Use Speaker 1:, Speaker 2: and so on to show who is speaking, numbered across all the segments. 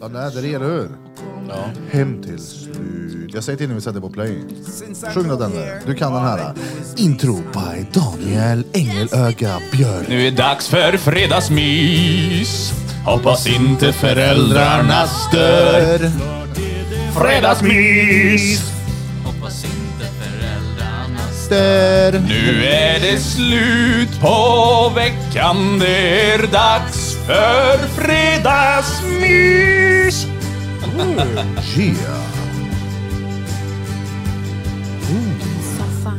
Speaker 1: Ja, nej, där är det ur. Hem till slut. Jag säger till när vi sätter på play. Sjung då den där. Du kan den här. eh, Intro by Daniel Engelöga Björk.
Speaker 2: Nu är dags för fredagsmys. Hoppas inte föräldrarna stör. Fredagsmys!
Speaker 3: Hoppas inte föräldrarna
Speaker 1: Där.
Speaker 2: Nu är det slut på veckan. Det är dags för fredagsmys.
Speaker 1: Yeah.
Speaker 4: Soffa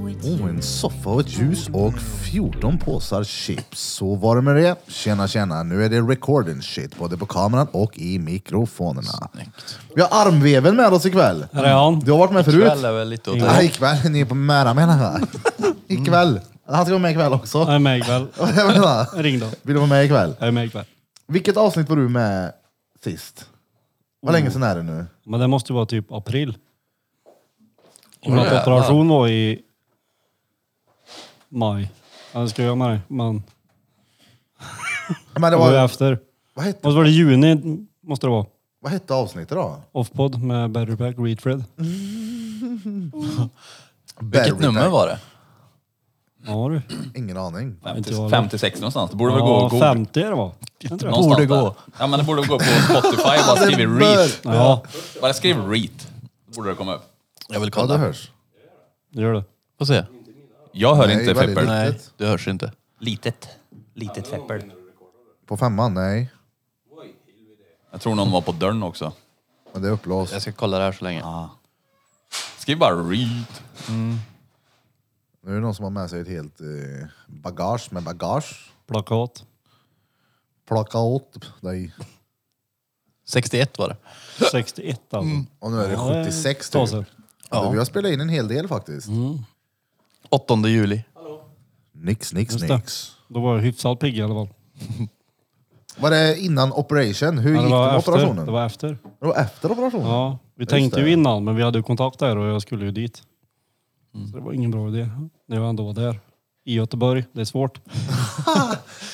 Speaker 4: och ett
Speaker 1: Oh, en soffa och ett ljus och 14 påsar chips. Så var det med det. Tjena, tjena. Nu är det recording shit, både på kameran och i mikrofonerna. Vi har armveven med oss ikväll.
Speaker 5: Här är han.
Speaker 1: Du har varit med förut.
Speaker 3: Kväll är väl lite åt
Speaker 1: Nej, ikväll. Ni är på mära menar jag. Ikväll. Han Mm. ska vara med ikväll
Speaker 5: Jag
Speaker 1: också.
Speaker 5: är med ikväll.
Speaker 1: Jag menar,
Speaker 5: Ring då.
Speaker 1: Vill du vara med ikväll?
Speaker 5: Jag är med ikväll.
Speaker 1: Vilket avsnitt var du med sist? Vad länge sedan är det nu?
Speaker 5: Men det måste ju vara typ april. Min operation var i maj. Ja, det ska jag med dig. Men
Speaker 1: Ja, Men det
Speaker 5: det var ju
Speaker 1: var,
Speaker 5: efter.
Speaker 1: vad, hette,
Speaker 5: Och så var det juni, måste det vara.
Speaker 1: vad hette avsnittet då?
Speaker 5: Offpod med Barry Pack, Reedfred.
Speaker 3: Vilket nummer var det?
Speaker 5: Ja du.
Speaker 1: Ingen aning.
Speaker 2: 50, 56 någonstans. Det borde väl gå
Speaker 5: Ja,
Speaker 2: att gå.
Speaker 5: 50 är det va? Jag tror jag.
Speaker 2: Någonstans
Speaker 3: Borde gå.
Speaker 2: där. Ja men det borde gå på Spotify och bara skriva
Speaker 1: bör.
Speaker 2: reat.
Speaker 5: Ja,
Speaker 2: Bara skriv reat. Borde det komma upp.
Speaker 3: Jag vill
Speaker 1: Ja, det
Speaker 3: kolla.
Speaker 1: hörs.
Speaker 5: gör det.
Speaker 3: Får se.
Speaker 2: Jag hör
Speaker 1: Nej,
Speaker 2: inte
Speaker 1: väldigt
Speaker 2: Feppel.
Speaker 3: Nej,
Speaker 1: Litet.
Speaker 3: du hörs inte.
Speaker 2: Litet. Litet Feppel.
Speaker 1: På femman? Nej.
Speaker 2: Jag tror någon var på dörren också.
Speaker 1: Men det är uppblåst.
Speaker 3: Jag ska kolla det här så länge.
Speaker 2: Skriv bara reat.
Speaker 1: Nu är det någon som har med sig ett helt eh, bagage med bagage.
Speaker 5: Plakat.
Speaker 1: Plocka åt dig.
Speaker 3: 61 var det.
Speaker 5: 61 alltså.
Speaker 1: Och nu är det
Speaker 5: Ja, det är
Speaker 1: 76
Speaker 5: ett tag
Speaker 1: typ.
Speaker 5: sedan.
Speaker 1: Ja. Mm. Vi har spelat in en hel del faktiskt.
Speaker 3: 8 juli.
Speaker 1: Nix, nix,
Speaker 5: Just det.
Speaker 1: nix.
Speaker 5: Då var jag hyfsat pigg i alla fall.
Speaker 1: Var det innan operation? Hur
Speaker 5: Ja,
Speaker 1: gick
Speaker 5: det
Speaker 1: det
Speaker 5: var
Speaker 1: med
Speaker 5: efter.
Speaker 1: operationen?
Speaker 5: Det var efter.
Speaker 1: Det var efter operationen?
Speaker 5: Ja, vi tänkte
Speaker 1: det.
Speaker 5: ju innan, men vi hade ju kontakt där och jag skulle ju dit.
Speaker 3: Mm.
Speaker 5: Så det var ingen bra idé. När jag ändå var där. I Göteborg, det är svårt.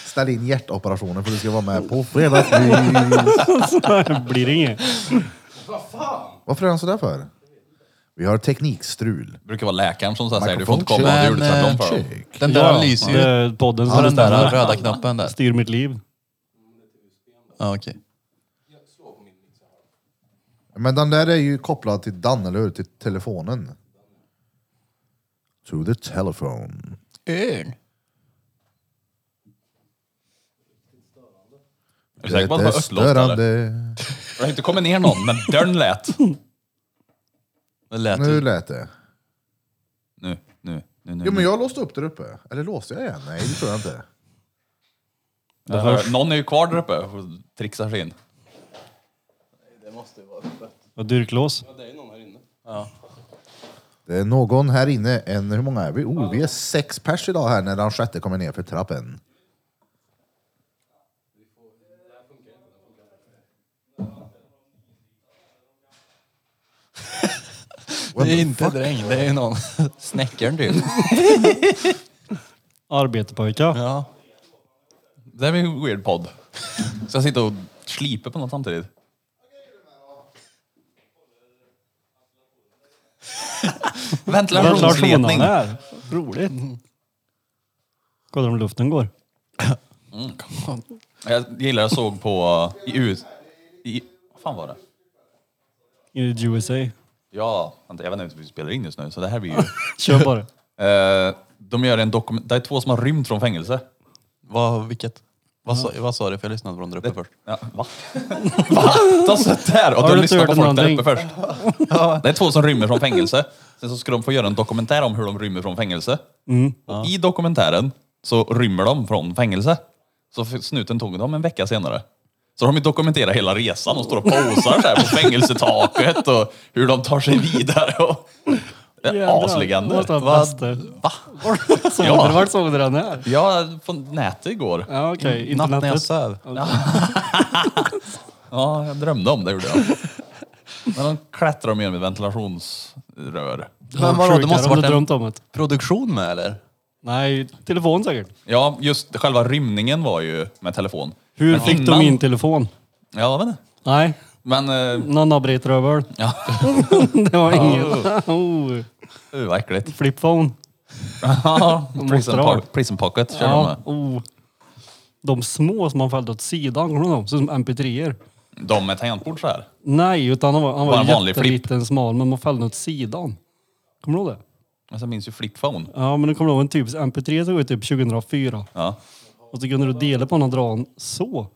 Speaker 1: Ställ in hjärtoperationen för du ska vara med på fredagsmys.
Speaker 5: Det blir inget.
Speaker 1: Varför är han sådär för? Vi har teknikstrul.
Speaker 2: Det brukar vara läkaren som så här säger du får inte
Speaker 1: Microphone
Speaker 2: komma. Du
Speaker 3: check.
Speaker 2: gjorde tvärtom för
Speaker 1: Check.
Speaker 3: Den
Speaker 2: dem.
Speaker 3: där lyser
Speaker 5: det
Speaker 3: ju.
Speaker 5: är podden som
Speaker 3: Ja, den där
Speaker 5: bestämmer.
Speaker 3: den röda knappen där.
Speaker 5: Styr mitt liv.
Speaker 3: Ja, okej.
Speaker 1: Men den där är ju kopplad till Dan, eller hur? Till telefonen. To the telephone.
Speaker 3: Öl.
Speaker 2: Är du säker på att det var östlåt eller? Det har inte kommit ner någon, men dörren lät.
Speaker 3: Det lät
Speaker 1: Nu
Speaker 3: ju.
Speaker 1: lät det.
Speaker 2: Nu, nu, nu, nu.
Speaker 1: Jo men jag låste upp där uppe. Eller låste jag igen? Nej det tror jag inte.
Speaker 2: Jag hör- Någon är ju kvar där uppe och trixar sig in.
Speaker 5: Och dyrklås.
Speaker 1: Det är någon här inne, en, hur många är vi? Oh, vi är sex pers idag här när den sjätte kommer ner för trappen.
Speaker 3: Det är inte dräng, det är någon. Snäckaren typ.
Speaker 5: Arbetepojkar.
Speaker 3: Ja.
Speaker 2: Det här blir en weird podd. Ska jag sitta och slipa på något samtidigt?
Speaker 5: Ventilationen
Speaker 2: Ventilationsledning.
Speaker 5: här. Roligt.
Speaker 3: Mm.
Speaker 5: Kolla om luften går.
Speaker 2: Jag gillar jag såg på uh, i US... I, vad fan var det?
Speaker 5: In the USA.
Speaker 2: Ja, vänta, jag vet inte hur vi spelar in just nu så det här blir ju...
Speaker 5: Kör bara.
Speaker 2: Eh, de gör en dokument... Det är två som har rymt från fängelse.
Speaker 3: Vad, vilket? Vad sa, vad sa du? För jag lyssnade på dem där uppe först.
Speaker 2: Ja, va? va? De har suttit där och
Speaker 5: Har
Speaker 2: de
Speaker 5: du
Speaker 2: lyssnar på
Speaker 5: inte hört
Speaker 2: folk där
Speaker 5: någonting?
Speaker 2: uppe först. Det är två som rymmer från fängelse. Sen så ska de få göra en dokumentär om hur de rymmer från fängelse.
Speaker 5: Mm.
Speaker 2: Och i dokumentären så rymmer de från fängelse. Så f- snuten tog dem en vecka senare. Så de har ju dokumenterat hela resan. De står och posar så här på fängelsetaket och hur de tar sig vidare. Och... Det är aslegender.
Speaker 5: Måste
Speaker 2: Va?
Speaker 5: vara bäste.
Speaker 2: Va?
Speaker 5: Såg
Speaker 2: Ja.
Speaker 5: du- Vart såg du den här?
Speaker 2: Ja, på nätet igår.
Speaker 5: Ja okej,
Speaker 3: Natten jag
Speaker 5: internetet.
Speaker 3: söv.
Speaker 2: Ja, jag drömde om det gjorde jag. Men de klättrar med med ventilationsrör.
Speaker 3: Men vadå, det måste
Speaker 5: Har du
Speaker 3: varit en
Speaker 5: drömt om det?
Speaker 3: produktion med eller?
Speaker 5: Nej, telefon säkert.
Speaker 2: Ja, just själva rymningen var ju med telefon.
Speaker 5: Hur
Speaker 2: Men
Speaker 5: fick
Speaker 2: innan-
Speaker 5: de in telefon?
Speaker 2: Ja, jag vet inte.
Speaker 5: Nej,
Speaker 2: Men, uh,
Speaker 5: någon avbryter över.
Speaker 2: ja.
Speaker 5: Det var inget. Oh.
Speaker 2: Uh, vad äckligt.
Speaker 5: Flipphone.
Speaker 2: Ja, prison,
Speaker 5: dra.
Speaker 2: po- prison pocket kör de med.
Speaker 5: Oh. De små som han fällde åt sidan, kommer du ihåg dem? Så som mp 3 er
Speaker 2: De med tangentbord så här.
Speaker 5: Nej, utan han var, han
Speaker 2: Bara
Speaker 5: var
Speaker 2: en vanlig
Speaker 5: jätteliten, smal, men man fällde åt sidan. Kommer du ihåg det?
Speaker 2: Men sen minns ju flipphone.
Speaker 5: Ja, men det kommer du ihåg en typisk MP3 såg ut typ 2004.
Speaker 2: Ja.
Speaker 5: Och så kunde du dela på den och dra den så.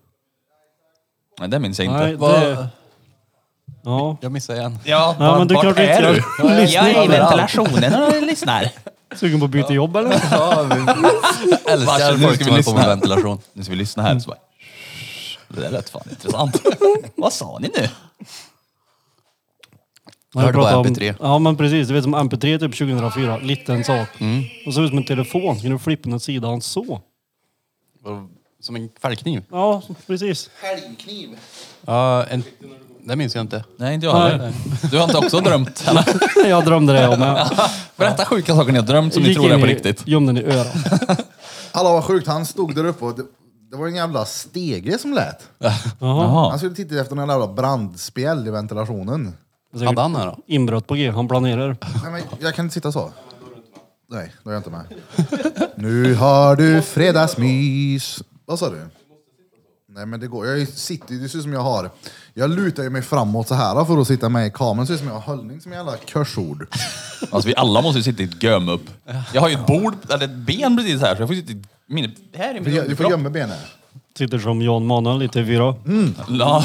Speaker 2: Nej, det minns jag inte.
Speaker 5: Nej,
Speaker 3: Vad-
Speaker 5: det... Ja.
Speaker 3: Jag missade en.
Speaker 2: Ja,
Speaker 5: Ja, men det är klart du inte
Speaker 3: Jag är i
Speaker 2: ventilationen och lyssnar.
Speaker 5: Sugen på att byta jobb eller?
Speaker 3: Ja, vi älskar
Speaker 2: Varsågod,
Speaker 3: folk
Speaker 2: ska
Speaker 3: som
Speaker 2: vi
Speaker 3: håller på med
Speaker 2: lyssna?
Speaker 3: ventilation.
Speaker 2: Nu ska vi lyssna här. Så bara, det där lät fan intressant. Vad sa ni nu?
Speaker 5: Jag
Speaker 3: hörde bara
Speaker 5: pratar om-
Speaker 3: MP3.
Speaker 5: Ja, men precis. Du vet som MP3 typ 2004. Liten sak.
Speaker 2: Mm.
Speaker 5: Och så ut som en telefon. Så kunde du flippa den åt sidan så.
Speaker 3: Som en fällkniv?
Speaker 5: Ja, precis.
Speaker 3: Ja, en... Det minns jag inte.
Speaker 2: Nej, inte jag heller. Du har inte också drömt? eller?
Speaker 5: Jag drömde det om. Jag
Speaker 2: Berätta sjuka saker ni har drömt som ni
Speaker 5: gick
Speaker 2: tror
Speaker 5: in
Speaker 2: är på
Speaker 5: i-
Speaker 2: riktigt.
Speaker 5: Gömde den i örat.
Speaker 1: Hallå vad sjukt, han stod där uppe och det, det var en jävla stege som lät.
Speaker 5: Jaha.
Speaker 2: Jaha.
Speaker 1: Han skulle titta efter någon jävla brandspjäll i ventilationen.
Speaker 3: Hade han det då?
Speaker 5: Inbrott på G. Han planerar.
Speaker 1: Nej, men jag kan inte sitta så. Nej, då är jag inte med. Nu har du fredagsmys. Vad sa du? Nej men det går, jag sitter ju- det ser ut som jag har, jag lutar ju mig framåt så här för att sitta med i kameran, det ser ut som jag har höllning som jävla körsord.
Speaker 2: Alltså vi alla måste ju sitta i ett göm upp. Jag har ju ett bord, eller ett ben precis här, så jag får sitta i min... Här är min
Speaker 1: Du får
Speaker 2: underkropp.
Speaker 1: gömma benen.
Speaker 5: Sitter som Jan Manuel i TV4.
Speaker 2: Mm. Ja.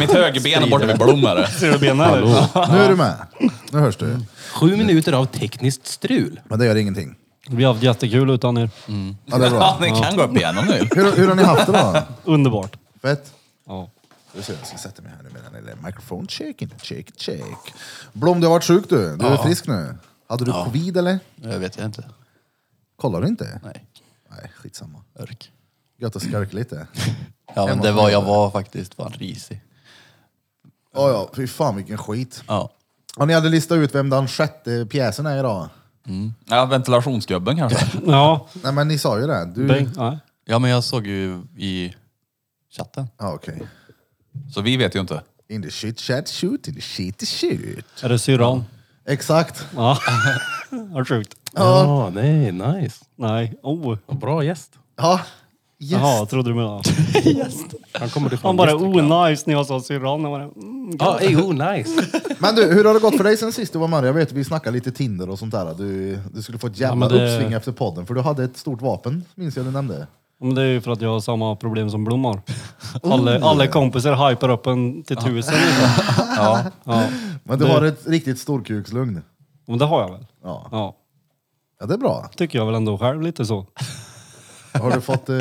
Speaker 2: Mitt högerben är borta vid blommare.
Speaker 5: Ser du benen eller?
Speaker 1: Nu är du med. Nu hörs du.
Speaker 6: Sju minuter av tekniskt strul.
Speaker 1: Men det gör ingenting.
Speaker 5: Vi har haft jättekul utan er.
Speaker 2: Mm.
Speaker 1: Ja, det är
Speaker 2: Ja,
Speaker 1: bra.
Speaker 2: ni kan gå upp igen om ni vill.
Speaker 1: Hur, hur har ni haft det då?
Speaker 5: Underbart.
Speaker 1: Fett?
Speaker 5: Ja.
Speaker 1: Jag ska sätta mig här nu med den lilla mikrofonchecken. Check, check. Blom, du har varit sjuk du. Du är frisk nu. Hade du covid eller?
Speaker 3: Jag vet jag inte.
Speaker 1: Kollar du inte?
Speaker 3: Nej.
Speaker 1: Nej, skitsamma.
Speaker 3: Örk.
Speaker 1: Gött att skarka lite.
Speaker 3: Ja, men det var jag var faktiskt. Fan risig.
Speaker 1: Ja, ja, fy fan vilken skit.
Speaker 3: Ja.
Speaker 1: Ja, ni hade listat ut vem den sjätte pjäsen är idag.
Speaker 2: Ja, ventilationsgubben kanske.
Speaker 5: Ja.
Speaker 1: Nej, men ni sa ju det. Du...
Speaker 5: Bäng. Nej.
Speaker 3: Ja, men jag såg ju i chatten.
Speaker 1: Ja, okej.
Speaker 2: Så vi vet ju inte.
Speaker 1: In the shit chat shoot, in the shit shoot.
Speaker 5: Är det syrran?
Speaker 1: Exakt.
Speaker 5: Ja. Har sjukt.
Speaker 6: Ja, nej, nice.
Speaker 5: Nej. Oh.
Speaker 6: Vad Bra gäst.
Speaker 1: Ja. Yes.
Speaker 5: Jaha, trodde du menade.
Speaker 6: Han kommer till
Speaker 5: Han bara oh nice när jag sa syrran. Jag bara, mm,
Speaker 6: Ja, ey, oh, nice.
Speaker 1: Men du, hur har det gått för dig sen sist du var med? Jag vet vi snackade lite Tinder och sånt där. Du, du skulle få ett jävla
Speaker 5: Ja, men det-
Speaker 1: uppsving efter podden, för du hade ett stort vapen, minns jag du nämnde.
Speaker 5: Men det är ju för att jag har samma problem som Blom har. Alla, alla kompisar hypar upp en till tusen. Liksom.
Speaker 3: Ja.
Speaker 5: Ja.
Speaker 1: Men du
Speaker 5: Det-
Speaker 1: har ett riktigt storkukslugn.
Speaker 5: Men det har jag väl?
Speaker 1: Ja.
Speaker 5: Ja.
Speaker 1: ja, det är bra.
Speaker 5: Tycker jag väl ändå själv lite så.
Speaker 1: Har du fått... Eh...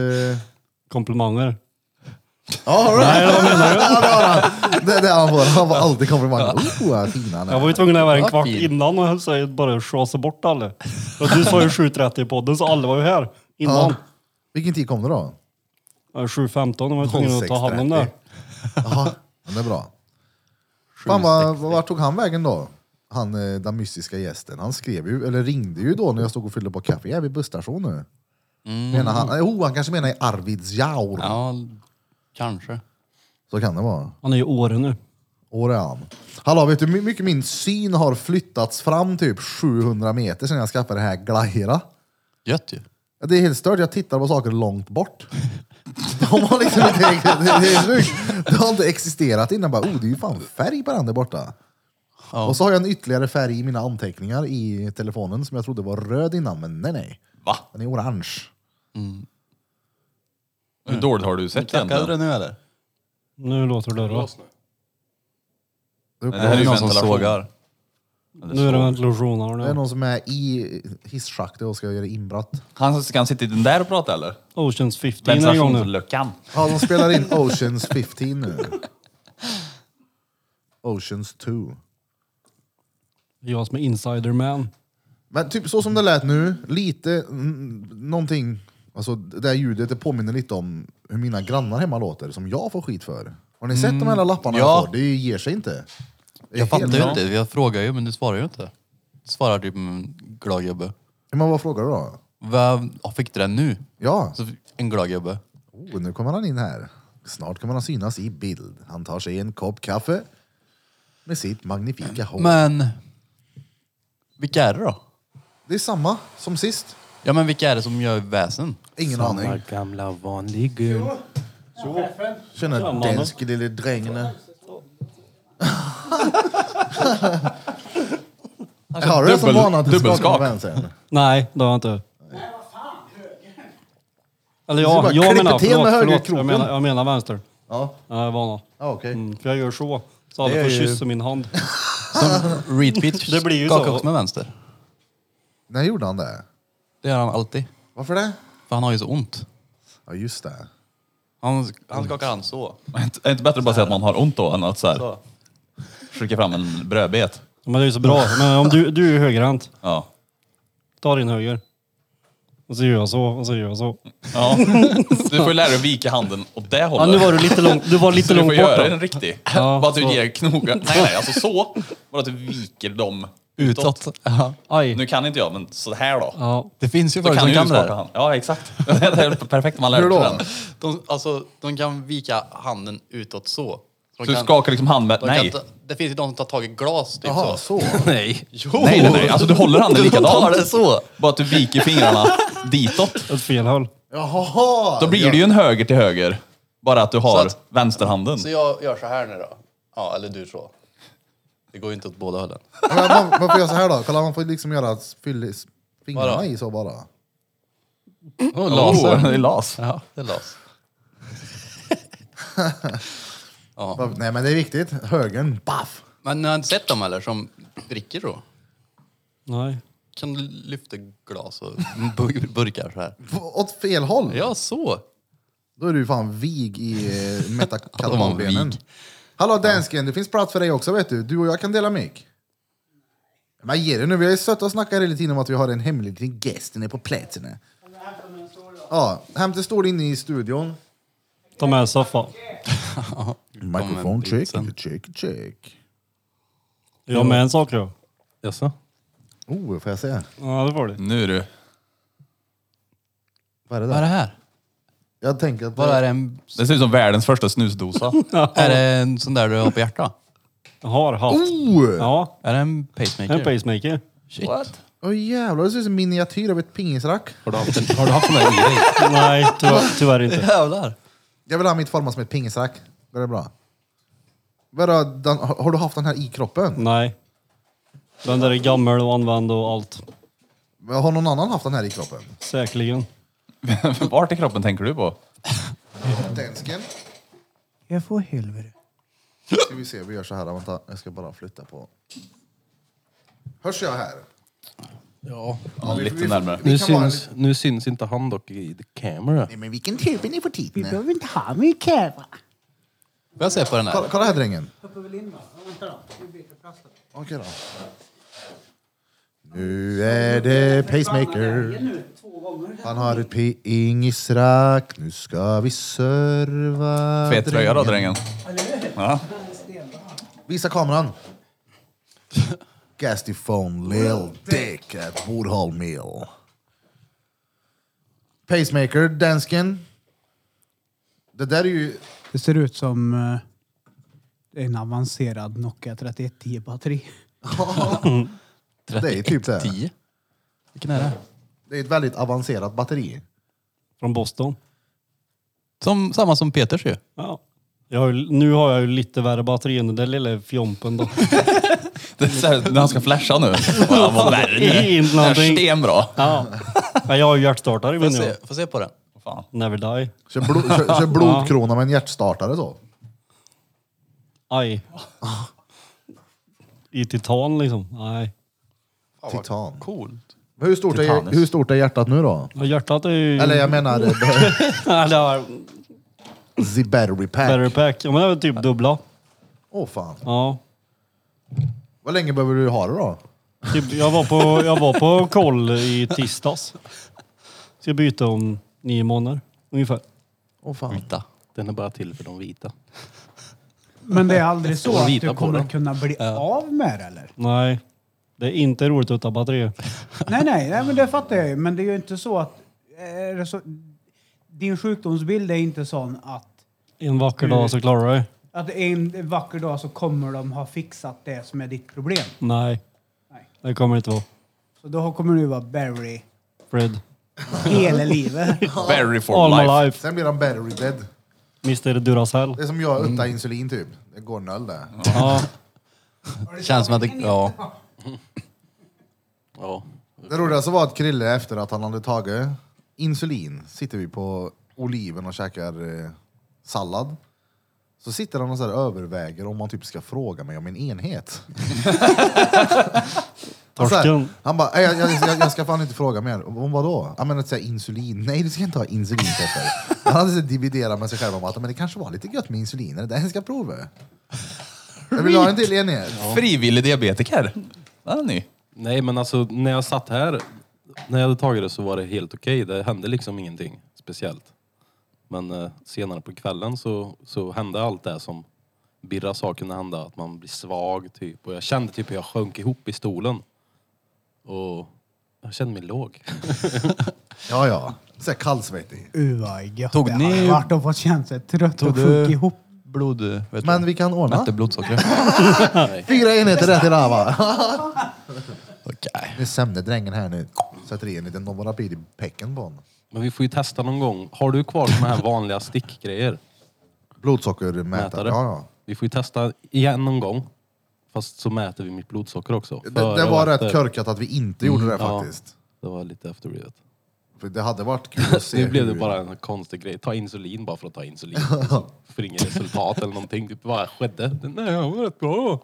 Speaker 5: Komplimanger.
Speaker 1: Ja, har du Nej, vad menar du? Ja, det, har han. det, det är han får. Han får alltid komplimanger. Oh, vad fin han
Speaker 5: Jag var
Speaker 1: är.
Speaker 5: ju tvungen att vara en
Speaker 3: Ja,
Speaker 5: kvart
Speaker 3: fin.
Speaker 5: innan och så jag bara schasa bort alla. Och du sa ju 7.30 i podden så alla var ju här innan.
Speaker 1: Ja. Vilken tid kom du då?
Speaker 5: Ja. 7.15 var jag tvungen att ta hand om det.
Speaker 1: 06.30. Jaha, men det är bra. Fan, vad, vad- vart tog han vägen då? Han, eh, den mystiska gästen. Han skrev ju, eller ringde ju då när jag stod och fyllde på kaffe. Jag är vid busstation nu. Menar han, eh, oh, han kanske menar i Arvidsjaur.
Speaker 3: ja, kanske.
Speaker 1: Så kan det vara.
Speaker 5: Han är ju Åre nu.
Speaker 1: Åre är han. Hallå, vet du hur mycket min syn har flyttats fram typ 700 meter sedan jag skaffade det här glajjorna?
Speaker 3: Gött ju.
Speaker 1: Ja, Det är helt stört, jag tittar på saker långt bort. De har liksom inte, det, det är sjukt. Det har inte existerat innan. Bara, oh, det är ju fan färg på den där borta. Och så har jag en ytterligare färg i mina anteckningar i telefonen som jag trodde var röd innan, men nej nej.
Speaker 2: Va?
Speaker 1: Den är orange.
Speaker 2: Hur dåligt har du sett
Speaker 3: Klackade
Speaker 2: egentligen?
Speaker 7: Mm.
Speaker 3: du nu eller?
Speaker 5: Nu låter det då.
Speaker 1: Det är, uppe-
Speaker 2: Nej, det här är ju
Speaker 3: någon som
Speaker 2: ventilation.
Speaker 3: sågar.
Speaker 5: Nu är det ventilation här
Speaker 1: det är
Speaker 5: nu.
Speaker 1: någon som är i hisschaktet och ska göra inbrott.
Speaker 2: Han ska han sitta i den där och prata eller?
Speaker 5: Oceans 15 en gång nu.
Speaker 2: Ventilationsluckan.
Speaker 1: Ja, de spelar in Oceans 15 nu. Oceans 2.
Speaker 5: Jag som är insider man.
Speaker 1: Men typ så som det lät nu, lite mm, någonting, alltså det där ljudet det påminner lite om hur mina grannar hemma låter, som jag får skit för. Har ni sett de här lapparna
Speaker 3: Mm, ja.
Speaker 1: jag får? Det ger sig inte. Det är
Speaker 3: Jag fattar
Speaker 1: helt-
Speaker 3: ju inte. Jag frågar ju men du svarar ju inte. Du svarar typ en glad gubbe.
Speaker 1: Men vad frågar du då?
Speaker 3: Vad ja, fick du den nu?
Speaker 1: Ja,
Speaker 3: Så en glad gubbe.
Speaker 1: oh, nu kommer han in här. Snart kommer han synas i bild. Han tar sig en kopp kaffe med sitt magnifika hår.
Speaker 7: Men vilka är det då?
Speaker 1: Det är samma som sist.
Speaker 7: Ja men vilka är det som gör väsen?
Speaker 1: Ingen
Speaker 6: Samma
Speaker 1: aning.
Speaker 6: gamla vanlig gud.
Speaker 1: Känner dansk lille drängen. Har du det som
Speaker 2: dubbel-
Speaker 1: vana att du skakar
Speaker 2: dubbelskak.
Speaker 1: på vänstern?
Speaker 5: Nej, det har jag inte. Eller
Speaker 1: Du ska
Speaker 5: ja,
Speaker 1: bara
Speaker 5: jag
Speaker 1: klippa
Speaker 5: menar,
Speaker 1: till med
Speaker 5: förlåt, förlåt.
Speaker 1: högerkroken.
Speaker 5: Jag menar, jag menar vänster.
Speaker 1: Ja,
Speaker 5: Ja, jag är vana.
Speaker 1: ja okej.
Speaker 5: Mm, för jag gör så. Så alla
Speaker 1: Det
Speaker 5: får
Speaker 1: är ju-
Speaker 5: kyssa min hand.
Speaker 7: Som Reed Pitch
Speaker 5: Det blir ju
Speaker 7: skakar
Speaker 5: så.
Speaker 7: också med vänster.
Speaker 1: När gjorde han det?
Speaker 7: Det gör han alltid.
Speaker 1: Varför det?
Speaker 7: För han har ju så ont.
Speaker 1: Ja, just det.
Speaker 7: Han, han skakar hand så.
Speaker 2: Är inte- är inte bättre att bara säga att man har ont då än att så här,
Speaker 7: Så.
Speaker 2: skicka fram en brödbet?
Speaker 5: Men det är ju så bra. Men om du, du är ju högerhänt,
Speaker 2: Ja.
Speaker 5: ta din höger. Och så gör jag så, och så gör jag så.
Speaker 2: ja. Du får ju lära dig att vika handen åt det
Speaker 5: Ja,
Speaker 2: hållet.
Speaker 5: nu var du lite långt, du var lite
Speaker 2: så du
Speaker 5: långt
Speaker 2: får
Speaker 5: bort.
Speaker 2: göra
Speaker 5: då.
Speaker 2: en riktig.
Speaker 5: Ja,
Speaker 2: bara att du
Speaker 5: så.
Speaker 2: ger knogar. Nej, nej, alltså så. Bara att du viker dem utåt.
Speaker 7: Utåt. Ja.
Speaker 5: Aj.
Speaker 2: Nu kan inte jag, men så här då.
Speaker 5: Ja.
Speaker 7: Det finns ju
Speaker 2: Då
Speaker 7: folk
Speaker 2: kan
Speaker 7: som
Speaker 2: ju
Speaker 7: kan
Speaker 2: du
Speaker 7: det
Speaker 2: skaka
Speaker 7: här.
Speaker 2: hand. Ja, exakt. Det är perfekt när man lär
Speaker 1: Hur
Speaker 2: sig
Speaker 1: då?
Speaker 2: den.
Speaker 7: De, alltså, de kan vika handen utåt så. Så de
Speaker 2: Så du
Speaker 7: kan-
Speaker 2: skakar liksom hand med...
Speaker 7: de kan
Speaker 2: Nej.
Speaker 7: ta- det finns ju de som tar tag i glas typ
Speaker 1: Jaha,
Speaker 7: så.
Speaker 1: så.
Speaker 6: Nej.
Speaker 2: Nej, nej, nej. Alltså du håller handen
Speaker 7: De tar
Speaker 2: likadant.
Speaker 7: det så.
Speaker 2: Bara att du viker fingrarna ditåt.
Speaker 5: Åt fel håll.
Speaker 1: Jaha!
Speaker 2: Då blir det ju en höger till höger. Bara att du har
Speaker 7: Så att-
Speaker 2: vänsterhanden.
Speaker 7: Så jag gör så här nu då. Ja, eller du så. Det går ju inte åt båda hållen.
Speaker 1: Ja, men Man, man får göra så här då. Kolla, man får liksom göra s- fyll, s- fingrarna
Speaker 7: Vadå?
Speaker 1: i så bara.
Speaker 7: Oh,
Speaker 2: Oh, i las.
Speaker 7: Ja, det är las.
Speaker 1: Bara- Nej, men det är viktigt. Högern, baff!
Speaker 7: Men ni har inte sett dem eller som dricker då?
Speaker 5: Nej.
Speaker 7: Kan du lyfta glas och bur- burkar så här?
Speaker 1: F- Åt fel håll.
Speaker 7: Ja, så.
Speaker 1: Då är du fan vig i eh,
Speaker 7: Ja, de
Speaker 1: metakarpalbenen.
Speaker 7: var vig.
Speaker 1: Hallå dansken, det finns plats för dig också vet du. Du och jag kan dela mick. Men ge dig nu, vi har ju suttit och snackat hela tiden om att vi har en hemlig liten gäst inne på platsen. Ja, hämta stol inne i studion.
Speaker 5: Ta med soffa.
Speaker 1: Mikrofon check,
Speaker 7: blitzen.
Speaker 1: check, check.
Speaker 5: Jag med en sak då.
Speaker 6: Jaså?
Speaker 1: Oh, får jag se?
Speaker 5: Ja, det får du.
Speaker 2: Nu du.
Speaker 1: Vad är det
Speaker 7: Vad är det
Speaker 1: där?
Speaker 7: här?
Speaker 1: Jag tänker att
Speaker 7: Vad är det? En,
Speaker 2: Det ser ut som världens första snusdosa.
Speaker 7: är det en sån där du har på hjärtat?
Speaker 5: Jag har haft.
Speaker 1: Oh!
Speaker 5: Ja,
Speaker 7: Är det en
Speaker 5: en
Speaker 7: pacemaker?
Speaker 5: pacemaker.
Speaker 7: Shit.
Speaker 1: Åh jävlar, det ser ut som en miniatyr av ett pingisrack.
Speaker 7: Har du haft en, har du haft en där i dig?
Speaker 5: Nej, tyvärr, tyvärr inte.
Speaker 7: Jävlar.
Speaker 1: Jag vill ha mitt format som ett pingisrack. Går det bra? Vadå, den, har har du haft den här i kroppen?
Speaker 5: Nej. Den där är gammal och använd och allt.
Speaker 1: Har någon annan haft den här i kroppen?
Speaker 5: Säkerligen.
Speaker 2: Vart i kroppen tänker du på?
Speaker 1: Dansken.
Speaker 8: Jag får helvete.
Speaker 1: Ska vi se, vi gör så här. Vänta, jag ska bara flytta på. Hörs jag här?
Speaker 2: Ja, lite närmare.
Speaker 1: Vi
Speaker 6: Nu
Speaker 1: kan vara-
Speaker 6: syns, nu syns inte han dock i the camera.
Speaker 1: Nej men vilken tur ni får tid
Speaker 8: Vi
Speaker 1: med.
Speaker 8: behöver inte ha mycket kamera.
Speaker 7: Får jag se på den
Speaker 1: Kolla,
Speaker 7: här?
Speaker 1: kolla här drängen. Okej då. Nu är det pacemaker. Han har ett pingisrack. Nu ska vi serva
Speaker 2: Fet tröja då drängen. Ja.
Speaker 1: Visa kameran. Gastifone Lil Dick at Woodhall Mill. Pacemaker, dansken. Det där är ju...
Speaker 8: Det ser ut som eh, en avancerad Nokia 3110 batteri.
Speaker 1: Det är typ det.
Speaker 7: 10? Vilken är det?
Speaker 1: Det är ett väldigt avancerat batteri.
Speaker 5: Från Boston.
Speaker 7: Som, samma som Peters ju.
Speaker 5: Ja. Jag har, ju- nu har jag ju lite värre batteri än den där lilla fjompen då.
Speaker 2: Det är så här, när han ska flasha nu. Han var värre nu.
Speaker 5: Inte
Speaker 2: Det här
Speaker 5: någonting.
Speaker 2: är stenbra.
Speaker 5: Ja. Men jag har ju hjärtstartare i
Speaker 7: Får
Speaker 5: min nu.
Speaker 7: se, får se på den?
Speaker 2: Fan.
Speaker 5: Never die.
Speaker 1: Kör, blod, kör, kör blodkrona med en hjärtstartare så.
Speaker 5: Aj. I titan liksom. Nej.
Speaker 1: Titan.
Speaker 7: Coolt.
Speaker 1: Men hur stort, är,
Speaker 2: Titanis.
Speaker 1: hur stort är hjärtat nu då?
Speaker 5: Ja, Hjärtat är ju...
Speaker 1: Eller jag menar eh,
Speaker 5: Eller,
Speaker 1: the battery
Speaker 5: battery
Speaker 1: pack.
Speaker 5: pack. Ja, men det är väl typ dubbla.
Speaker 1: Åh fan.
Speaker 5: Ja.
Speaker 1: Vad länge behöver du ha det då?
Speaker 5: Typ, jag, var på, jag var på koll i tisdags. Ska byta om nio månader ungefär.
Speaker 1: Åh fan.
Speaker 7: Vita.
Speaker 6: Mm. Den är bara till för de vita.
Speaker 8: Men det är aldrig så att
Speaker 6: vita
Speaker 8: du
Speaker 6: på
Speaker 8: kommer
Speaker 6: den.
Speaker 8: kunna bli av med det eller?
Speaker 5: Nej. Det är inte roligt att tappa tre.
Speaker 8: Nej, nej, nej, men det fattar jag ju. Men eh, det är ju inte så att... Är det så, din sjukdomsbild är inte sån att
Speaker 5: En vacker dag så klarar du dig.
Speaker 8: Att en vacker dag så kommer de ha fixat det som är ditt problem.
Speaker 5: Nej.
Speaker 8: Nej.
Speaker 5: Det kommer det inte vara.
Speaker 8: Så då kommer du vara Barry
Speaker 5: Fred.
Speaker 8: hela livet.
Speaker 7: Very for
Speaker 5: All
Speaker 7: life.
Speaker 5: my life.
Speaker 1: Sen blir de battery dead.
Speaker 5: Mr Duracell.
Speaker 1: Det är som jag utta insulin typ. Det går noll där.
Speaker 5: Ja.
Speaker 9: Känns som att det... Ja.
Speaker 6: Ja.
Speaker 1: Det roligaste var att Krille efter att han hade tagit insulin sitter vi på oliven och käkar eh, sallad. Så sitter han och så här överväger om man typ ska fråga mig om en enhet. Han så här-
Speaker 5: Torsken.
Speaker 1: Han bara, "Nej, jag, jag, jag, jag ska fan inte fråga mer. Om vadå? Ja men att säga insulin. Nej du ska inte ha insulin Petter. Han hade så här dividerat med sig själv om att men det kanske var lite gött med insulin. Är det där jag ska prova? Jag vill ha en till enhet.
Speaker 7: Frivillig diabetiker. Ja, ni.
Speaker 6: Nej men alltså när jag satt här, när jag hade tagit det så var det helt okej. Det hände liksom ingenting speciellt. Men eh, senare på kvällen så, så hände allt det som Birra sa kunde hända. Att man blir svag typ. Och jag kände typ hur jag sjönk ihop i stolen. Och jag kände mig låg.
Speaker 1: Ja ja. Så här kallsvettig.
Speaker 8: Uh, vad gött
Speaker 7: Tog
Speaker 8: det
Speaker 7: ni-
Speaker 8: hade varit att få känna sig trött och sjunka ihop.
Speaker 7: blod... Vet
Speaker 1: Men vi kan ordna.
Speaker 7: Mätte blodsocker.
Speaker 1: Fyra enheter rätt idag va?
Speaker 7: Okej.
Speaker 1: Nu sömnar drängen här nu. Sätter i en liten Novorapid i pecken på honom.
Speaker 6: Men vi får ju testa någon gång. Har du kvar såna här vanliga stickgrejer?
Speaker 1: Blodsockermätare.
Speaker 6: Mätare?
Speaker 1: Ja, ja.
Speaker 6: Vi får ju testa igen någon gång. Fast så mäter vi mitt blodsocker också.
Speaker 1: Det, det
Speaker 6: Före
Speaker 1: var
Speaker 6: och
Speaker 1: rätt
Speaker 6: efter. Mm,
Speaker 1: korkat att vi inte gjorde det
Speaker 6: ja.
Speaker 1: faktiskt.
Speaker 6: Det var lite efterblivet.
Speaker 1: För det hade varit kul att se
Speaker 6: Nu blev
Speaker 1: hur-
Speaker 6: det bara en konstig grej. Ta insulin bara för att ta insulin. för inget resultat eller någonting. Typ vad skedde? Nej, jag var rätt bra.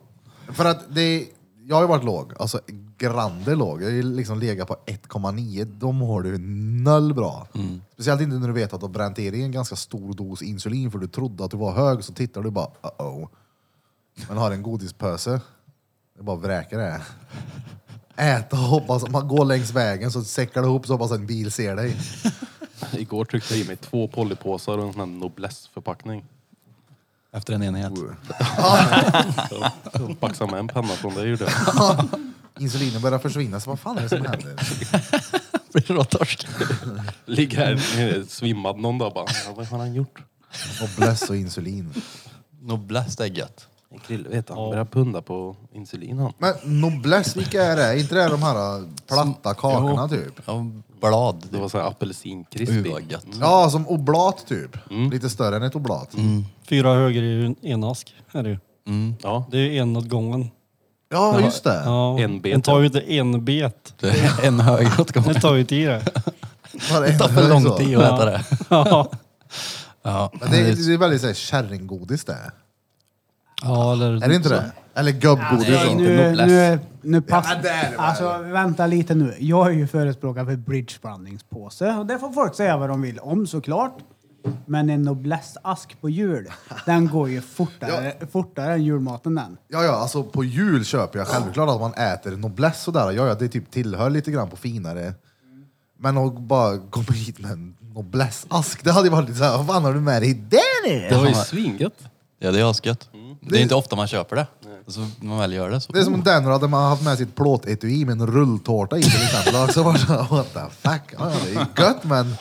Speaker 1: För att det... Jag har ju varit låg, alltså grande låg. Jag har ju liksom legat på 1,9. Då mår du noll bra. Speciellt inte när du vet att du har bränt er i en ganska stor dos insulin för du trodde att du var hög, så tittar du bara uh-oh. Man har en godispöse. Det bara vräker det. Äta och hoppas. Man går längs vägen så säckar det ihop så hoppas att en bil ser dig.
Speaker 6: Igår tryckte jag i mig två Pollypåsar och en sån här Noblesse-förpackning.
Speaker 7: Efter en enhet.
Speaker 6: Så Baxade med en penna från dig gjorde jag.
Speaker 1: Insulinen börjar försvinna, så vad fan är det som händer?
Speaker 7: Blir det då torsk?
Speaker 6: Ligger här nere, svimmad någon dag bara. "Ja, Vad har han gjort?
Speaker 1: Noblesse och insulin.
Speaker 7: Noblast är gött.
Speaker 6: Krille vet han börjar punda på insulin han.
Speaker 1: Men noblesse, vilka är det? Är inte det de här äh, platta kakorna typ?
Speaker 7: Ja, blad.
Speaker 6: Det var sån här apelsinkrispig.
Speaker 7: Uh, vad gött.
Speaker 1: Ja, som oblat typ.
Speaker 7: Mm.
Speaker 1: Lite större än ett oblat.
Speaker 5: Fyra höger är ju en- en ask. Är det, ju.
Speaker 6: Ja,
Speaker 5: det är ju en åt gången.
Speaker 1: Ja, just det.
Speaker 5: Ja.
Speaker 6: En bet.
Speaker 5: Den tar ju inte en bet.
Speaker 7: En hög åtgång.
Speaker 5: Den tar ju tid det.
Speaker 1: Bara en
Speaker 7: Det tar för
Speaker 1: hög
Speaker 7: lång
Speaker 1: så.
Speaker 7: tid att äta det.
Speaker 5: Ja.
Speaker 7: Ja.
Speaker 1: Men det, är, det är väldigt så här, kärringgodis det.
Speaker 5: ja, eller...
Speaker 1: Är det inte det? Eller gubbgodis.
Speaker 7: Nej,
Speaker 1: då.
Speaker 7: inte
Speaker 8: Nu,
Speaker 7: Nobless.
Speaker 8: nu, nu pass...
Speaker 1: Ja, det är det väl.
Speaker 8: alltså, vänta lite nu. Jag är ju förespråkare för bridgeblandningspåse. Och det får folk säga vad de vill om såklart. Men en noblesse-ask på jul, den går ju fortare, fortare än julmaten den.
Speaker 1: Ja, ja, alltså på jul köper jag självklart att man äter noblesse sådär. Ja, ja, det typ tillhör lite grann på finare. Men att bara komma hit med en noblesse-ask, det hade ju varit lite såhär, vad fan har du med dig där nu?
Speaker 6: det var ju svingött.
Speaker 7: Ja, det är asgött. Det är inte ofta man köper det. Så man väl gör det så...
Speaker 1: Det är som om Denner hade man haft med sitt plåtetui med en rulltårta i till exempel. Och så var det så här, what the fuck. Ja, ja, det är gött men...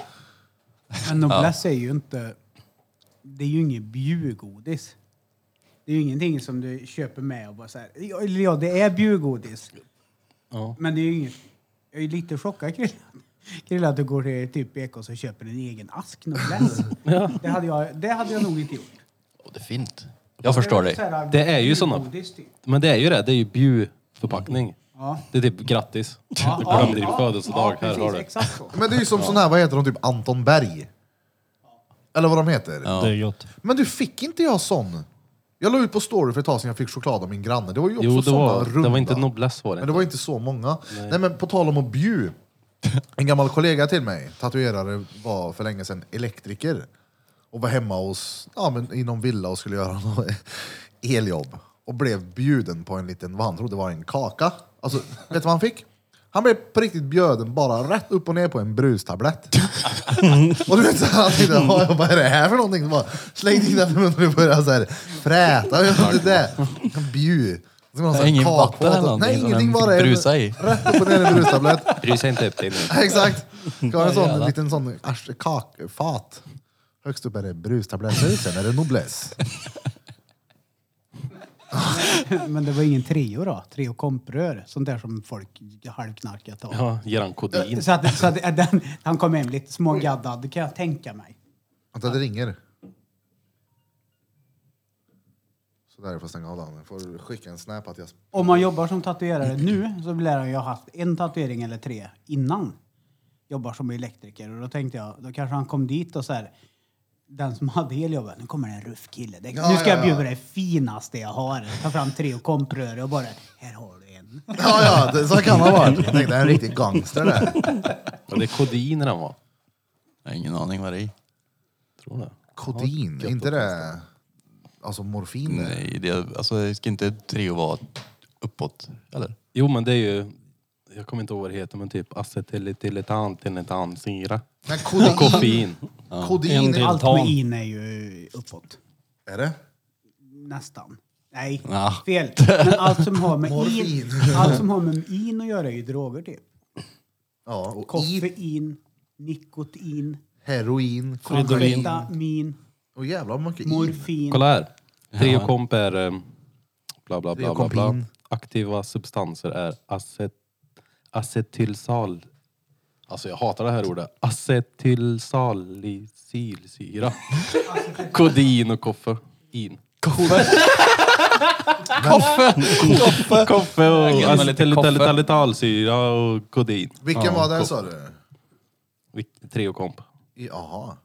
Speaker 8: Men noblesse är ju inte... Det är ju inget bjudgodis. Det är ju ingenting som du köper med och bara så här... Ja, eller ja det är bjudgodis.
Speaker 6: Ja.
Speaker 8: Men det är ju inget... Jag är lite chockad, Krille. Krille, att du går till typ Ekos och köper en egen ask noblesse. det, hade jag, det hade jag nog inte gjort.
Speaker 7: Det är fint. Jag förstår dig.
Speaker 8: Så här,
Speaker 6: Det är ju såna.
Speaker 8: bjudgodis, typ.
Speaker 6: Men det är ju det. Det är ju bjudförpackning.
Speaker 8: Ja.
Speaker 6: Det är typ grattis.
Speaker 8: Ja,
Speaker 6: du
Speaker 8: ja,
Speaker 6: glömde din
Speaker 8: ja,
Speaker 6: födelsedag.
Speaker 8: ja,
Speaker 6: här
Speaker 8: precis,
Speaker 6: har du.
Speaker 8: Exakt så.
Speaker 1: Men det är ju som sån här, vad heter de, typ Anton Berg? Eller vad de heter.
Speaker 5: Det är gött.
Speaker 1: Men du, fick inte jag sån? Jag la ut på story för ett tag sedan jag fick choklad av min granne. Det var ju också
Speaker 6: Jo, det
Speaker 1: såna
Speaker 6: var,
Speaker 1: runda.
Speaker 6: det var inte nobless var det.
Speaker 1: Men det var inte så många. Nej. men på tal om att bjuda. En gammal kollega till mig, tatuerare, var för länge sedan elektriker. Och var hemma hos, ja, men i någon villa och skulle göra något eljobb. Och blev bjuden på en liten, vad han trodde var en kaka. Alltså, vet du vad han fick? Han blev på riktigt bjuden bara rätt upp och ner på en brustablett. Och du vet så här, han tänkte, "Ja, vad är det här för någonting? Så bara, slängde in den i munnen och började så här, fräta. Jag vet inte det. Bju. Så man har så här
Speaker 7: Ingen
Speaker 1: kakfat
Speaker 7: vatten eller
Speaker 1: och- Nej,
Speaker 7: någonting som
Speaker 1: ingenting
Speaker 7: den
Speaker 1: bara.
Speaker 7: fick brusa i.
Speaker 1: Rätt upp och ner i en brustablett.
Speaker 6: Bry sig inte upp dig nu.
Speaker 1: Exakt. Ska ha en sån
Speaker 7: jävlar.
Speaker 1: liten sån asch- kakfat. Högst upp är det brustabletter, sen är det nobless.
Speaker 8: Men det var ingen Treo då? Treo komprör? Sånt där som folk halvknarkar tar.
Speaker 6: Ja, ger han kodin.
Speaker 8: Så att, så att den, han kom hem lite smågaddad kan jag tänka mig.
Speaker 1: Vänta, det ringer. Så där, jag får stänga av den. Jag får skicka en snap att jag...
Speaker 8: Om man jobbar som tatuerare nu så lär han ju ha haft en tatuering eller tre innan. Jobbar som elektriker och då tänkte jag, då kanske han kom dit och så här. Den som hade eljobbet, nu kommer det en ruff kille. Det,
Speaker 1: Ja,
Speaker 8: nu ska
Speaker 1: ja, ja.
Speaker 8: jag bjuda dig det finaste jag har. Ta fram tre och kompröre och bara, här har du en.
Speaker 1: Ja, ja, det, så kan man vara. Jag tänkte, en riktig gangster där.
Speaker 6: Ja, det är kodin den var.
Speaker 2: Jag har ingen aning vad det är.
Speaker 6: Tror det.
Speaker 1: Kodin, är inte det... Alltså morfin?
Speaker 2: Nej, det, alltså, ska inte Treo vara uppåt? Eller?
Speaker 6: Jo men det är ju, jag kommer inte ihåg vad det heter men typ acetyletiletantiletansyra.
Speaker 1: Men kodin,
Speaker 6: Koffein.
Speaker 1: kodin är,
Speaker 5: del.
Speaker 8: Allt med in är ju uppåt.
Speaker 1: är det?
Speaker 8: Nästan. Nej,
Speaker 2: Ja.
Speaker 8: fel. Men allt som har med in,
Speaker 1: Morfin.
Speaker 8: allt som har med in att göra är ju droger typ.
Speaker 1: Ja, och i,
Speaker 8: Koffein, nikotin,
Speaker 1: heroin, kokain.
Speaker 8: amfetamin,
Speaker 1: Och jävlar vad mycket i.
Speaker 8: morfin.
Speaker 6: Kolla här. Triokomp är ehm, bla bla bla bla bla.
Speaker 1: Triokompin.
Speaker 6: Aktiva substanser är acet, acetylsal... Alltså jag hatar det här ordet. Acetylsalicylsyra. Kodin och koffein. Koffe! Koffe och
Speaker 2: Äggen med lite koffe.
Speaker 6: acetylitalitalsyra och kodin.
Speaker 1: Vilken var det sa du?
Speaker 6: Vil- Triokomp.
Speaker 1: I- Jaha.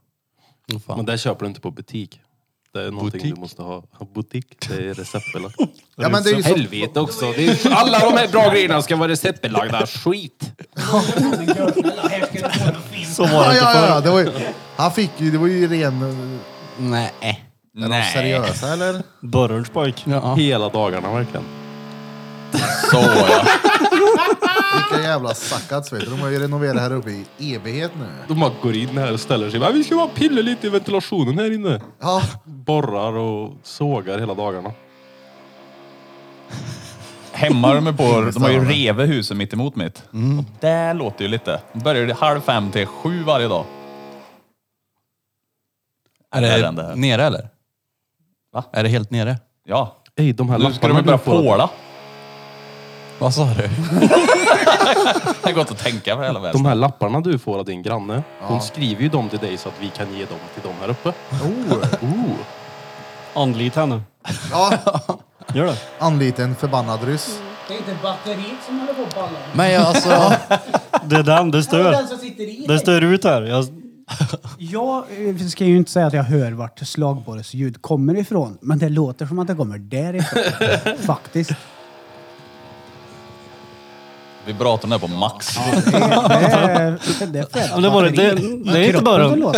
Speaker 6: Men det köper du inte på butik. Det är någonting du måste ha. Butik, det är receptbelagt.
Speaker 1: Ja, men det är ju så,
Speaker 6: Helvete också. Det är, alla de här bra grejerna ska vara receptbelagda. Skit!
Speaker 5: Så var
Speaker 1: ja,
Speaker 5: det inte
Speaker 1: ja,
Speaker 5: förr.
Speaker 1: ja, det var ju, han fick ju, det var ju ren... eh,
Speaker 7: Nej.
Speaker 1: Är de seriösa eller?
Speaker 5: Burrens pojk.
Speaker 7: Ja.
Speaker 6: Hela dagarna verkligen.
Speaker 2: Så ja.
Speaker 1: Vilka jävla suckats vet du. De har ju renoverat här uppe i evighet nu.
Speaker 6: De bara går in här och ställer sig. "Va, Vi ska bara pilla lite i ventilationen här inne.
Speaker 1: Ja,
Speaker 6: Borrar och sågar hela dagarna.
Speaker 2: Hemma har de är på, de har ju Reve huset mitt emot mitt.
Speaker 7: Mm.
Speaker 2: Och där låter ju lite. De börjar ju halv fem till sju varje dag.
Speaker 7: Är
Speaker 2: Där är den där.
Speaker 7: det nere eller?
Speaker 2: Va?
Speaker 7: Är det helt nere?
Speaker 2: Ja.
Speaker 6: Ey, de här
Speaker 2: Nu ska de ju
Speaker 6: lapparna
Speaker 2: börja
Speaker 6: du får-
Speaker 2: påla.
Speaker 7: Vad sa du?
Speaker 2: Det går inte att tänka på det hela
Speaker 6: De
Speaker 2: väsen.
Speaker 6: här lapparna du får av din granne. De skriver ju dem till dig så att vi kan ge dem till dem här uppe. Oh.
Speaker 5: Anlita henne.
Speaker 1: ja.
Speaker 5: Gör det.
Speaker 1: Anlita en förbannad ryss.
Speaker 8: Det är inte batteriet som håller på att balla.
Speaker 7: Men jag alltså...
Speaker 5: Det är den. Det stör.
Speaker 8: som sitter i
Speaker 5: Det stör ut här. Jag,
Speaker 8: Jag eh, ska ju inte säga att jag hör vart slagborrens ljud kommer ifrån, men det låter som att det kommer därifrån. Faktiskt.
Speaker 2: Vibratorn är på max.
Speaker 8: Det är, det är
Speaker 5: Ja, men det var det. Det- det är inte bara-
Speaker 8: bara...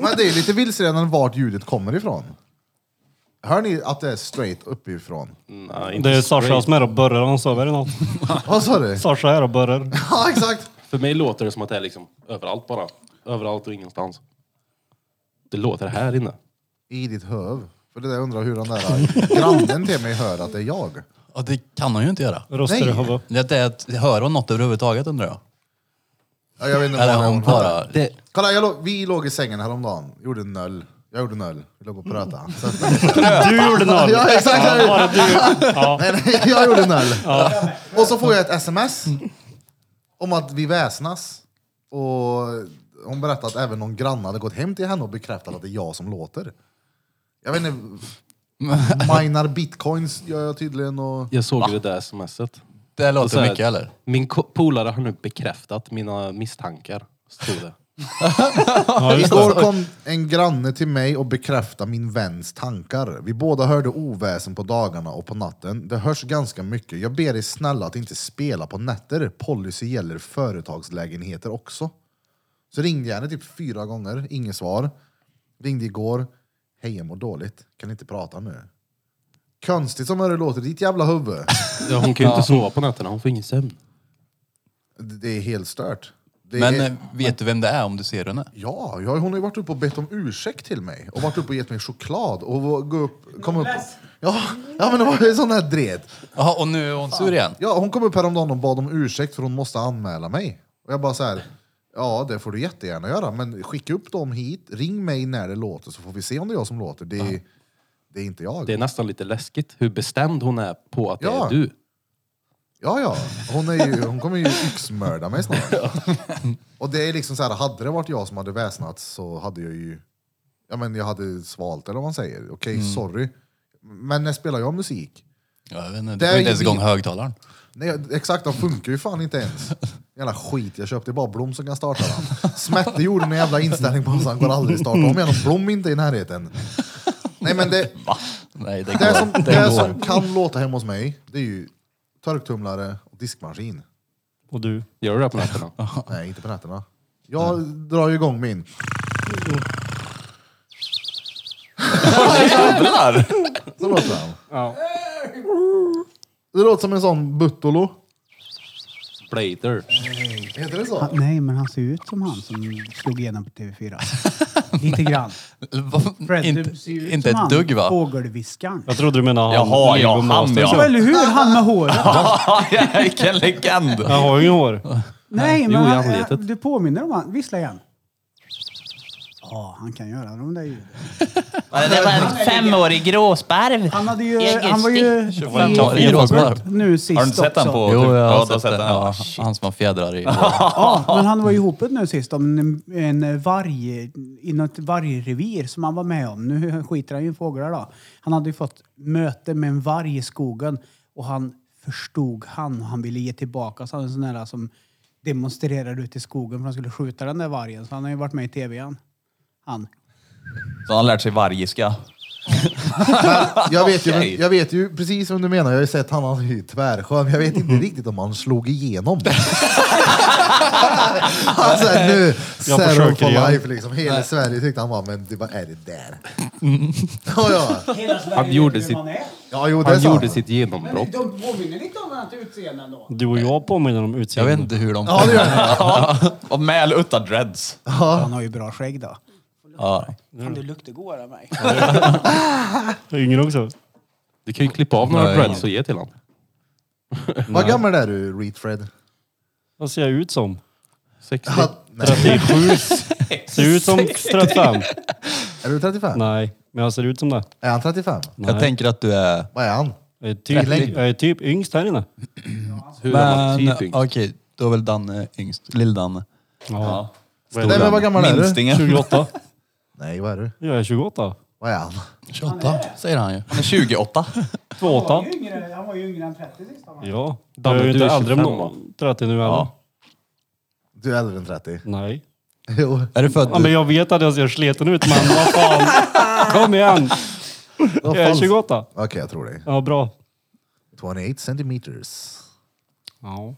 Speaker 1: Men det är lite vilseledande vart ljudet kommer ifrån. Hör ni att det är straight uppifrån?
Speaker 6: Nej, inte
Speaker 5: det är
Speaker 6: straight.
Speaker 5: Sasha som är och burrar. Han sover i natt.
Speaker 1: Vad sa du?
Speaker 5: Sasha är och burrar.
Speaker 1: Ja, exakt.
Speaker 6: För mig låter det som att det är liksom överallt bara. Överallt och ingenstans. Det låter här inne.
Speaker 1: I ditt höv. För det där jag undrar hur den där äh, grannen till mig hör att det är jag.
Speaker 7: Ja, det kan hon ju inte göra.
Speaker 5: Röster i
Speaker 1: Nej.
Speaker 5: huvudet.
Speaker 7: Det är att hör hon något överhuvudtaget undrar jag?
Speaker 1: Ja, jag vet inte vad
Speaker 7: Eller
Speaker 1: det är
Speaker 7: hon bara... Det,
Speaker 1: Kolla, jag låg- vi låg i sängen häromdagen. Gjorde noll. Jag gjorde noll. Vi låg och prötade. Så att-
Speaker 5: Du gjorde noll.
Speaker 1: Ja, exakt.
Speaker 5: Mm. Ja, bara du. Ja.
Speaker 1: Nej, nej, jag gjorde en öl. Och så får jag ett sms om att vi väsnas. Och hon berättade att även någon granne hade gått hem till henne och bekräftat att det är jag som låter. Jag vet inte, minar bitcoins gör jag tydligen och...
Speaker 6: Jag såg ju det där smset.
Speaker 7: det
Speaker 6: Och så
Speaker 7: låter
Speaker 6: här,
Speaker 7: mycket eller?
Speaker 6: Min ko- polare har nu bekräftat mina misstankar. Stod det.
Speaker 1: Igår kom en granne till mig och bekräftade min väns tankar. Vi båda hörde oväsen på dagarna och på natten. Det hörs ganska mycket. Jag ber dig snälla att inte spela på nätter. Policy gäller företagslägenheter också. Så ringde jag henne typ fyra gånger, inget svar. Ringde igår. Hej, jag mår dåligt. Kan inte prata nu. Konstigt som det låter i ditt jävla huvud.
Speaker 6: Ja, hon kan ju inte sova på nätterna, hon får ingen sömn.
Speaker 1: Det är helt stört. Det
Speaker 7: Men
Speaker 1: är...
Speaker 7: eh, vet du vem det är om du ser henne?
Speaker 1: Ja, jag, hon har ju varit uppe och bett om ursäkt till mig. Och varit uppe och gett mig choklad. Och var- gå upp, kom upp. Ja, ja, men det var ju sån här dret.
Speaker 7: Jaha, och nu är hon sur igen?
Speaker 1: Ja, hon kom upp häromdagen och bad om ursäkt för hon måste anmäla mig. Och jag bara så här, Ja, det får du jättegärna göra. Men skicka upp dem hit. Ring mig när det låter så får vi se om det är jag som låter. Det är, det är inte jag.
Speaker 6: Det är nästan lite läskigt hur bestämd hon är på att det
Speaker 1: Ja.
Speaker 6: är du.
Speaker 1: Ja, ja. Hon, är ju, hon kommer ju yxmörda mig snart. Och det är liksom så här, hade det varit jag som hade väsnats så hade jag ju... Ja, men jag hade svalt eller vad man säger. Okej,
Speaker 7: Mm.
Speaker 1: sorry. Men när spelar jag musik?
Speaker 7: Ja, jag vet inte.
Speaker 1: Det
Speaker 7: Det
Speaker 1: är
Speaker 7: var
Speaker 1: ju
Speaker 7: inte ens igång
Speaker 1: min-
Speaker 7: högtalaren.
Speaker 1: Nej, exakt, de funkar ju fan inte ens. Jävla skit jag köpte, det är bara Blom som kan starta den. Smette gjorde en jävla inställning på honom så han går aldrig att starta om igen. och Blom är inte i närheten. Nej men det,
Speaker 7: Nej, det
Speaker 1: det
Speaker 7: går.
Speaker 1: som,
Speaker 7: det
Speaker 1: det
Speaker 7: går.
Speaker 1: som kan låta hemma hos mig, det är ju torktumlare och diskmaskin.
Speaker 5: Och du?
Speaker 6: Gör du det på nätterna?
Speaker 1: Nej, inte på nätterna. Jag drar ju igång min. Så låter den.
Speaker 5: Ja.
Speaker 1: Det låter som en sån buttolo.
Speaker 6: Blader.
Speaker 1: Heter det så?
Speaker 8: Han, nej, men han ser ju ut som han som slog igenom på TV4. Lite grann. Fred, du
Speaker 7: inte
Speaker 8: ser ju ut
Speaker 7: inte
Speaker 8: som
Speaker 7: ett
Speaker 8: han,
Speaker 7: dugg va?
Speaker 8: fågelviskaren.
Speaker 5: Jag trodde du menade han.
Speaker 2: Jaha, ja,
Speaker 5: Lego
Speaker 2: han,
Speaker 5: Master.
Speaker 2: ja.
Speaker 5: Så-
Speaker 8: Eller hur? Han med håret.
Speaker 2: Ja, Vilken legend!
Speaker 5: Jag har ju inget hår.
Speaker 8: Nej,
Speaker 6: Jo,
Speaker 8: men
Speaker 6: jag
Speaker 8: han,
Speaker 6: vet det.
Speaker 8: du påminner om han. Vissla igen. Ja, han kan göra de där ljuden.
Speaker 10: Det var en femårig gråsparv.
Speaker 8: Han, hade ju,
Speaker 10: Augusti.
Speaker 8: han var ju
Speaker 7: han tar
Speaker 8: i
Speaker 7: i
Speaker 8: Robert
Speaker 7: Robert.
Speaker 8: nu sist
Speaker 2: Har du inte sett
Speaker 8: också.
Speaker 2: den på...
Speaker 7: Jo, jag har
Speaker 2: du
Speaker 7: sett den. Ja, han som har fjädrar i.
Speaker 8: Ja, men han var ju ihopet nu sist om en, en varg, i något vargrevir som han var med om. Nu skiter han ju i fåglar då. Han hade ju fått möte med en varg i skogen och han förstod han och han ville ge tillbaka. Så han är en sån där som demonstrerade ute i skogen för han skulle skjuta den där vargen. Så han har ju varit med i tv igen. Han.
Speaker 2: Så han har lärt sig vargiska.
Speaker 1: Jag vet, ju, jag vet ju precis vad du menar, jag har ju sett han, han är ju tvärskön. men Jag vet
Speaker 6: Mm.
Speaker 1: inte riktigt om han slog igenom. alltså nu, Serum
Speaker 5: försöker
Speaker 1: for
Speaker 5: igen.
Speaker 1: life liksom. Hela Sverige tyckte han var, men du, vad är det där?
Speaker 6: Mm.
Speaker 1: ja, ja.
Speaker 6: Han gjorde sitt,
Speaker 1: ja, jo det är
Speaker 6: han
Speaker 1: sant.
Speaker 6: gjorde sitt genombrott.
Speaker 8: de påminner lite om varandra till utseende ändå.
Speaker 5: Du och jag påminner om
Speaker 7: Jag
Speaker 5: utseendet.
Speaker 7: vet inte hur de...
Speaker 1: Ja, det gör han.
Speaker 2: Och med eller utan dreads.
Speaker 8: Han har ju bra skägg då.
Speaker 7: Ja.
Speaker 8: Kan du lukta godare än mig?
Speaker 5: Jag är yngre också.
Speaker 6: Du kan ju klippa av några
Speaker 7: Nej.
Speaker 6: dreads och ge till honom.
Speaker 1: Vad gammal är du, Reed Fred?
Speaker 5: Vad ser jag ut som?
Speaker 6: 60.
Speaker 1: Ja, nej.
Speaker 5: 37. Ser jag ut som 35?
Speaker 1: Är du 35?
Speaker 5: Nej, men jag ser ut som det.
Speaker 1: Är han 35?
Speaker 7: Jag tänker att du är...
Speaker 1: Vad är han?
Speaker 5: Jag är typ,
Speaker 1: Tvilling.
Speaker 5: jag är typ yngst här inne.
Speaker 6: Hur gammal
Speaker 7: Men
Speaker 6: typ
Speaker 7: okej,
Speaker 6: yngst?
Speaker 7: då är väl Danne yngst? Lill-Danne.
Speaker 5: Ja.
Speaker 1: Nej men vad gammal är du?
Speaker 2: Minstingen.
Speaker 5: 28.
Speaker 1: Nej vad är du?
Speaker 5: Jag är 28.
Speaker 1: Vad är han?
Speaker 7: 28 säger han ju.
Speaker 2: Han är 28.
Speaker 5: 28.
Speaker 8: yngre, han var ju yngre än 30 sist han var.
Speaker 5: Ja. Jag
Speaker 6: Danne,
Speaker 5: är ju
Speaker 6: du
Speaker 5: inte
Speaker 6: är
Speaker 5: äldre än
Speaker 6: 25,
Speaker 5: någon. 30 nu heller.
Speaker 2: Ja.
Speaker 1: Du är äldre än 30.
Speaker 5: Nej.
Speaker 1: Jo.
Speaker 7: Är du född...
Speaker 5: Ja, men jag vet att jag ser sliten ut, men vad fan. Kom igen.
Speaker 1: Vad
Speaker 5: Jag är
Speaker 1: fan-
Speaker 5: 28.
Speaker 1: Okej jag tror dig.
Speaker 5: Ja, bra.
Speaker 1: 28 centimeters.
Speaker 5: Ja.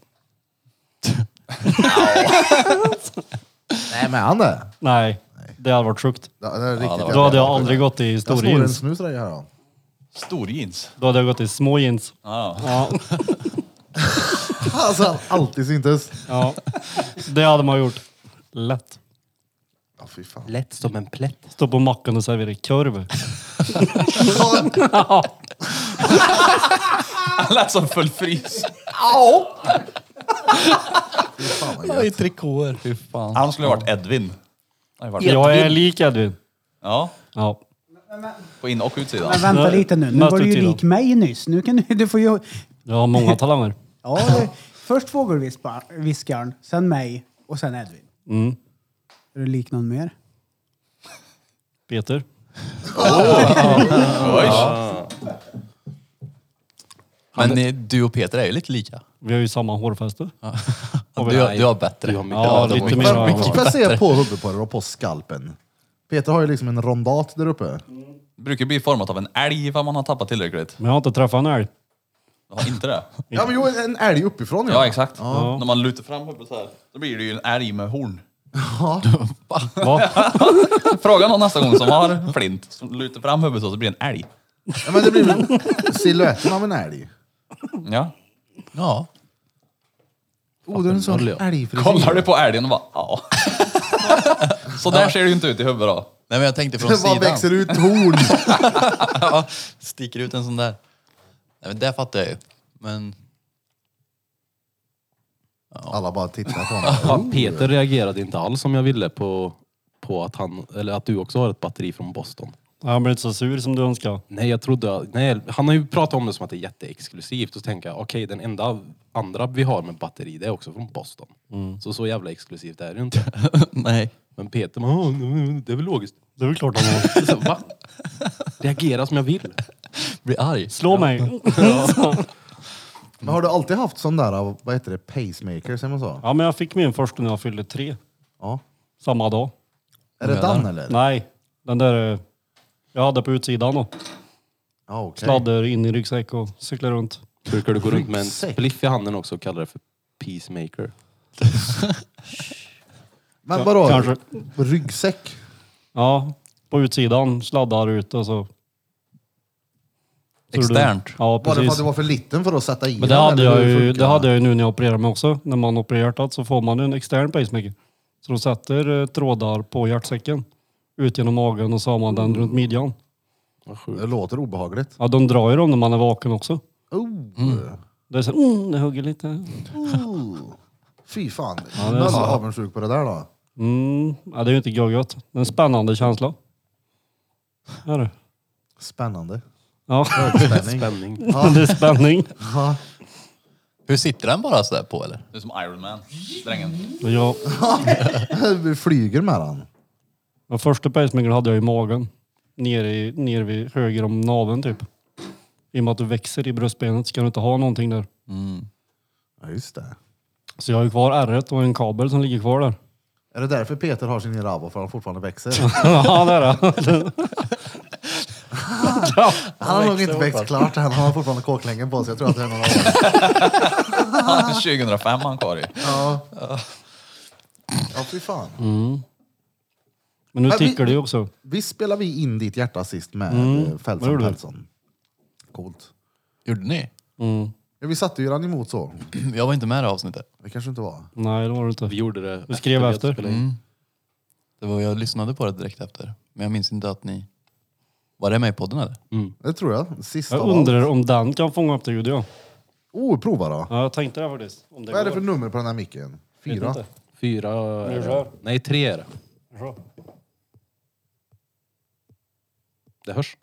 Speaker 1: Nej men han det.
Speaker 5: Nej, det hade varit sjukt.
Speaker 1: Ja, det är riktigt jävla
Speaker 5: Då hade jag
Speaker 1: sjukt.
Speaker 5: aldrig gått i
Speaker 1: Jag
Speaker 5: stor
Speaker 1: snor en
Speaker 5: jeans.
Speaker 1: snus där här då.
Speaker 2: Stor jeans.
Speaker 5: Då hade jag gått i små jeans.
Speaker 2: Ja.
Speaker 5: Ja.
Speaker 1: Alltså han alltid syntes.
Speaker 5: ja. Det hade man gjort. Lätt.
Speaker 1: Ja fy fan.
Speaker 6: Lätt som en plätt.
Speaker 5: Stå på macken och servera korv.
Speaker 2: Han lät som full frys.
Speaker 1: fan vad gött.
Speaker 7: trikåer. Fy fan.
Speaker 2: Han skulle ha varit Edvin. Han har ju varit-
Speaker 5: Jag är lik Edvin.
Speaker 2: Ja,
Speaker 5: Ja.
Speaker 2: på in och utsidan.
Speaker 8: Men vänta
Speaker 5: Nej,
Speaker 8: lite nu, nu
Speaker 5: mest
Speaker 8: var du ju
Speaker 5: utsidan.
Speaker 8: lik mig nyss. Nu kan du, du får ju...
Speaker 5: Jag har många talanger.
Speaker 8: Ja, det, först fågelviskaren, sen mig och sen Edvin.
Speaker 5: Mm.
Speaker 8: Är du lik någon mer?
Speaker 5: Peter.
Speaker 7: Men ni, du och Peter är ju lite lika.
Speaker 5: Vi har ju samma hårfäste.
Speaker 7: Du, har- du har bättre.
Speaker 6: Du har mycket
Speaker 5: Ja,
Speaker 6: äldre.
Speaker 5: lite mer.
Speaker 1: Men
Speaker 5: har jag.
Speaker 1: Får jag se på huvudet på dig och på skalpen? Peter har ju liksom en rondat där uppe.
Speaker 2: Brukar bli format av en älg ifall man har tappat tillräckligt.
Speaker 5: Men jag har inte träffat en älg.
Speaker 2: Har inte det?
Speaker 1: Ja men jo en älg uppifrån
Speaker 2: Ja, exakt. När man lutar fram huvudet så här, då blir det ju en älg med horn.
Speaker 5: Va?
Speaker 2: Fråga någon nästa gång som har flint, som lutar fram huvudet så, så blir det en älg.
Speaker 1: Ja, men det blir väl siluetten av en älg.
Speaker 2: Ja.
Speaker 7: Ja.
Speaker 1: Oh, det är en sån
Speaker 6: Håller jag.
Speaker 1: älgfrisyr.
Speaker 2: Kollar du på älgen och bara ja. Så där ser det ju inte ut i huvudet då.
Speaker 7: Nej men jag tänkte från
Speaker 1: Det bara växer
Speaker 7: sidan.
Speaker 1: ut horn.
Speaker 7: Ja, sticker ut en sån där. Nej men det fattar jag ju. Men...
Speaker 1: Alla bara tittar på honom.
Speaker 6: Ja, Peter reagerade inte alls som jag ville på, på att, han, eller att du också har ett batteri från Boston.
Speaker 5: Han blir inte så sur som du önskar.
Speaker 6: Nej, jag trodde... att- Nej, han har ju pratat om det som att det är jätteexklusivt. Och så tänker jag, okej, den enda andra vi har med batteri, det är också från Boston. Så så jävla exklusivt är det ju inte.
Speaker 7: Nej.
Speaker 6: Men Peter, man, "Åh, det är väl logiskt.
Speaker 5: Det är väl klart han har.
Speaker 6: Så, va? Reagera som jag vill.
Speaker 7: Blir arg.
Speaker 5: Slå mig.
Speaker 1: Men har du alltid haft sån där, vad heter det, pacemaker, säger man så?
Speaker 5: Ja, men jag fick min första när jag fyllde tre.
Speaker 1: Ja.
Speaker 5: Samma dag.
Speaker 1: Är det Dan eller?
Speaker 5: Nej, den där eh, jag hade på utsidan då.
Speaker 1: Ja, okej.
Speaker 5: Sladdar in i ryggsäck och cyklar runt.
Speaker 6: Brukar du gå runt med en
Speaker 1: Ryggsäck.
Speaker 6: spliff i handen också och kalla det för peacemaker?
Speaker 1: Men vadå?
Speaker 5: Kanske.
Speaker 1: Ryggsäck?
Speaker 5: Ja, på utsidan, sladdar ut och så. Så
Speaker 7: Externt.
Speaker 5: Du, ja,
Speaker 1: Var det för att
Speaker 5: precis.
Speaker 1: du var för liten för att sätta i
Speaker 5: Men det
Speaker 1: den,
Speaker 5: hade,
Speaker 1: eller
Speaker 5: jag
Speaker 1: hur
Speaker 5: ju,
Speaker 1: funkar
Speaker 5: det hade jag ju nu när jag opererade mig också. När man opererar hjärtat så får man en extern pacemaker. Så de sätter eh, trådar på hjärtsäcken. Ut genom magen och så har man den runt midjan.
Speaker 1: Det låter obehagligt.
Speaker 5: Ja, de drar ju dem när man är vaken också.
Speaker 1: Oh.
Speaker 5: Det är så här, mm, det hugger lite.
Speaker 1: Oh. Fy fan.
Speaker 5: det är
Speaker 1: Noll
Speaker 5: så.
Speaker 1: avundsjuk på det där då.
Speaker 5: Mm, ja, det är ju inte görgött. Det är en spännande känsla. Är det?
Speaker 1: Spännande.
Speaker 5: Ja,
Speaker 1: Högspänning.
Speaker 6: Spänning.
Speaker 5: det är spänning.
Speaker 1: Ja.
Speaker 7: Hur sitter den bara sådär på eller?
Speaker 2: Du är som Iron Man, drängen.
Speaker 5: Men Jag,
Speaker 1: Vi flyger med den.
Speaker 5: den första pacemakern hade jag i magen. Nere, i, nere vid höger om naveln typ. I och med att du växer i bröstbenet ska du inte ha någonting där.
Speaker 1: Ja, just det.
Speaker 5: Så jag har ju kvar ärret och en kabel som ligger kvar där.
Speaker 1: Är det därför Peter har sin Irabo? För han fortfarande växer?
Speaker 5: ja, det är det. ja,
Speaker 1: Han har nog inte växt
Speaker 5: alltså.
Speaker 1: klart än. Han har fortfarande kåklängen på sig. Jag tror att det är några år.
Speaker 2: 2005 han kvar i.
Speaker 1: Ja. Ja, fy fan.
Speaker 5: men nu
Speaker 1: Men Äh, vi-
Speaker 5: tickar det ju också.
Speaker 1: Visst spelade vi in ditt hjärta sist med eh,
Speaker 5: Mm. Vad
Speaker 1: Fältson
Speaker 5: gjorde du?
Speaker 1: Pältson? Coolt.
Speaker 7: Gjorde ni?
Speaker 1: Ja, vi satte ju den emot så.
Speaker 7: Jag var inte med i det här avsnittet.
Speaker 1: Det kanske inte var.
Speaker 5: Nej, det var det inte.
Speaker 6: Vi gjorde det.
Speaker 5: Vi skrev
Speaker 6: att
Speaker 5: efter. Mm.
Speaker 6: spelade in.
Speaker 7: Det var, jag lyssnade på det direkt efter. Men jag minns inte att ni... Var det med i podden eller?
Speaker 1: Det tror jag. Sista
Speaker 5: Jag
Speaker 1: av allt.
Speaker 5: undrar om den kan fånga upp det ljudet. Ja.
Speaker 1: Oh, prova då.
Speaker 5: Ja, jag tänkte det faktiskt. Om det
Speaker 1: Vad är det
Speaker 5: går.
Speaker 1: för nummer på den här micken?
Speaker 5: Vet
Speaker 1: Fyra?
Speaker 5: inte.
Speaker 6: Fyra...
Speaker 5: Nu kör.
Speaker 6: Nej, tre är det.
Speaker 5: Bra.
Speaker 6: Det hörs.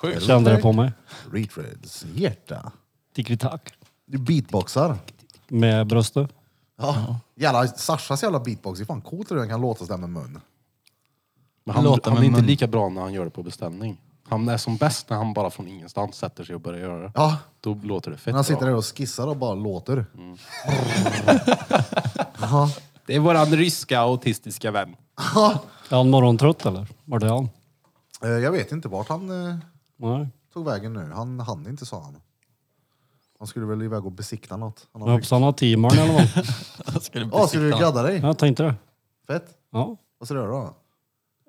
Speaker 2: Sjukt.
Speaker 5: Kände det på mig.
Speaker 1: Retreads. Hjärta.
Speaker 5: Tickitack.
Speaker 1: Du beatboxar.
Speaker 5: Med bröstet.
Speaker 1: Ja. Jävla, Sashas jävla beatbox. Det är fan coolt hur den kan låta sådär med mun.
Speaker 6: Men han,
Speaker 7: Låta
Speaker 6: han är
Speaker 7: med
Speaker 6: inte
Speaker 7: mun.
Speaker 6: lika bra när han gör det på beställning. Han är som bäst när han bara från ingenstans sätter sig och börjar göra det.
Speaker 1: Ja.
Speaker 6: Då låter det fett
Speaker 1: Men han sitter
Speaker 6: bra.
Speaker 1: där och skissar och bara låter.
Speaker 5: Mm.
Speaker 6: Det är våran ryska autistiska vän.
Speaker 5: Är han morgontrött eller? Var det han?
Speaker 1: Eh, Jag vet inte vart han eh,
Speaker 5: Nej.
Speaker 1: tog vägen nu. Han hann inte sa han. Han skulle väl iväg och besikta något. Han
Speaker 5: Jag
Speaker 1: har
Speaker 5: hoppas han har timern eller vad.
Speaker 7: Jag skulle
Speaker 1: Ja, ska du
Speaker 7: besikta honom.
Speaker 1: gadda dig?
Speaker 5: Jag tänkte det.
Speaker 1: Fett.
Speaker 5: Ja.
Speaker 1: Vad ska du göra då?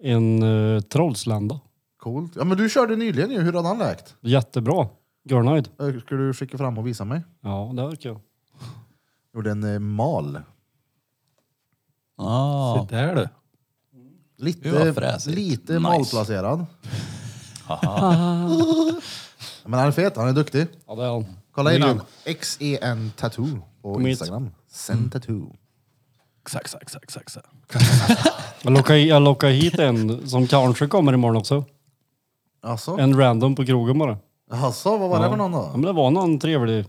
Speaker 5: En uh, trollslända.
Speaker 1: Coolt. Ja men du körde nyligen ju. Hur hade han läkt?
Speaker 5: Jättebra. Görnöjd.
Speaker 1: Eh, Ska du skicka fram och visa mig?
Speaker 5: Ja, det verkar jag.
Speaker 1: Gjorde en eh, mal.
Speaker 7: Ah,
Speaker 6: Det är det.
Speaker 7: Det var
Speaker 1: Lite,
Speaker 7: fräsigt.
Speaker 1: lite
Speaker 2: Nice.
Speaker 1: malplacerad. men han är fet, han är duktig.
Speaker 5: Ja, det är han.
Speaker 1: Kolla in
Speaker 5: Det är
Speaker 1: han. XEN Tattoo på
Speaker 5: Kom hit.
Speaker 1: Instagram. Sen Tattoo.
Speaker 6: Exakt, exakt, exakt, exakt.
Speaker 5: Jag lockar, jag lockar hit en som kanske kommer imorgon också.
Speaker 1: Alltså,
Speaker 5: En random på krogen bara.
Speaker 1: alltså vad var det för någon
Speaker 5: Ja,
Speaker 1: då?
Speaker 5: men det var någon trevlig...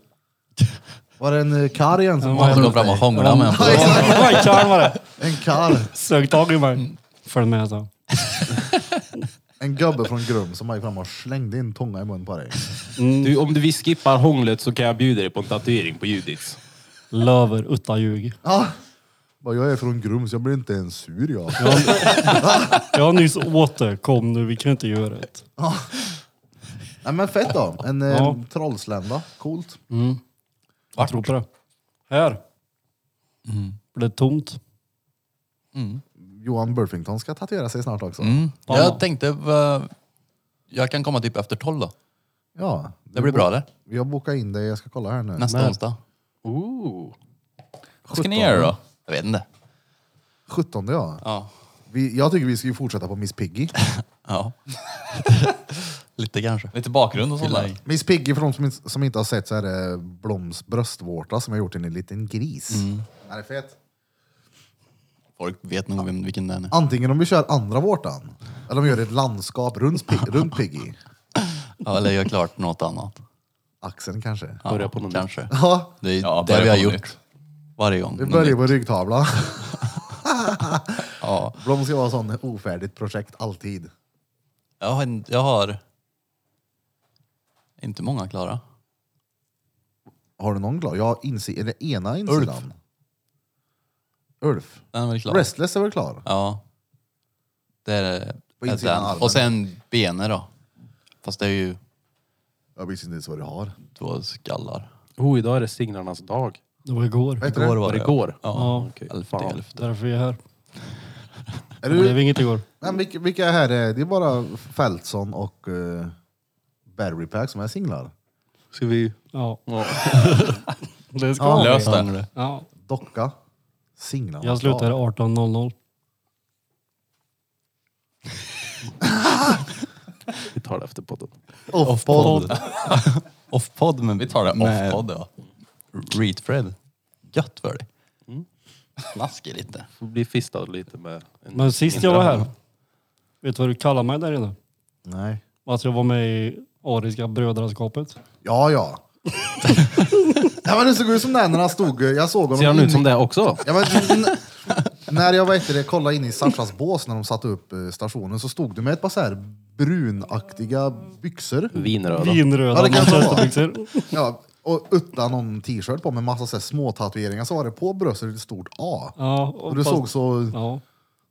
Speaker 1: Var det en eh, karl igen som
Speaker 5: var
Speaker 1: var
Speaker 7: Han går
Speaker 1: runt
Speaker 7: fram och
Speaker 1: dig?
Speaker 7: hånglar med
Speaker 5: Det
Speaker 7: honom.
Speaker 5: var en karl var det.
Speaker 1: En karl.
Speaker 5: Sög tag i
Speaker 1: Mm.
Speaker 5: mig. Följ med så.
Speaker 1: En gubbe från Grum som gick fram och slängde in tunga i munnen på dig.
Speaker 6: Du, om du vi skippar hånglet så kan jag bjuda dig på en tatuering på Judits.
Speaker 5: Löver utan ljug.
Speaker 1: Ah. Bara, Jag är från Grum så jag blir inte ens sur jag.
Speaker 5: Jag har nyss åt det. Kom nu, vi kan inte göra det.
Speaker 1: Nej, men fett då. En eh,
Speaker 5: Ja.
Speaker 1: trollslända. Coolt.
Speaker 5: Jag tror på det. Här. Blev det tomt.
Speaker 1: Johan Burfington ska tatuera sig snart också.
Speaker 7: Mm. Jag tänkte, va, jag kan komma typ efter tolv då.
Speaker 1: Ja,
Speaker 7: Det blir bra eller?
Speaker 1: jag bokar in dig. Jag ska kolla här nu.
Speaker 7: Nästa
Speaker 1: Men-
Speaker 7: onsdag.
Speaker 6: Ooh.
Speaker 2: Vad ska ni göra då?
Speaker 7: Jag vet inte.
Speaker 1: 17 ja.
Speaker 7: Ja.
Speaker 1: Vi, jag tycker vi ska ju fortsätta på Miss Piggy.
Speaker 7: ja. Lite kanske.
Speaker 2: Lite bakgrund och sånt där.
Speaker 1: Miss Piggy, för de som, inte- som inte har sett, så är det Bloms bröstvårta som har gjort en liten gris.
Speaker 7: Mm.
Speaker 1: Den är fet.
Speaker 7: Folk vet nog vem, vilken den är.
Speaker 1: Antingen om vi kör andra vårtan, eller om vi gör ett landskap runt, Pig- runt Piggy.
Speaker 7: Ja, eller gör klart något annat.
Speaker 1: Axeln kanske.
Speaker 7: Ja, Börja på något kanske.
Speaker 1: Ja,
Speaker 7: Det är
Speaker 2: Ja,
Speaker 7: det
Speaker 2: börja
Speaker 7: vi har
Speaker 2: på
Speaker 7: gjort.
Speaker 2: nytt.
Speaker 7: Varje gång.
Speaker 1: vi
Speaker 7: Något
Speaker 1: börjar
Speaker 7: nytt.
Speaker 1: på ryggtavla.
Speaker 7: Ja.
Speaker 1: Blom ska vara sån ofärdigt projekt alltid.
Speaker 7: Jag har, en- jag har inte många klara.
Speaker 1: Har du någon klar? Ja, insi- är det ena insidan. Ulf. Ulf.
Speaker 7: Den är väl klar?
Speaker 1: Restless är väl klar?
Speaker 7: Ja. Det är,
Speaker 1: På
Speaker 7: är
Speaker 1: insidan av
Speaker 7: den.
Speaker 1: armen.
Speaker 7: Och sen benet då. Fast det är ju
Speaker 1: Jag visste inte ens vad du har.
Speaker 7: två skallar.
Speaker 6: Oh, idag är det singlarnas dag.
Speaker 5: Det var igår.
Speaker 1: Vad heter
Speaker 7: Igår
Speaker 1: det?
Speaker 7: var
Speaker 6: Var
Speaker 7: det.
Speaker 6: det igår?
Speaker 7: Ja.
Speaker 6: Okej.
Speaker 7: Elfte,
Speaker 6: Fan.
Speaker 7: elfte.
Speaker 5: Därför är jag här.
Speaker 1: Är
Speaker 5: Det blev
Speaker 1: du,
Speaker 5: inget igår.
Speaker 1: men vilka, vilka är det? Det är bara Feltson och uh, Barry Pack som är singlar.
Speaker 6: Ska vi...
Speaker 5: Ja.
Speaker 6: Ja.
Speaker 5: Det ska
Speaker 1: Ja.
Speaker 5: ja.
Speaker 2: Lös det.
Speaker 5: ja.
Speaker 1: Docka. Singlar.
Speaker 5: Jag slutar 18.00.
Speaker 6: Vi tar det efter podden.
Speaker 1: Offpodd.
Speaker 7: Off-podd, men
Speaker 2: Vi tar det
Speaker 7: med
Speaker 2: off-podd, ja.
Speaker 7: Readfred. Gött för dig. Snaskig Mm. lite.
Speaker 6: Får bli fistad lite med... En
Speaker 5: Men sist jag var här, vet du vad du kallade mig där inne?
Speaker 1: Nej.
Speaker 5: Att jag var med i Ariska brödraskapet.
Speaker 1: Ja, ja. ja men det såg ut som den när han stod... Jag såg honom...
Speaker 6: Ser han
Speaker 1: in
Speaker 6: ut som
Speaker 1: i-
Speaker 6: det också?
Speaker 1: Ja, men, n- när jag vet det, kollade in i Sarsas bås när de satte upp eh, stationen så stod du med ett par så här brunaktiga byxor.
Speaker 6: Vinröda.
Speaker 5: Vinröda
Speaker 1: Ja, det kan jag ta.
Speaker 5: manchesterbyxor.
Speaker 1: Ja, och utan någon t-shirt på med massa så här små tatueringar så var det på bröstet ett stort A.
Speaker 5: Ja,
Speaker 1: Och du
Speaker 5: fast-
Speaker 1: såg så...
Speaker 5: Ja.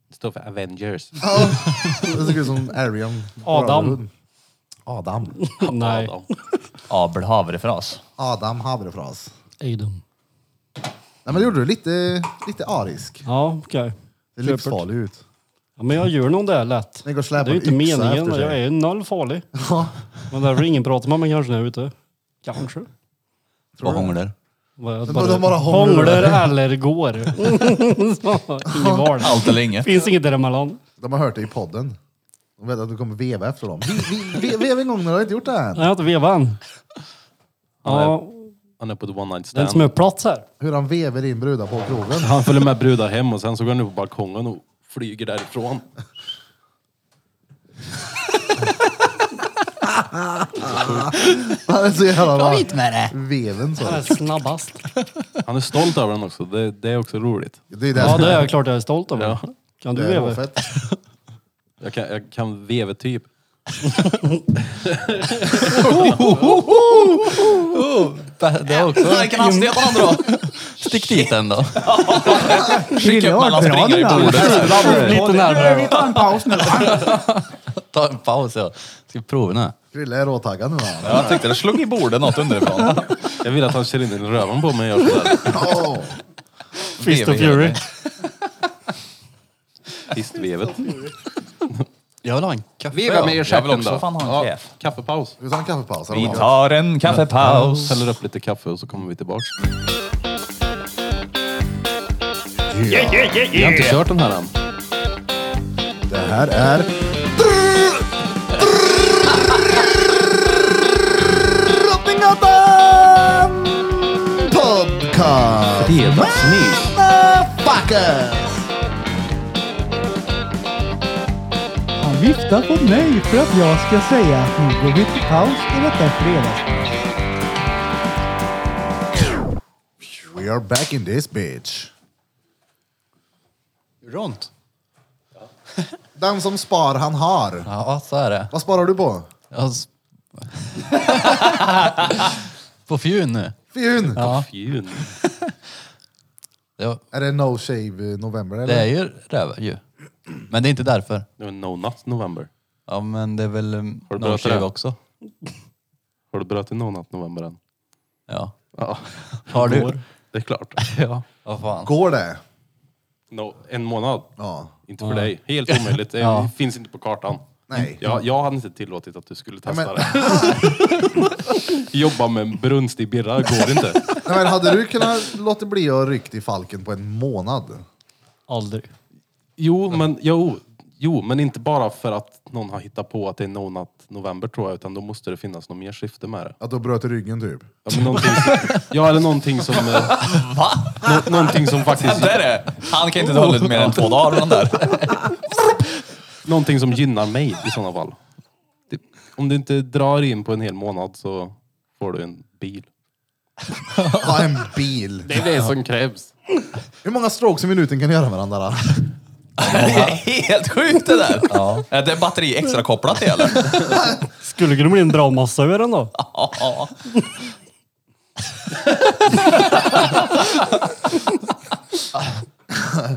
Speaker 6: Det står för Avengers.
Speaker 1: Ja, det såg ut som Arian.
Speaker 5: Adam.
Speaker 1: Brotherhood. Adam.
Speaker 5: Nej.
Speaker 6: Adam.
Speaker 2: Abel havrefras.
Speaker 1: Adam havrefras.
Speaker 5: Adam.
Speaker 1: Nej men det gjorde du lite, lite arisk.
Speaker 5: Ja, okej.
Speaker 1: Det ser livsfarlig ut.
Speaker 5: Ja, men jag gör nog det lätt.
Speaker 1: Den går och
Speaker 5: Det är
Speaker 1: släpar
Speaker 5: ju inte
Speaker 1: en yxa
Speaker 5: meningen.
Speaker 1: efter sig.
Speaker 5: Jag är ju noll farlig.
Speaker 1: Ja,
Speaker 5: Men därför ingen pratar med mig kanske när jag är ute. Kanske.
Speaker 7: Vad hånglar.
Speaker 5: Bara,
Speaker 1: Men de bara hånglar.
Speaker 5: hånglar eller går. Så, Inget val.
Speaker 2: Allt eller inget.
Speaker 5: Finns inget däremellan.
Speaker 1: De har hört det i podden. De vet att du kommer veva efter dem. Vi- vi- vi- Veva en gång när du har inte gjort det än.
Speaker 5: Nej, jag har inte vevat än. Ja,
Speaker 6: Han är på ett one night
Speaker 5: den
Speaker 6: stand.
Speaker 5: som är plats här.
Speaker 1: Hur han vever in brudar på krogen.
Speaker 6: Han följer med brudar hem och sen så går han upp på balkongen och flyger därifrån.
Speaker 1: Han är så jävla bra.
Speaker 11: hit med det!
Speaker 1: Veven så.
Speaker 5: Den är snabbast.
Speaker 6: Han är stolt över den också. Det, det är också roligt.
Speaker 1: Det är
Speaker 5: Ja,
Speaker 1: där
Speaker 5: det är jag klart jag är stolt över.
Speaker 6: Ja.
Speaker 5: Kan du
Speaker 1: det är
Speaker 5: veva?
Speaker 1: fett.
Speaker 6: Jag kan, jag kan veva typ.
Speaker 7: Det är också...
Speaker 2: Vilken hastighet han drar!
Speaker 7: Stick dit den då.
Speaker 2: Skicka upp mellan springare i bordet.
Speaker 5: Lite närmare.
Speaker 12: Vi tar en paus nu.
Speaker 7: Ta en paus. Ja. Ska prova nu.
Speaker 1: Krille är råtaggad nu. va?
Speaker 2: Ja, Jag tänkte det slog i bordet något underifrån.
Speaker 6: Jag vill att han kör in den i röven på mig och gör sådär.
Speaker 1: Åh,
Speaker 5: Fist
Speaker 2: Vever
Speaker 5: of
Speaker 2: hela
Speaker 5: Fury.
Speaker 2: tiden.
Speaker 6: Fistvevet.
Speaker 7: Jag vill ha en kaffe.
Speaker 6: Veva med
Speaker 2: Jag vill också fan ha en
Speaker 6: Ja,
Speaker 2: chef.
Speaker 6: kaffepaus.
Speaker 1: Ska vi ta en kaffepaus?
Speaker 2: Vi tar en kaffepaus.
Speaker 6: Häller upp lite kaffe och så kommer vi tillbaks. Jag har inte kört den här än.
Speaker 1: Det här är... Drottninggatan Podcast!
Speaker 6: Fredagsmys.
Speaker 1: Motherfucker!
Speaker 12: Han viftar på mig för att jag ska säga att nu går vi till paus i detta fredags.
Speaker 1: We are back in this bitch.
Speaker 7: Runt.
Speaker 1: Den som spar han har.
Speaker 7: Ja, så är det.
Speaker 1: Vad sparar du på?
Speaker 7: Jag s- På fjun nu.
Speaker 1: Fjun!
Speaker 7: Ja.
Speaker 6: Fjun.
Speaker 7: Det, var-
Speaker 1: Är det No Shave eh, November eller?
Speaker 7: det är ju räv ju. Men det är inte därför.
Speaker 6: Det var No Nut November.
Speaker 7: Ja, men det är väl um,
Speaker 6: Har
Speaker 7: någon
Speaker 6: du börjat med
Speaker 7: tjuv
Speaker 6: det?
Speaker 7: också.
Speaker 6: Har du börjat i No Nut November än?
Speaker 7: Ja.
Speaker 6: Ja,
Speaker 7: Har du?
Speaker 6: det är klart.
Speaker 7: Ja. Vad fan.
Speaker 1: Går det?
Speaker 6: No, en månad.
Speaker 1: Ja.
Speaker 6: Inte för dig. Helt omöjligt. Det
Speaker 7: Ja.
Speaker 6: finns inte på kartan.
Speaker 1: Nej.
Speaker 6: Jag, jag hade inte tillåtit att du skulle testa
Speaker 1: men-
Speaker 6: det. Jobba med en brunst i birra går inte.
Speaker 1: Nej, men hade du kunnat låta bli att rycka i falken på en månad?
Speaker 5: Aldrig.
Speaker 6: Jo, men jo. Jo, men inte bara för att någon har hittat på att det är nonat november tror jag, utan då måste det finnas något mer syfte med det.
Speaker 1: Att du bröt ryggen typ.
Speaker 6: Ja, men någonting som, ja eller någonting som... eh, Nå, någonting som faktiskt...
Speaker 2: Där är Han kan inte ha hållit mer än två dagar den där.
Speaker 6: Någonting som gynnar mig i sådana fall. Det, om du inte drar in på en hel månad så får du en bil.
Speaker 1: Ha en bil.
Speaker 6: Det är det som krävs.
Speaker 1: Hur många strokes i minuten kan du göra med den där?
Speaker 2: Det är helt sjukt det där. Är det batteri extra kopplat till eller?
Speaker 5: Skulle kunna bli en dravmassa ur den då.
Speaker 2: Ja.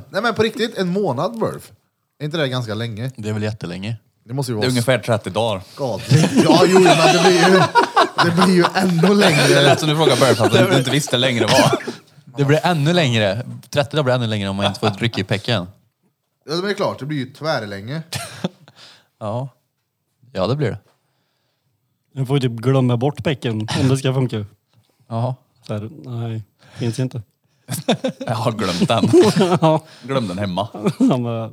Speaker 1: Nej men på riktigt, en månad Burf. Är inte det ganska länge?
Speaker 7: Det är väl jättelänge.
Speaker 1: Det måste ju
Speaker 2: Det är
Speaker 1: vara
Speaker 2: ungefär 30 dagar.
Speaker 1: skadligt. Ja jo, men det blir ju, det blir ju ändå
Speaker 2: Det
Speaker 1: längre.
Speaker 2: lät som du frågade Burp att du inte visste längre vad.
Speaker 7: Det blir ännu längre. 30 dagar blir ännu längre om man inte får ett ryck i pecken.
Speaker 1: Ja men det är klart, det blir ju tvärlänge.
Speaker 7: Ja. Ja, det blir det.
Speaker 5: Jag får ju typ glömma bort pecken om det ska funka.
Speaker 7: Jaha.
Speaker 5: Så här, nej, finns inte.
Speaker 2: Jag har glömt den. Glöm den hemma.
Speaker 5: Han bara,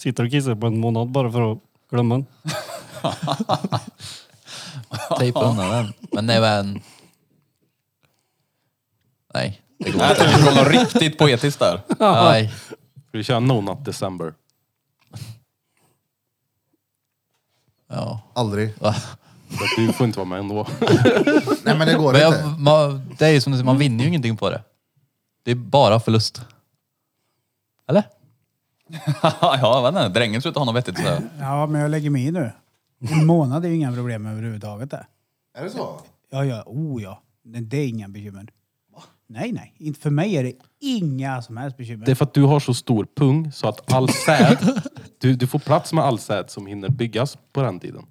Speaker 5: sitter och kissar på en månad bara för att glömma den.
Speaker 7: Tejpa undan den. Men det var en... Nej, det går
Speaker 2: Nej,
Speaker 7: inte.
Speaker 2: det kom något riktigt poetiskt där.
Speaker 7: Nej.
Speaker 6: Ska vi köra nonat december?
Speaker 7: Ja.
Speaker 1: Aldrig.
Speaker 6: Så att Du får inte vara med ändå.
Speaker 1: Nej men det går
Speaker 7: Men
Speaker 1: inte.
Speaker 7: jag, man, det är ju som du säger, man vinner ju ingenting på det. Det är bara förlust. Eller?
Speaker 2: Ja, jag vet inte. Drängen slutar ha något vettigt sådär.
Speaker 8: Ja, men jag lägger mig i nu. En månad är ju inga problem överhuvudtaget. Det.
Speaker 1: Är det så?
Speaker 8: Ja, ja, oh ja. Nej, Det är inga bekymmer. Nej, nej. Inte för mig är det inga som helst bekymmer.
Speaker 6: Det är för att du har så stor pung så att all säd, du, du får plats med all säd som hinner byggas på den tiden.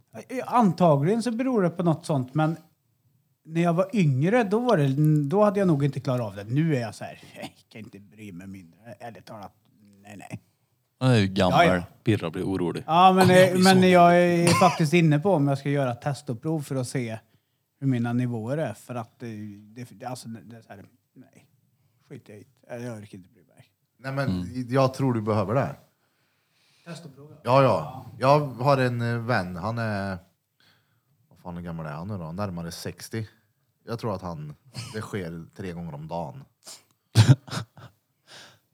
Speaker 8: Antagligen så beror det på något sånt, men när jag var yngre då, var det, då hade jag nog inte klarat av det. Nu är jag så här, jag kan inte bry mig mindre. Ärligt talat, nej, nej.
Speaker 7: Han är ju gammal.
Speaker 8: Ja, ja.
Speaker 6: Birra blir orolig.
Speaker 8: Ja, men, eh, men jag är faktiskt inne på om jag ska göra testupprov för att se hur mina nivåer är. För att eh, det, det- alltså, det är så här, nej, skit jag i det. Jag orkar inte bry mig.
Speaker 1: Nej men
Speaker 6: Mm.
Speaker 1: jag tror du behöver det. Ja, ja. Jag har en eh, vän, han är... Vad fan hur gammal är han nu då? Närmare 60. Jag tror att han... Det sker tre gånger om dagen.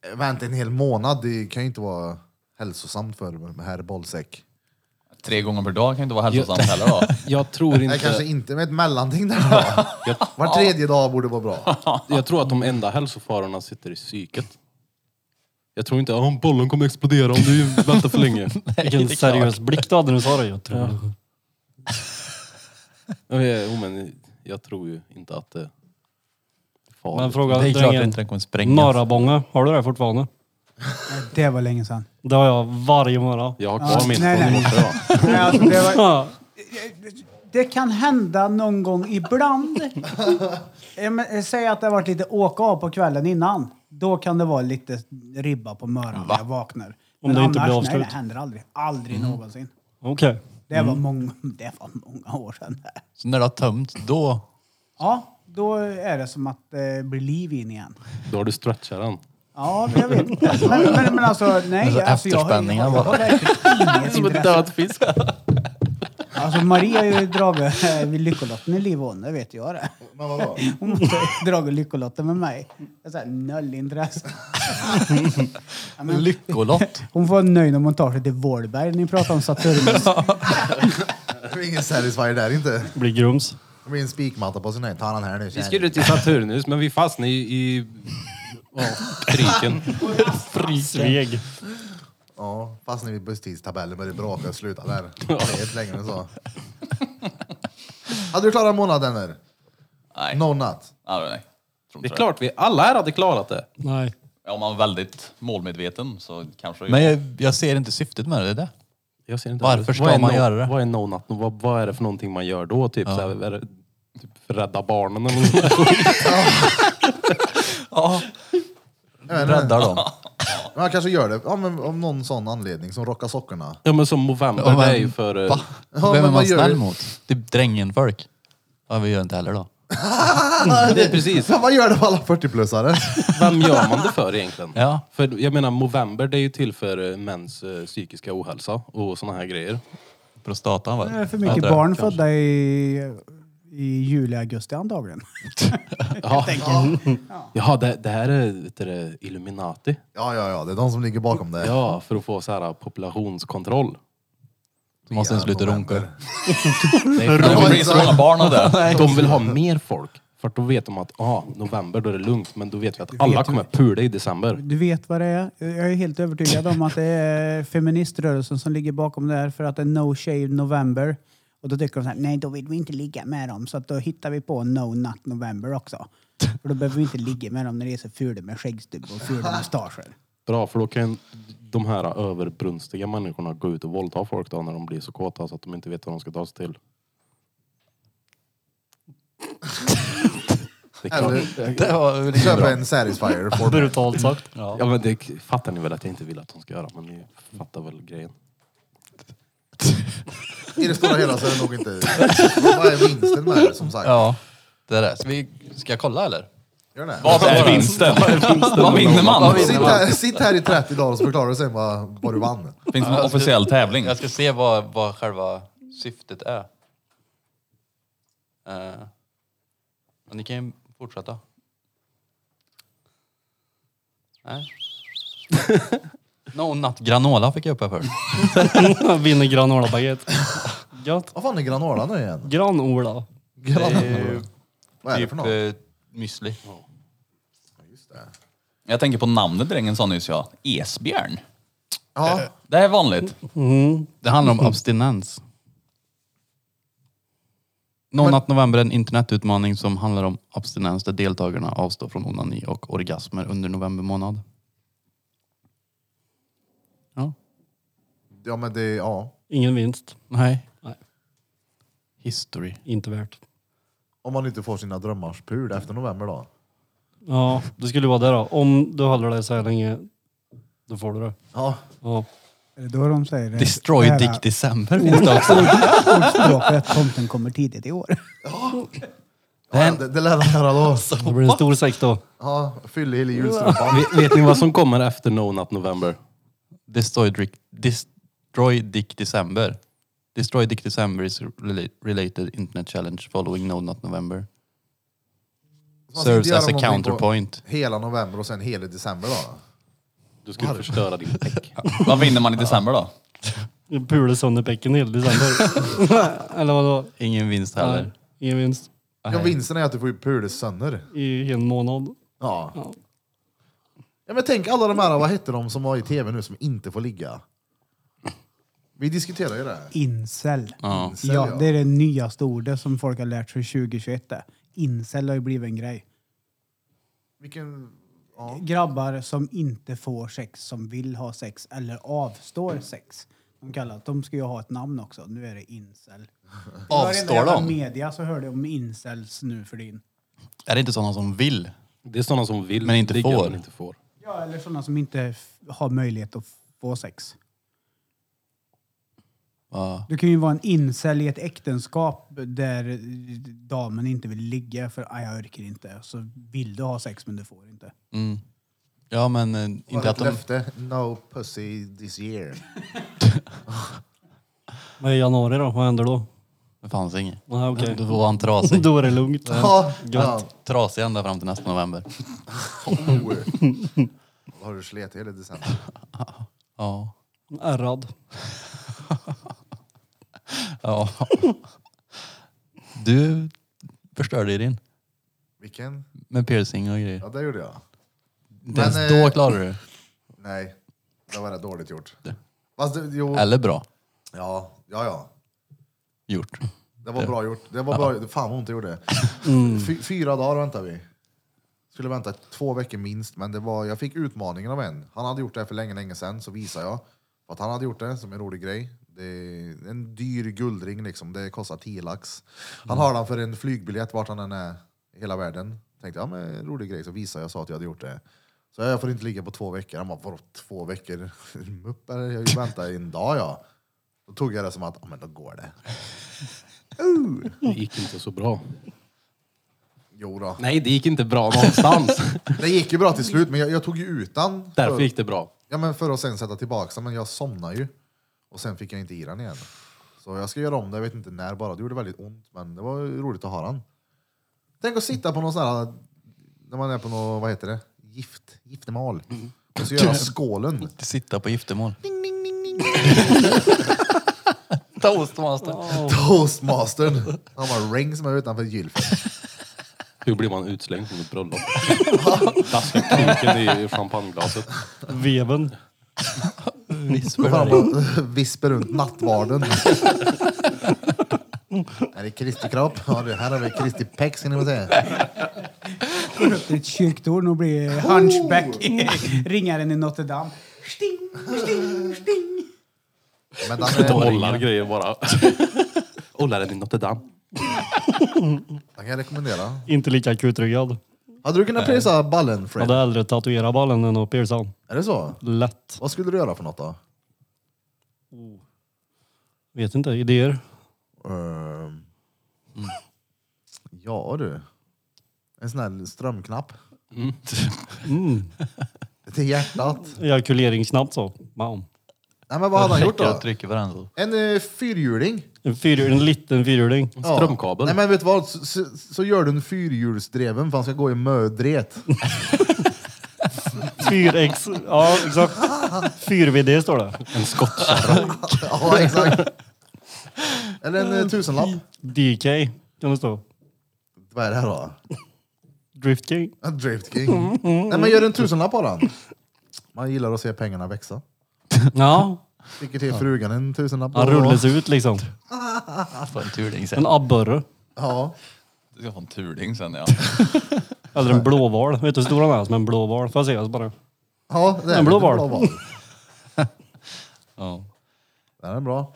Speaker 1: Eh, Vänta en hel månad, det kan ju inte vara hälsosamt för herr Bollsäck.
Speaker 2: Tre gånger per dag kan inte vara hälsosamt heller då.
Speaker 6: Jag tror
Speaker 1: Nej, kanske
Speaker 6: inte...
Speaker 1: inte, men ett mellanting där då.
Speaker 6: Jag,
Speaker 1: Var tredje dag borde vara bra.
Speaker 6: jag tror att de enda hälsofarorna sitter i psyket. Jag tror inte att oh, bollen kommer explodera om du väntar för länge.
Speaker 5: Vilken seriös blick du hade när du sa det. Jag tror. det.
Speaker 6: Ja, ja, Jo, men jag tror ju inte att det är farligt.
Speaker 5: Men fråga
Speaker 7: Det är klart att
Speaker 5: drängen,
Speaker 7: inte den kommer sprängas.
Speaker 5: Norrabånga, har du det fortfarande?
Speaker 8: Det var länge sedan.
Speaker 5: Det har jag varje morgon.
Speaker 6: Jag har kvar
Speaker 8: Ja,
Speaker 6: min
Speaker 8: nej,
Speaker 6: från i
Speaker 8: nej.
Speaker 6: morse. va?
Speaker 8: Nej, alltså, det, var,
Speaker 5: Ja,
Speaker 8: det kan hända någon gång ibland. Eh, men, eh, Säg att det har varit lite åka av på kvällen innan. Då kan det vara lite ribba på möran när jag vaknar. Men
Speaker 5: det inte blir
Speaker 8: annars, Nej,
Speaker 5: avslut. Mm.
Speaker 8: det händer aldrig. Aldrig någonsin.
Speaker 5: Okej.
Speaker 8: Det, var många, det var många år sedan.
Speaker 7: Så när det har tömt, då...
Speaker 8: Ja, då är det som att det blir liv in igen.
Speaker 6: Då har du stretchat den.
Speaker 8: Ja, men jag vet inte. Men, men, men alltså, nej.
Speaker 7: Alltså,
Speaker 8: Alltså, jag, har-
Speaker 7: efterspänningar
Speaker 8: jag har
Speaker 7: bara.
Speaker 8: verkligen inget intresse.
Speaker 6: Död fisk.
Speaker 8: Alltså, Maria har ju dragit eh, vid lyckolotten i liv och hon, det vet jag det.
Speaker 1: Men vadå?
Speaker 8: Hon måste dra lyckolotten med mig. Jag säger noll intresse. Ja, men
Speaker 7: Lyckolott.
Speaker 8: hon får vara nöjd om hon tar sig till Vålberg. Ni pratar om Saturnus.
Speaker 1: Det blir ingen satisfier där inte.
Speaker 5: Det blir grums.
Speaker 1: Det blir en spikmatta på sin här. Ta den här nu.
Speaker 6: Vi skulle till Saturnus, men vi fastnade i... i ja, kriken.
Speaker 5: Sveg.
Speaker 1: Ja, fast när vi busstidstabellen började braka och sluta där. Det är inte längre än så. Hade du klarat månaden eller?
Speaker 2: Nej.
Speaker 1: No nut.
Speaker 2: Ja, nej. Tror
Speaker 6: Det är
Speaker 2: inte
Speaker 6: klart, vi alla här hade klarat det.
Speaker 5: Nej.
Speaker 2: det. Om man är väldigt målmedveten så kanske...
Speaker 7: Men jag, jag ser inte syftet med det. det. är det.
Speaker 6: Jag ser inte
Speaker 7: Varför
Speaker 6: alls.
Speaker 7: ska
Speaker 6: Vad är
Speaker 7: man
Speaker 6: no-
Speaker 7: göra det?
Speaker 6: Vad är no nut? Vad, vad är det för någonting man gör då? Typ, så här, är det, typ rädda barnen eller något sånt där.
Speaker 7: Räddar dem.
Speaker 1: Men jag kanske gör det ja, men om någon sån anledning som rockar sockorna.
Speaker 6: Ja men som november,
Speaker 7: Ja, men-
Speaker 6: det är ju för... eh,
Speaker 7: Va?
Speaker 1: Ja,
Speaker 7: Vem
Speaker 1: men
Speaker 7: är
Speaker 1: vad
Speaker 7: man
Speaker 1: gör
Speaker 7: snäll
Speaker 1: du?
Speaker 7: mot? Det är drängenfolk. Ja, vi gör inte heller då.
Speaker 6: Det är precis.
Speaker 1: Vad gör det för alla 40-plussare?
Speaker 6: Vem gör man det för egentligen?
Speaker 7: Ja.
Speaker 6: För jag menar, Movember det är ju till för eh, mäns eh, psykiska ohälsa och såna här grejer.
Speaker 7: Prostatan va?
Speaker 8: Det är för mycket barn födda i, i juli, augusti antagligen.
Speaker 6: Ja. Jaha, det, det här är vet du, det, Illuminati.
Speaker 1: Ja, ja, ja. Det är de som ligger bakom det.
Speaker 6: Ja, för att få så här populationskontroll.
Speaker 7: Så måste den sluta runka.
Speaker 2: Det blir så många barn av det.
Speaker 6: De vill ha mer folk. För då vet de att ah, november då är det lugnt, men då vet vi att alla kommer pula i december.
Speaker 8: Du vet vad det är. Jag är helt övertygad om att det är feministrörelsen som ligger bakom det här för att det är No Shave November. Och då tycker de så här, nej då vill vi inte ligga med dem så att då hittar vi på No Nut November också. För då behöver vi inte ligga med dem när det är så fula med skäggstubb och fula mustascher.
Speaker 6: Bra, för då kan de här överbrunstiga människorna gå ut och våldta folk då när de blir så kåta så att de inte vet vad de ska ta sig till. Det kan,
Speaker 1: Eller
Speaker 7: Det var väl inget
Speaker 1: köpa
Speaker 7: bra.
Speaker 1: en Satisfyer. för-
Speaker 5: Brutalt sagt.
Speaker 6: ja, men det fattar ni väl att jag inte vill att de ska göra, men ni fattar väl grejen.
Speaker 1: I det stora hela så är det nog inte... Vad är vinsten med det som sagt?
Speaker 7: Ja. Det där. Ska, vi, ska jag kolla eller?
Speaker 1: Gör det.
Speaker 2: Vad är vinsten? Vad vinner man?
Speaker 1: Sitt här, sitt här i 30 dagar och så förklarar du sen vad, vad du vann.
Speaker 2: Finns det någon officiell tävling?
Speaker 7: Jag ska se vad, vad själva syftet är. Eh, men ni kan ju fortsätta. Nej. No nut granola fick jag upp här först.
Speaker 5: Vinner granola-baguette. Gött.
Speaker 1: Vad fan är granola nu igen?
Speaker 5: Gran-Ola.
Speaker 7: Det är ju
Speaker 1: Vad är det
Speaker 7: typ
Speaker 1: för något?
Speaker 7: eh, müsli.
Speaker 2: Jag tänker på namnet drängen sa nyss ja. Esbjörn.
Speaker 1: Ja,
Speaker 2: Det här är vanligt.
Speaker 7: Det handlar
Speaker 1: Mm.
Speaker 7: om abstinens. No Nut November är en internetutmaning som handlar om abstinens där deltagarna avstår från onani och orgasmer under november månad. Ja.
Speaker 1: ja men det... Ja.
Speaker 5: Ingen vinst.
Speaker 7: Nej.
Speaker 5: Nej.
Speaker 7: History.
Speaker 5: Inte värt.
Speaker 1: Om man inte får sina drömmars pul efter november då.
Speaker 5: Ja, det skulle vara det då. Om du håller dig så här länge, då får du det.
Speaker 1: Ja.
Speaker 5: Ja.
Speaker 8: Är det då de säger det?
Speaker 7: Destroy
Speaker 8: Det här
Speaker 7: Dick December finns det också.
Speaker 8: Ordspråket att tomten kommer tidigt i år.
Speaker 1: ja det, det lär han göra då.
Speaker 5: Det blir en stor säck då.
Speaker 1: Ja, fyll i julstrumpan.
Speaker 6: Vet, vet ni vad som kommer efter No Nut November?
Speaker 7: Destroy Dick, Destroy Dick December. Destroy Dick December is rela- related internet challenge following No Nut November.
Speaker 1: Man ska inte
Speaker 7: Serves
Speaker 1: göra
Speaker 7: as a
Speaker 1: någonting på
Speaker 7: counterpoint.
Speaker 1: Hela november och sen hela december då.
Speaker 6: Du skulle förstöra din peck.
Speaker 2: Vad vinner man i december då?
Speaker 5: Pula sönder bäcken hela december. Eller vadå?
Speaker 7: Ingen vinst
Speaker 5: Nej,
Speaker 7: heller.
Speaker 5: ingen vinst.
Speaker 1: Ja, vinsten är att du får ju pul sönder.
Speaker 5: I en månad.
Speaker 1: Ja. ja. Men tänk alla de här, vad hette de som var i tv nu som inte får ligga? Vi diskuterar ju det.
Speaker 8: Incel.
Speaker 7: Ja.
Speaker 1: ja.
Speaker 8: Ja, det är det nyaste ordet som folk har lärt sig 2021. det. Incel har ju blivit en grej.
Speaker 1: Vilken...
Speaker 8: Grabbar som inte får sex, som vill ha sex eller avstår sex. De kallar de ska ju ha ett namn också. Nu är det incel.
Speaker 7: Avstår
Speaker 8: de?
Speaker 7: de?
Speaker 8: media så hör du om incels nu för din.
Speaker 7: Är det inte sådana som vill?
Speaker 6: Det är såna som vill
Speaker 7: Men inte
Speaker 6: ligga,
Speaker 7: får.
Speaker 6: men inte får.
Speaker 8: Ja, eller sådana som inte f- har möjlighet att få sex.
Speaker 7: Ja.
Speaker 8: Du kan ju vara en incel i ett äktenskap där eh, damen inte vill ligga för "Aj, jag orkar inte. Så vill du ha sex men du får inte.
Speaker 7: Mm. Ja men eh,
Speaker 1: Var
Speaker 7: inte
Speaker 1: det
Speaker 7: att
Speaker 1: ett
Speaker 7: de...
Speaker 1: löfte? No pussy this year.
Speaker 5: Vad är januari då? Vad händer då?
Speaker 7: Det fanns inget.
Speaker 5: Nej, okej.
Speaker 7: Då var han trasig.
Speaker 5: Då är det lugnt.
Speaker 1: Ja. ja.
Speaker 7: Gött. Trasig ända fram till nästa november.
Speaker 1: Oh. Har du slet hela december?
Speaker 7: Ja.
Speaker 5: Ärrad.
Speaker 7: ja. Du förstörde ju din.
Speaker 1: Vilken?
Speaker 7: Med piercing och grejer.
Speaker 1: Ja, det gjorde jag.
Speaker 7: Inte
Speaker 1: Men,
Speaker 7: ens
Speaker 1: eh,
Speaker 7: då klarade du det.
Speaker 1: Nej, det var rätt dåligt gjort. Fast det, jo,
Speaker 7: Eller bra
Speaker 1: ja, ja, ja.
Speaker 7: gjort.
Speaker 1: Det var bra gjort. Det var bra. Fan vad ont det gjorde. Fy, fyra dagar väntade vi. Skulle vänta två veckor minst, men det var, jag fick utmaningen av en. Han hade gjort det här för länge, länge sedan, så visade jag att han hade gjort det som en rolig grej. Det är en dyr guldring liksom, det kostar 10 lax. Han har den för en flygbiljett vart han än är i hela världen. Tänkte, ja men en rolig grej, så visade jag sa att jag hade gjort det. Så jag får inte ligga på två veckor. Han bara, vadå två veckor? Mupp eller? Jag har ju väntat i en dag ja. Då tog jag det som att, ja men då går det.
Speaker 6: Det gick inte så bra.
Speaker 1: Jo då.
Speaker 6: Nej, det gick inte bra någonstans.
Speaker 1: Det gick ju bra till slut, men jag, jag tog ju utan.
Speaker 6: Därför
Speaker 1: för,
Speaker 6: gick det bra.
Speaker 1: Ja, men för att sen sätta tillbaka den, men jag somnade ju. Och sen fick jag inte i den igen. Så jag ska göra om det, jag vet inte när bara. Det gjorde väldigt ont, men det var ju roligt att ha den. Tänk att sitta på någon sån här, när man är på någon, vad heter det, gift, giftermål. Och så göra skålen.
Speaker 7: Sitta på giftermål. Toastmaster.
Speaker 1: Toastmastern. Han var ring som är utanför gylfen.
Speaker 6: Hur blir man utslängd från ett bröllop? Daskar kuken i champagneglaset.
Speaker 5: Veven.
Speaker 1: Går fram och vispar runt nattvarden. Är det Kristi kropp? Ja, det här har vi Kristi pex, kan ni väl säga.
Speaker 12: Det är ett kyrktorn och blir hunchback. Ringaren i Notre Dame. Sting, sting, sting.
Speaker 1: Men den är,
Speaker 6: Ollar grejer bara. Ollar den i Notre Dame.
Speaker 1: den kan jag rekommendera.
Speaker 5: Inte lika kutryggad.
Speaker 1: Hade du kunnat prisa ballen,
Speaker 5: Jag
Speaker 1: Fred?
Speaker 5: hade hellre tatuerat ballen än att pierca den.
Speaker 1: Är det så?
Speaker 5: Lätt.
Speaker 1: Vad skulle du göra för något då?
Speaker 5: Vet inte, idéer.
Speaker 1: Ehm, Ja du. En sån här strömknapp. Mm. Till hjärtat.
Speaker 5: Ejakuleringsknapp så. Bam.
Speaker 1: Nej men vad hade han gjort då?
Speaker 7: Trycker varandra.
Speaker 1: En eh, fyrhjuling.
Speaker 5: En, fyr, en liten fyrhjuling.
Speaker 6: En strömkabel.
Speaker 1: Nej men vet du vad, så, så, så gör du en fyrhjulsdreven för han ska gå i mödret.
Speaker 5: 4X. Ja, exakt. 4VD står det.
Speaker 6: En skottkärra.
Speaker 1: ja exakt. Eller en eh, tusenlapp.
Speaker 5: DK kan det stå.
Speaker 1: Vad är det här då?
Speaker 5: Drift King.
Speaker 1: En Drift King. Nej men gör en tusenlapp av den. Man gillar att se pengarna växa.
Speaker 5: Ja.
Speaker 1: Sticker till frugan en tusenlapp.
Speaker 5: Han rullas ut liksom.
Speaker 7: Får en turning sen.
Speaker 5: En abborre.
Speaker 1: Ja.
Speaker 2: Du ska få en turning sen ja.
Speaker 5: Eller en blåval. Vet du hur stor han är som en blåval? Får jag se hans bara?
Speaker 1: ja det är
Speaker 5: En blå val.
Speaker 2: ja.
Speaker 1: Den är bra.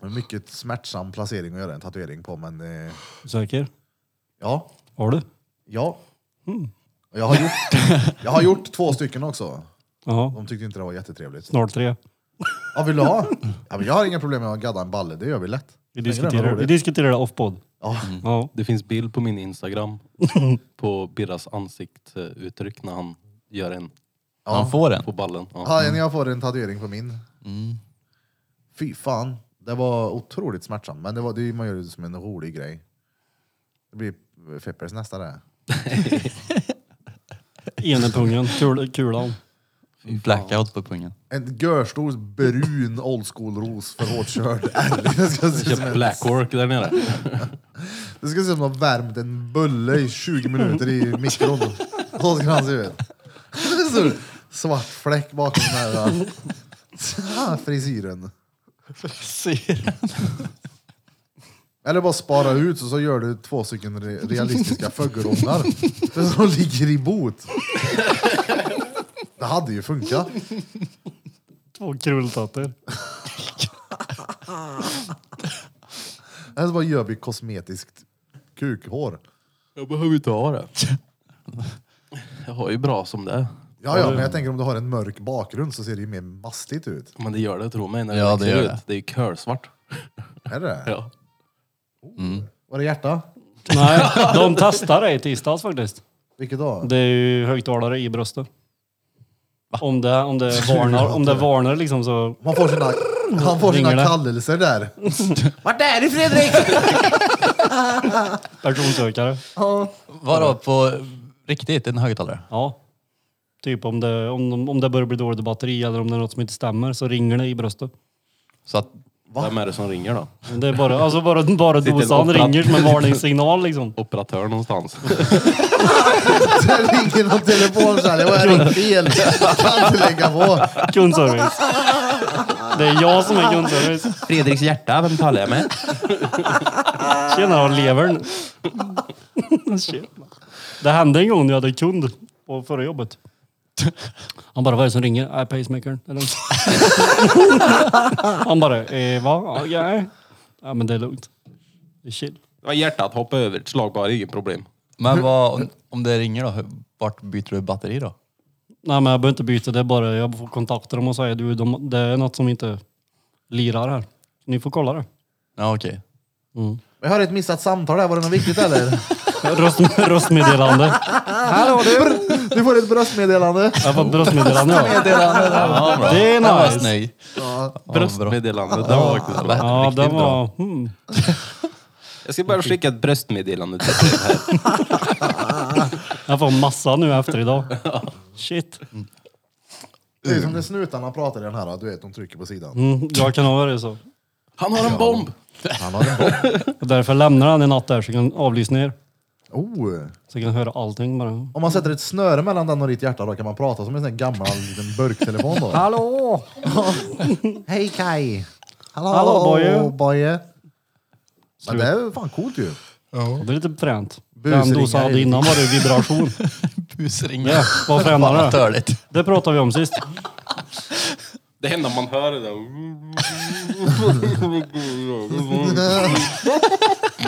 Speaker 1: Det är mycket smärtsam placering att göra en tatuering på men eh,
Speaker 5: Säker?
Speaker 1: ja.
Speaker 5: Har du?
Speaker 1: Ja.
Speaker 5: Mm.
Speaker 1: Och Jag, har gjort, jag har gjort två stycken också.
Speaker 5: Jaha.
Speaker 1: De tyckte inte det var jättetrevligt.
Speaker 5: Snart tre.
Speaker 1: Ja, vill du ha? Ja, men jag har inga problem med att gadda en balle, det gör vi lätt. Tänker
Speaker 5: Vi
Speaker 1: den
Speaker 5: diskuterar,
Speaker 1: var
Speaker 5: vi
Speaker 1: rolig.
Speaker 5: diskuterar det off-podd.
Speaker 1: Ja.
Speaker 5: Ja.
Speaker 6: Det finns bild på min Instagram på Birras ansiktsuttryck när han gör en
Speaker 2: Han får en.
Speaker 6: på ballen. Ja.
Speaker 1: Ja, jag får en tatuering på min. Fy fan, det var otroligt smärtsamt. Men det var, det, är ju- man gör det som en rolig grej. Det blir Feppers nästa det.
Speaker 5: Ene pungen. Kul, kulan.
Speaker 7: Blackout på pungen.
Speaker 1: En görstor brun old school-ros för hårdkörd ärlig. Det ska se ut som
Speaker 6: Köp
Speaker 1: en
Speaker 6: Black Work där nere.
Speaker 1: Det ska se ut som att de har värmt en bulle i 20 minuter i mikron. Så ska han se ut. Det är så Svart fläck bakom den här ah, frisyren. Eller bara spara ut så, så gör du två stycken re- realistiska fuggelungar. Det är som de ligger i bot. Det hade ju funkat.
Speaker 5: Två krultatter.
Speaker 1: Eller så bara gör vi kosmetiskt kukhår.
Speaker 6: Jag behöver inte ha det. Jag har ju bra som det är.
Speaker 1: Ja, ja, men jag tänker om du har en mörk bakgrund så ser det ju mer mastigt ut.
Speaker 6: Men det gör det, tro mig. När
Speaker 7: Ja,
Speaker 6: det,
Speaker 7: det gör
Speaker 6: växer
Speaker 7: det.
Speaker 6: ut. Det är ju curlsvart.
Speaker 1: Är det det?
Speaker 6: Ja.
Speaker 1: Var det hjärta?
Speaker 5: Nej, de testade det i tisdags faktiskt.
Speaker 1: Vilket då?
Speaker 5: Det är ju högtalare i bröstet. Om det, om det varnar, om det varnar liksom så...
Speaker 1: Man får sina, han får sina
Speaker 5: Ringer det?
Speaker 1: kallelser där.
Speaker 11: Vart är du Fredrik?
Speaker 5: Personsökare.
Speaker 7: Vadå på riktigt? En högtalare?
Speaker 5: Ja. Typ om det, om, om det börjar bli dåligt batteri eller om det är något som inte stämmer så ringer det i bröstet.
Speaker 7: Så att
Speaker 6: Vem är det som ringer då?
Speaker 5: Det är bara, alltså bara, bara
Speaker 6: Sitter
Speaker 5: dosan
Speaker 6: upprat-
Speaker 5: ringer som en varningssignal liksom.
Speaker 6: Operatör någonstans.
Speaker 1: Det ringer någon telefon så här. Det var ringt fel. Jag kan inte lägga på.
Speaker 5: Kundservice. Det är jag som är kundservice.
Speaker 6: Fredriks hjärta, vem talar jag med?
Speaker 5: Tjena, levern. Tjena. Det hände en gång när jag hade kund på förra jobbet. Han bara, vad är det som ringer? Nej, pacemakern. Det är lugnt. Han bara, eh, va? Ja, ja. ja, men det är lugnt. Det är chill.
Speaker 6: Ja, hjärtat hoppar över, ett slag bara, inget problem.
Speaker 7: Men vad, om- om det ringer då, hur- vart byter du batteri då?
Speaker 5: Nej, men jag behöver inte byta. Det är bara, jag får kontakta dem och säga, du, de, det är något som inte lirar här. Ni får kolla det.
Speaker 7: Ja okej.
Speaker 1: Jag har ett missat samtal där. Var det något viktigt eller?
Speaker 5: Röst, röstmeddelande.
Speaker 1: Här har du! Du får ett bröstmeddelande.
Speaker 5: Jag har fått röstmeddelande. ja. Det är
Speaker 7: var
Speaker 5: nice.
Speaker 7: snygg.
Speaker 6: Bröstmeddelande. Det var faktiskt bra.
Speaker 5: Ja, den
Speaker 6: Riktigt bra.
Speaker 5: var... Hmm.
Speaker 6: Jag ska bara skicka ett bröstmeddelande till dig här.
Speaker 5: Jag får massa nu efter idag. Shit.
Speaker 1: Det är som när snutarna pratar i den här, du vet, de trycker på sidan.
Speaker 5: Mm, jag kan ha det så.
Speaker 6: Han har en bomb!
Speaker 1: Han har en bomb.
Speaker 5: Och därför lämnar han en natt där så jag kan avlyssna er.
Speaker 1: Oh.
Speaker 5: Så jag kan höra allting bara.
Speaker 1: Om man sätter ett snöre mellan den och ditt hjärta då kan man prata som en sån här gammal liten burktelefon då.
Speaker 12: Hallå!
Speaker 1: Hej Kai! Hallå,
Speaker 5: Hallå, Boje.
Speaker 1: Boje. Men det är fan coolt ju.
Speaker 5: Och Det är lite fränt. Den
Speaker 1: Busringar
Speaker 5: dosan
Speaker 1: är
Speaker 5: hade
Speaker 1: det.
Speaker 5: innan var det vibration.
Speaker 7: Busringar.
Speaker 5: Ja, vad
Speaker 7: Fan
Speaker 5: fränare det?
Speaker 7: törligt.
Speaker 5: Det pratade vi om sist.
Speaker 6: Det enda man hör är det
Speaker 5: Mm.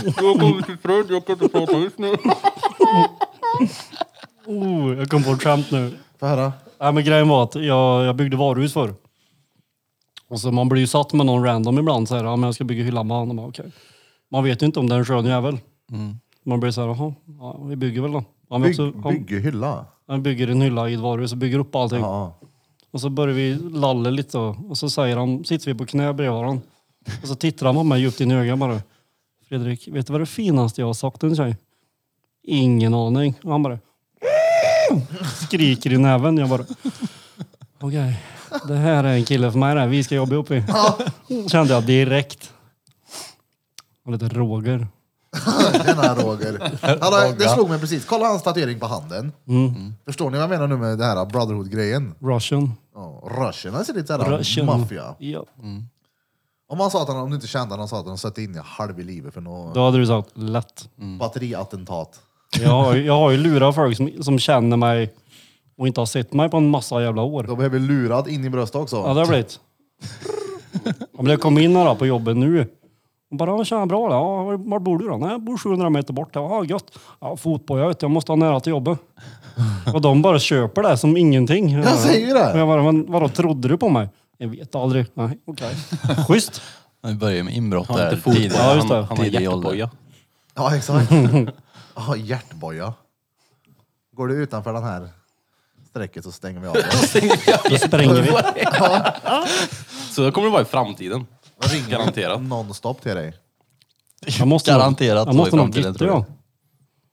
Speaker 6: Jag kommer till Fred, jag kan inte prata just nu.
Speaker 5: Oh, jag kom på ett skämt nu.
Speaker 1: Får jag höra?
Speaker 5: Nej, men grejen var att jag, jag byggde varuhus förr. Och så man blir ju satt med någon random ibland. Så här, ja, men jag ska bygga hyllan med honom. Okay. Man vet ju inte om det är en skön jävel. Man blir så här, jaha, ja, vi bygger väl då.
Speaker 1: Mm.
Speaker 5: Han,
Speaker 1: Bygg,
Speaker 5: också, han,
Speaker 1: bygg hylla.
Speaker 5: han bygger en hylla i ett varuhus och bygger upp allting.
Speaker 1: Ja.
Speaker 5: Och så börjar vi lalla lite och, och så säger han, sitter vi på knä bredvid varandra. Och så tittar han på mig djupt in i ögonen bara. Fredrik, vet du vad det finaste jag har sagt till en tjej? Ingen aning. Och han bara skriker i näven. Jag bara, okej, det här är en kille för mig det här. Vi ska jobba ihop i. Kände jag direkt. Och lite Roger.
Speaker 1: Den här Roger. Hallå, det slog mig precis. Kolla hans tatuering på handen.
Speaker 5: Mm.
Speaker 1: Förstår ni vad jag menar nu med det här Brotherhood-grejen?
Speaker 5: Russian.
Speaker 1: Ja, Russian, han ser lite såhär
Speaker 5: Russian.
Speaker 1: maffia.
Speaker 5: Ja.
Speaker 1: Om han sa att han, om du inte kände honom, sa att han satt in i halv i livet för något
Speaker 5: Då hade du sagt lätt.
Speaker 1: batteriattentat.
Speaker 5: Jag har, ju- jag har ju lurat folk som, som känner mig och inte har sett mig på en massa jävla år.
Speaker 1: Då behöver lurad in i bröstet också.
Speaker 5: Ja, det har blivit. Om jag kom in här då på jobbet nu. Och bara, "Ja, tjena bra då. Ja, var- var bor du då? Nej, jag bor 700 meter bort. Ja, gött. Ja, fotboja ut. Jag måste ha nära till jobbet. Och de bara köper det som ingenting.
Speaker 1: Jag säger ju det.
Speaker 5: Och jag bara, men vadå, trodde du på mig? Jag vet aldrig. Nej, okej. Schysst.
Speaker 7: Vi börjar med inbrott
Speaker 6: Han har
Speaker 7: där.
Speaker 6: inte fotboll,
Speaker 7: tidigt.
Speaker 5: Ja, just det.
Speaker 6: han, han har
Speaker 7: Tidig ålder.
Speaker 6: hjärteboja.
Speaker 1: Ja, exakt. Ja, hjärtboja. Går du utanför den här strecket så stänger vi av dig.
Speaker 5: Då spränger vi.
Speaker 6: Så det kommer det vara i framtiden. Garanterat.
Speaker 1: Nonstop till dig.
Speaker 5: Jag måste,
Speaker 7: Garanterat
Speaker 5: jag
Speaker 7: så i
Speaker 5: måste nog
Speaker 7: framtiden,
Speaker 5: gitta,
Speaker 7: tror jag.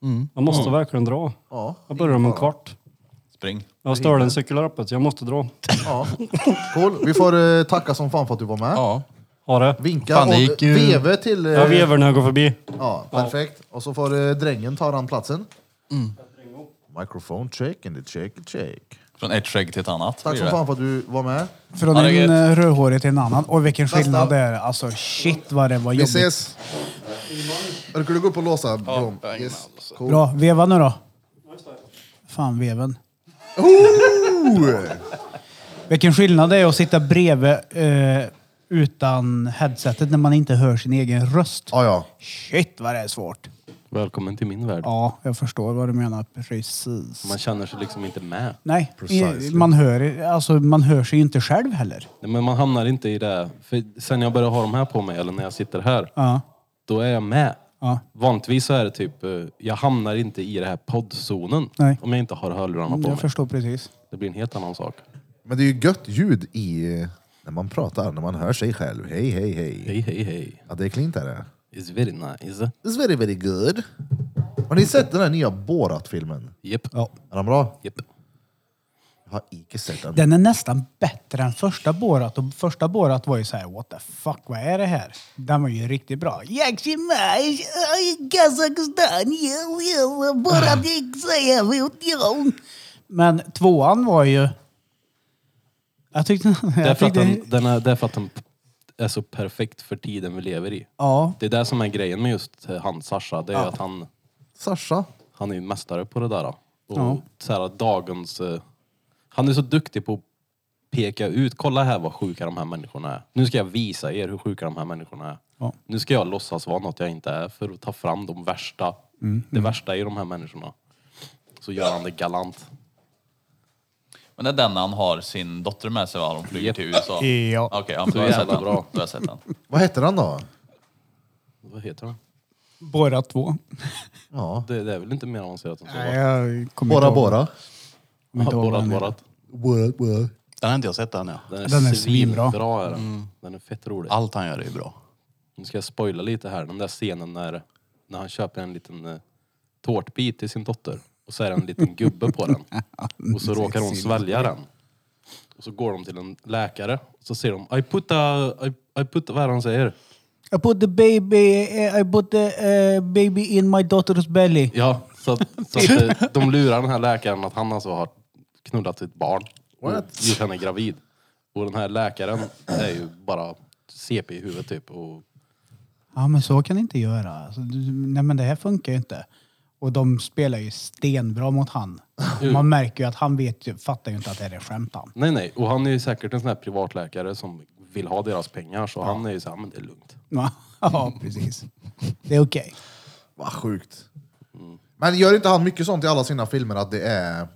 Speaker 7: Mm.
Speaker 5: ja. Jag måste verkligen dra.
Speaker 1: Ja.
Speaker 5: Jag börjar om en kvart.
Speaker 2: Spring.
Speaker 5: Jag har stölen cyklar uppe, så jag måste dra.
Speaker 1: Ja. Cool. Vi får eh, tacka som fan för att du var med.
Speaker 7: Ja.
Speaker 5: Ha det.
Speaker 1: Vinka
Speaker 7: Fan, det
Speaker 1: och
Speaker 7: gick ju-
Speaker 1: veve till... eh,
Speaker 5: Jag vevar när jag går förbi.
Speaker 1: Ja, perfekt. Och så får eh, drängen ta den platsen.
Speaker 7: Mm.
Speaker 1: Microphone check and the check check.
Speaker 2: Från ett skägg till ett annat.
Speaker 1: Tack
Speaker 2: blir
Speaker 1: som
Speaker 2: det.
Speaker 1: fan för att du var med.
Speaker 12: Från
Speaker 2: Ja, det är
Speaker 12: en eh, rödhårig till en annan. Och vilken skillnad det är. Alltså shit vad det var
Speaker 1: Vi
Speaker 12: jobbigt.
Speaker 1: ses! Orkar du gå upp och låsa? bron? Yes. Cool.
Speaker 12: Bra, veva nu då. Fan veven. Vilken skillnad det är att sitta bredvid eh, utan headsetet när man inte hör sin egen röst.
Speaker 1: Ja, ja.
Speaker 12: Shit vad det är svårt.
Speaker 6: Välkommen till min värld.
Speaker 12: Ja, jag förstår vad du menar precis.
Speaker 6: Man känner sig liksom inte med.
Speaker 12: Nej,
Speaker 1: Precisely.
Speaker 12: man hör, alltså, man hör sig inte själv heller.
Speaker 6: Nej, Men man hamnar inte i det. För sen jag började ha de här på mig, eller när jag sitter här,
Speaker 12: Ja,
Speaker 6: då är jag med.
Speaker 12: ja.
Speaker 6: Vanligtvis så är det typ, eh, jag hamnar inte i den här poddzonen
Speaker 12: Nej.
Speaker 6: om jag inte har hörlurarna på
Speaker 12: Jag
Speaker 6: mig.
Speaker 12: förstår precis.
Speaker 6: Det blir en helt annan sak.
Speaker 1: Men det är ju gött ljud i eh, när man pratar, när man hör sig själv. Hej, hej, hej.
Speaker 6: Hej, hej, hej.
Speaker 1: Ja, det är klint är det.
Speaker 6: It's very nice.
Speaker 1: It's very, very good. Har ni sett den här nya Borat-filmen?
Speaker 6: Jep.
Speaker 12: Ja.
Speaker 1: Är den bra?
Speaker 6: Jep.
Speaker 1: Jag har icke sett den.
Speaker 12: Den är nästan bättre än första Borat. Och första Borat var ju så här, what the fuck, vad är det här? Den var ju riktigt bra. Jag simmar i Kazakstan, jag vill bara inte säga vad jag Men tvåan var ju... Jag tyckte...
Speaker 6: Det är
Speaker 12: Jag
Speaker 6: för att
Speaker 12: tyckte
Speaker 6: den, den är, det är för att den är så perfekt för tiden vi lever i.
Speaker 12: ja,
Speaker 6: Det är det som är grejen med just eh, han Sasha. Det är att han,
Speaker 1: Sasha.
Speaker 6: han är ju mästare på det där. då. Och
Speaker 12: Ja.
Speaker 6: så här, dagens... eh, Han är så duktig på att peka ut. Kolla här vad sjuka de här människorna är. Nu ska jag visa er hur sjuka de här människorna är.
Speaker 12: Ja.
Speaker 6: Nu ska jag låtsas vara något jag inte är för att ta fram de värsta.
Speaker 12: Mm,
Speaker 6: Det värsta i de här människorna. Så gör han det galant.
Speaker 2: Men det är den han har sin dotter med sig va? De flyger
Speaker 6: Japp.
Speaker 2: till USA.
Speaker 12: Ja.
Speaker 2: Okej, ja, men då har
Speaker 6: Så
Speaker 2: jag sett
Speaker 6: jävla
Speaker 2: den.
Speaker 6: bra.
Speaker 2: Då har jag sett den.
Speaker 1: Vad heter den då?
Speaker 6: Vad heter han?
Speaker 13: Båda två.
Speaker 1: Ja.
Speaker 6: Det, det är väl inte mer avancerat än så?
Speaker 13: Nej,
Speaker 6: va?
Speaker 13: jag kommer inte
Speaker 1: Bora
Speaker 13: ihåg.
Speaker 1: Bora.
Speaker 13: Kommer inte ihåg vad den
Speaker 6: Borrat,
Speaker 13: heter.
Speaker 6: borrat.
Speaker 1: Bora Bora.
Speaker 7: Den har inte jag sett än. Ja.
Speaker 6: Den
Speaker 13: Den är svinbra.
Speaker 6: svinbra. Bra är den. den är fett rolig.
Speaker 7: Mm. Allt han gör är ju bra.
Speaker 6: Nu ska jag spoila lite här. Den där scenen när, när han köper en liten eh, tårtbit till sin dotter. Och så är det en liten gubbe på den. Och så råkar hon svälja den. Och så går de till en läkare. Och så ser de I put a, I, I put, vad är det han säger?
Speaker 8: I put the baby, eh, I put the eh, baby in my daughter's belly.
Speaker 6: Ja, så, att, så att eh, de lurar den här läkaren att han alltså har knullat sitt barn. och
Speaker 1: What?
Speaker 6: Gjort henne gravid. Och den här läkaren är ju bara CP i huvudet typ. Och
Speaker 8: Ja, men så kan ni inte göra. Alltså, du- nej, men det här funkar ju inte. Och de spelar ju stenbra mot han.
Speaker 7: Mm.
Speaker 8: Man märker ju att han vet ju, fattar ju inte att det här är skämt han.
Speaker 6: Nej, nej. Och han är ju säkert en sån här privatläkare som vill ha deras pengar. Så han är ju såhär, men det är lugnt.
Speaker 7: Mm.
Speaker 8: Ja, precis. Det är okej.
Speaker 1: Vad sjukt. Men gör inte han mycket sånt i alla sina filmer att det är,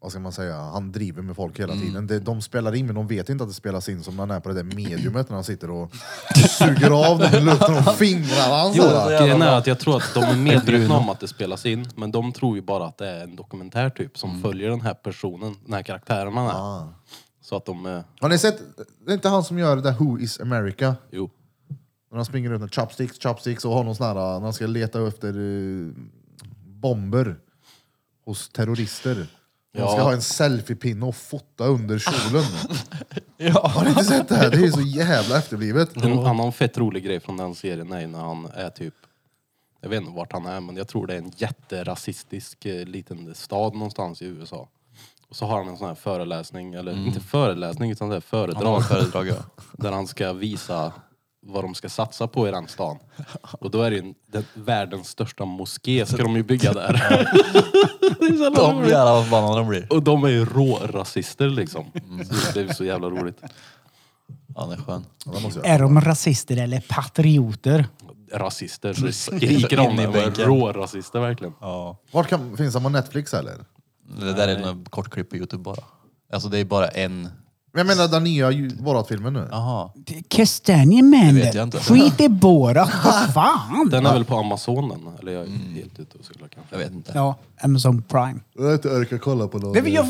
Speaker 1: vad ska man säga, han driver med folk
Speaker 6: Mm.
Speaker 1: hela tiden. Det, de spelar in men de vet inte att det spelas in som när han är på det där mediumet när han sitter och suger av den luften och fingrarna.
Speaker 6: Jo,
Speaker 1: sådär.
Speaker 6: grejen är att jag tror att de är medvetna om att det spelas in. Men de tror ju bara att det är en dokumentär typ som följer den här personen, den här karaktären man är. Så att de, eh,
Speaker 1: Har ni sett, det är inte han som gör det där Who is America?
Speaker 6: jo.
Speaker 1: När han springer runt med chopsticks, chopsticks och har någon sån här, när han ska leta efter eh, bomber hos terrorister. Han ska
Speaker 6: Ja.
Speaker 1: ha en selfiepinne och fota under kjolen. Har ni inte sett det här? Det är ju så jävla efterblivet.
Speaker 6: En annan fett rolig grej från den serien är ju när han är typ, jag vet inte vart han är men jag tror det är en jätterasistisk eh, liten stad någonstans i USA. Och så har han en sån här föreläsning, eller inte föreläsning utan det är föredrag.
Speaker 7: Föredrag, ja.
Speaker 6: där han ska visa vad de ska satsa på i den stan. Och då är det ju den, världens största moské ska de ju bygga där.
Speaker 5: Mm.
Speaker 7: De jävlar vad förbannade de blir.
Speaker 6: Och de är ju rårasister liksom. Så det är ju så jävla roligt.
Speaker 7: Han är skön.
Speaker 8: Är de rasister eller patrioter?
Speaker 6: Rasister, så det skriker om
Speaker 7: In i
Speaker 6: det. De är
Speaker 7: bänken.
Speaker 6: Rårasister verkligen.
Speaker 1: Vart kan, finns han på Netflix eller?
Speaker 7: Det där är något kortklipp på Youtube bara. Alltså det är bara en...
Speaker 1: Men jag menar den nya ju- Borat-filmen nu.
Speaker 7: Aha. Det vet jag
Speaker 8: Kastanjemännen.
Speaker 7: inte.
Speaker 8: Skit i Bora. Vad fan?
Speaker 6: Den är väl på Amazonen? Eller jag är
Speaker 7: Mm.
Speaker 6: helt ute och cyklar kanske.
Speaker 7: Jag vet inte.
Speaker 8: Ja, Amazon Prime.
Speaker 1: Jag har inte orkat kolla på någon.
Speaker 8: Det var, jag,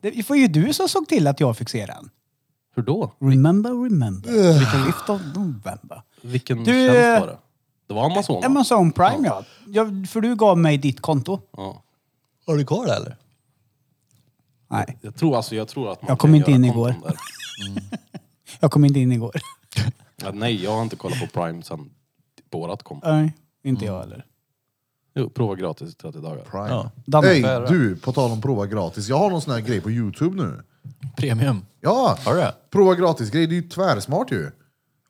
Speaker 8: det, det var ju du som såg till att jag fick se den.
Speaker 6: Hur då?
Speaker 8: Remember, remember. Vilken lift of november.
Speaker 6: Vilken
Speaker 8: Du,
Speaker 6: tjänst
Speaker 8: eh,
Speaker 6: var det? Det var Amazonen?
Speaker 8: Amazon Prime ja. Jag, för du gav mig ditt konto.
Speaker 6: Ja.
Speaker 7: Har du kvar det eller?
Speaker 8: Nej,
Speaker 6: Jag, tror, alltså, jag tror att man
Speaker 8: Jag
Speaker 6: kan
Speaker 8: kom inte
Speaker 6: göra
Speaker 8: in
Speaker 6: konton
Speaker 8: igår.
Speaker 6: där.
Speaker 8: jag kom inte in igår.
Speaker 6: Ja, nej, jag har inte kollat på Prime sen Borat kom.
Speaker 8: Nej, inte jag heller.
Speaker 6: Jo, prova gratis i 30 dagar.
Speaker 1: Prime.
Speaker 8: Danne.
Speaker 1: Hej, du, på tal om prova gratis. Jag har någon sån här grej på Youtube nu.
Speaker 7: Premium.
Speaker 1: Ja,
Speaker 7: Har du det?
Speaker 1: prova gratis-grej. Det är ju tvärsmart ju.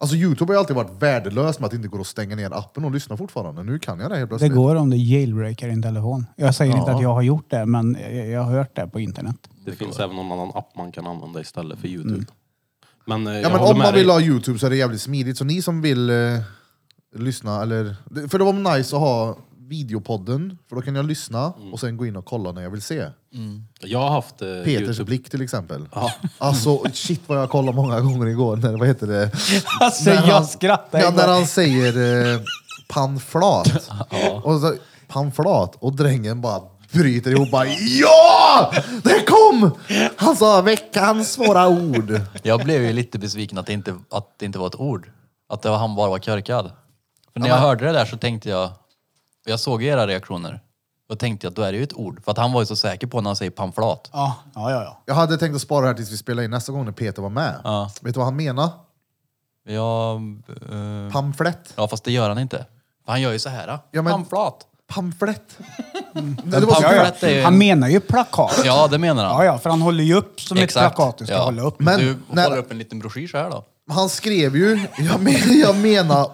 Speaker 1: Alltså Youtube har ju alltid varit värdelöst med att det inte går att stänga ner appen och lyssna fortfarande. Nu kan jag det helt
Speaker 8: Det
Speaker 1: plötsligt.
Speaker 8: går om du jailbreakar din telefon. Jag säger inte att jag har gjort det, men jag, jag har hört det på internet.
Speaker 6: Det, finns även någon annan app man kan använda istället för Youtube. Men, eh, jag
Speaker 1: Mm. Ja, men
Speaker 6: håller
Speaker 1: om
Speaker 6: med
Speaker 1: man
Speaker 6: dig.
Speaker 1: vill ha Youtube så är det jävligt smidigt. Så ni som vill eh, lyssna, eller... det- För det var nice att ha videopodden, för då kan jag lyssna och sen gå in och kolla när jag vill se.
Speaker 6: Jag har haft eh,
Speaker 1: Peters
Speaker 6: Youtube.
Speaker 1: blick till exempel. Alltså shit vad jag kollade många gånger igår när, vad heter det?
Speaker 8: Alltså
Speaker 1: När han-
Speaker 8: jag skrattar.
Speaker 1: ja,
Speaker 8: igår.
Speaker 1: när han säger eh, panflat. och så, panflat och drängen bara bryter ihop bara JA! Det kom! Han sa veckans svåra ord.
Speaker 7: Jag blev ju lite besviken att det inte, att det inte var ett ord. Att det var, han bara var körkad. För när jag hörde det där så tänkte jag, jag såg ju era reaktioner. Då tänkte jag att då är det ju ett ord. För att han var ju så säker på när han säger pamflat.
Speaker 8: Ja, ja, ja. ja.
Speaker 1: Jag hade tänkt att spara det här tills vi spelar in nästa gång när Peter var med. Vet du vad han menar?
Speaker 7: Ja, eh,
Speaker 1: Pamflett.
Speaker 7: ja fast det gör han inte. För han gör ju så här. ah.
Speaker 1: Ja, men-
Speaker 7: Pamflat.
Speaker 1: Pamflett. Det var så
Speaker 7: pamflett-
Speaker 1: kul.
Speaker 7: Att det är-
Speaker 8: Han menar ju plakat.
Speaker 7: Ja, det menar han.
Speaker 8: Ja, ja, för han håller ju upp som ett plakat du ska
Speaker 7: ja.
Speaker 8: hålla upp.
Speaker 1: Men
Speaker 7: du
Speaker 1: när-
Speaker 7: håller upp en liten broschyr så här då.
Speaker 1: Han skrev ju, jag, men, jag menar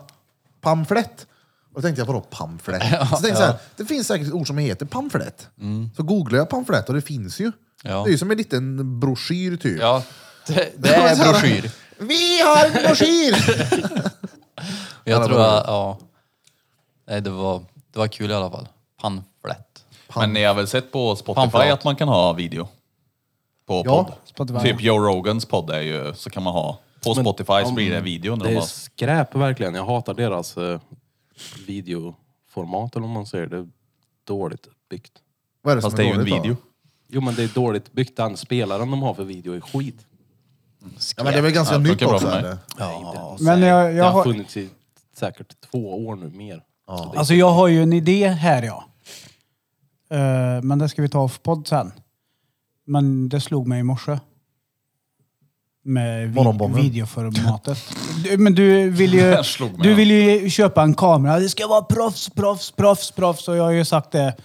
Speaker 1: pamflett. Och då tänkte jag, vadå pamflett? så tänkte jag så här, det finns säkert ett ord som heter pamflett. Så googlar jag pamflett och det finns ju.
Speaker 7: Ja.
Speaker 1: Det är ju som en liten broschyr typ.
Speaker 7: Ja, det, det är
Speaker 1: Så här,
Speaker 7: broschyr.
Speaker 1: Vi har en broschyr!
Speaker 7: Jag
Speaker 1: det
Speaker 7: tror
Speaker 1: var
Speaker 7: att, ja. Nej, det var, det var kul i alla fall. Pamflett.
Speaker 2: Men ni har väl sett på Spotify
Speaker 7: Pamflat.
Speaker 2: att man kan ha video? På
Speaker 1: Ja,
Speaker 2: podd.
Speaker 8: Spotify.
Speaker 2: Typ Joe Rogans podd är ju, så kan man ha. På
Speaker 6: Men-
Speaker 2: Spotify så blir det video när
Speaker 6: Det
Speaker 2: de
Speaker 6: är
Speaker 2: har...
Speaker 6: skräp verkligen. Jag hatar deras eh, video format eller om man säger det. är Dåligt byggt.
Speaker 1: Vad är det som Fast är det är ju en dåligt då? video.
Speaker 6: Jo men det är dåligt byggt. Den spelaren de har för video är skit.
Speaker 1: Ja, men det är väl ganska
Speaker 6: Ja,
Speaker 1: nytt
Speaker 6: funkar bra
Speaker 1: också,
Speaker 6: för mig.
Speaker 1: eller?
Speaker 6: Ja,
Speaker 1: alltså.
Speaker 8: Men
Speaker 6: säkert.
Speaker 8: jag- jag
Speaker 6: det har
Speaker 8: har-
Speaker 6: funnits i säkert två år nu mer. Så det-
Speaker 8: Alltså jag har ju en idé här ja. Eh, men det ska vi ta off podd sen. Men det slog mig i morse. Med vid-
Speaker 1: Morgonbomben.
Speaker 8: videoformatet. Du, men du vill ju,
Speaker 2: Den slog mig,
Speaker 8: du
Speaker 2: ja.
Speaker 8: vill ju köpa en kamera. Det ska vara proffs, proffs, proffs, proffs. Och jag har ju sagt det.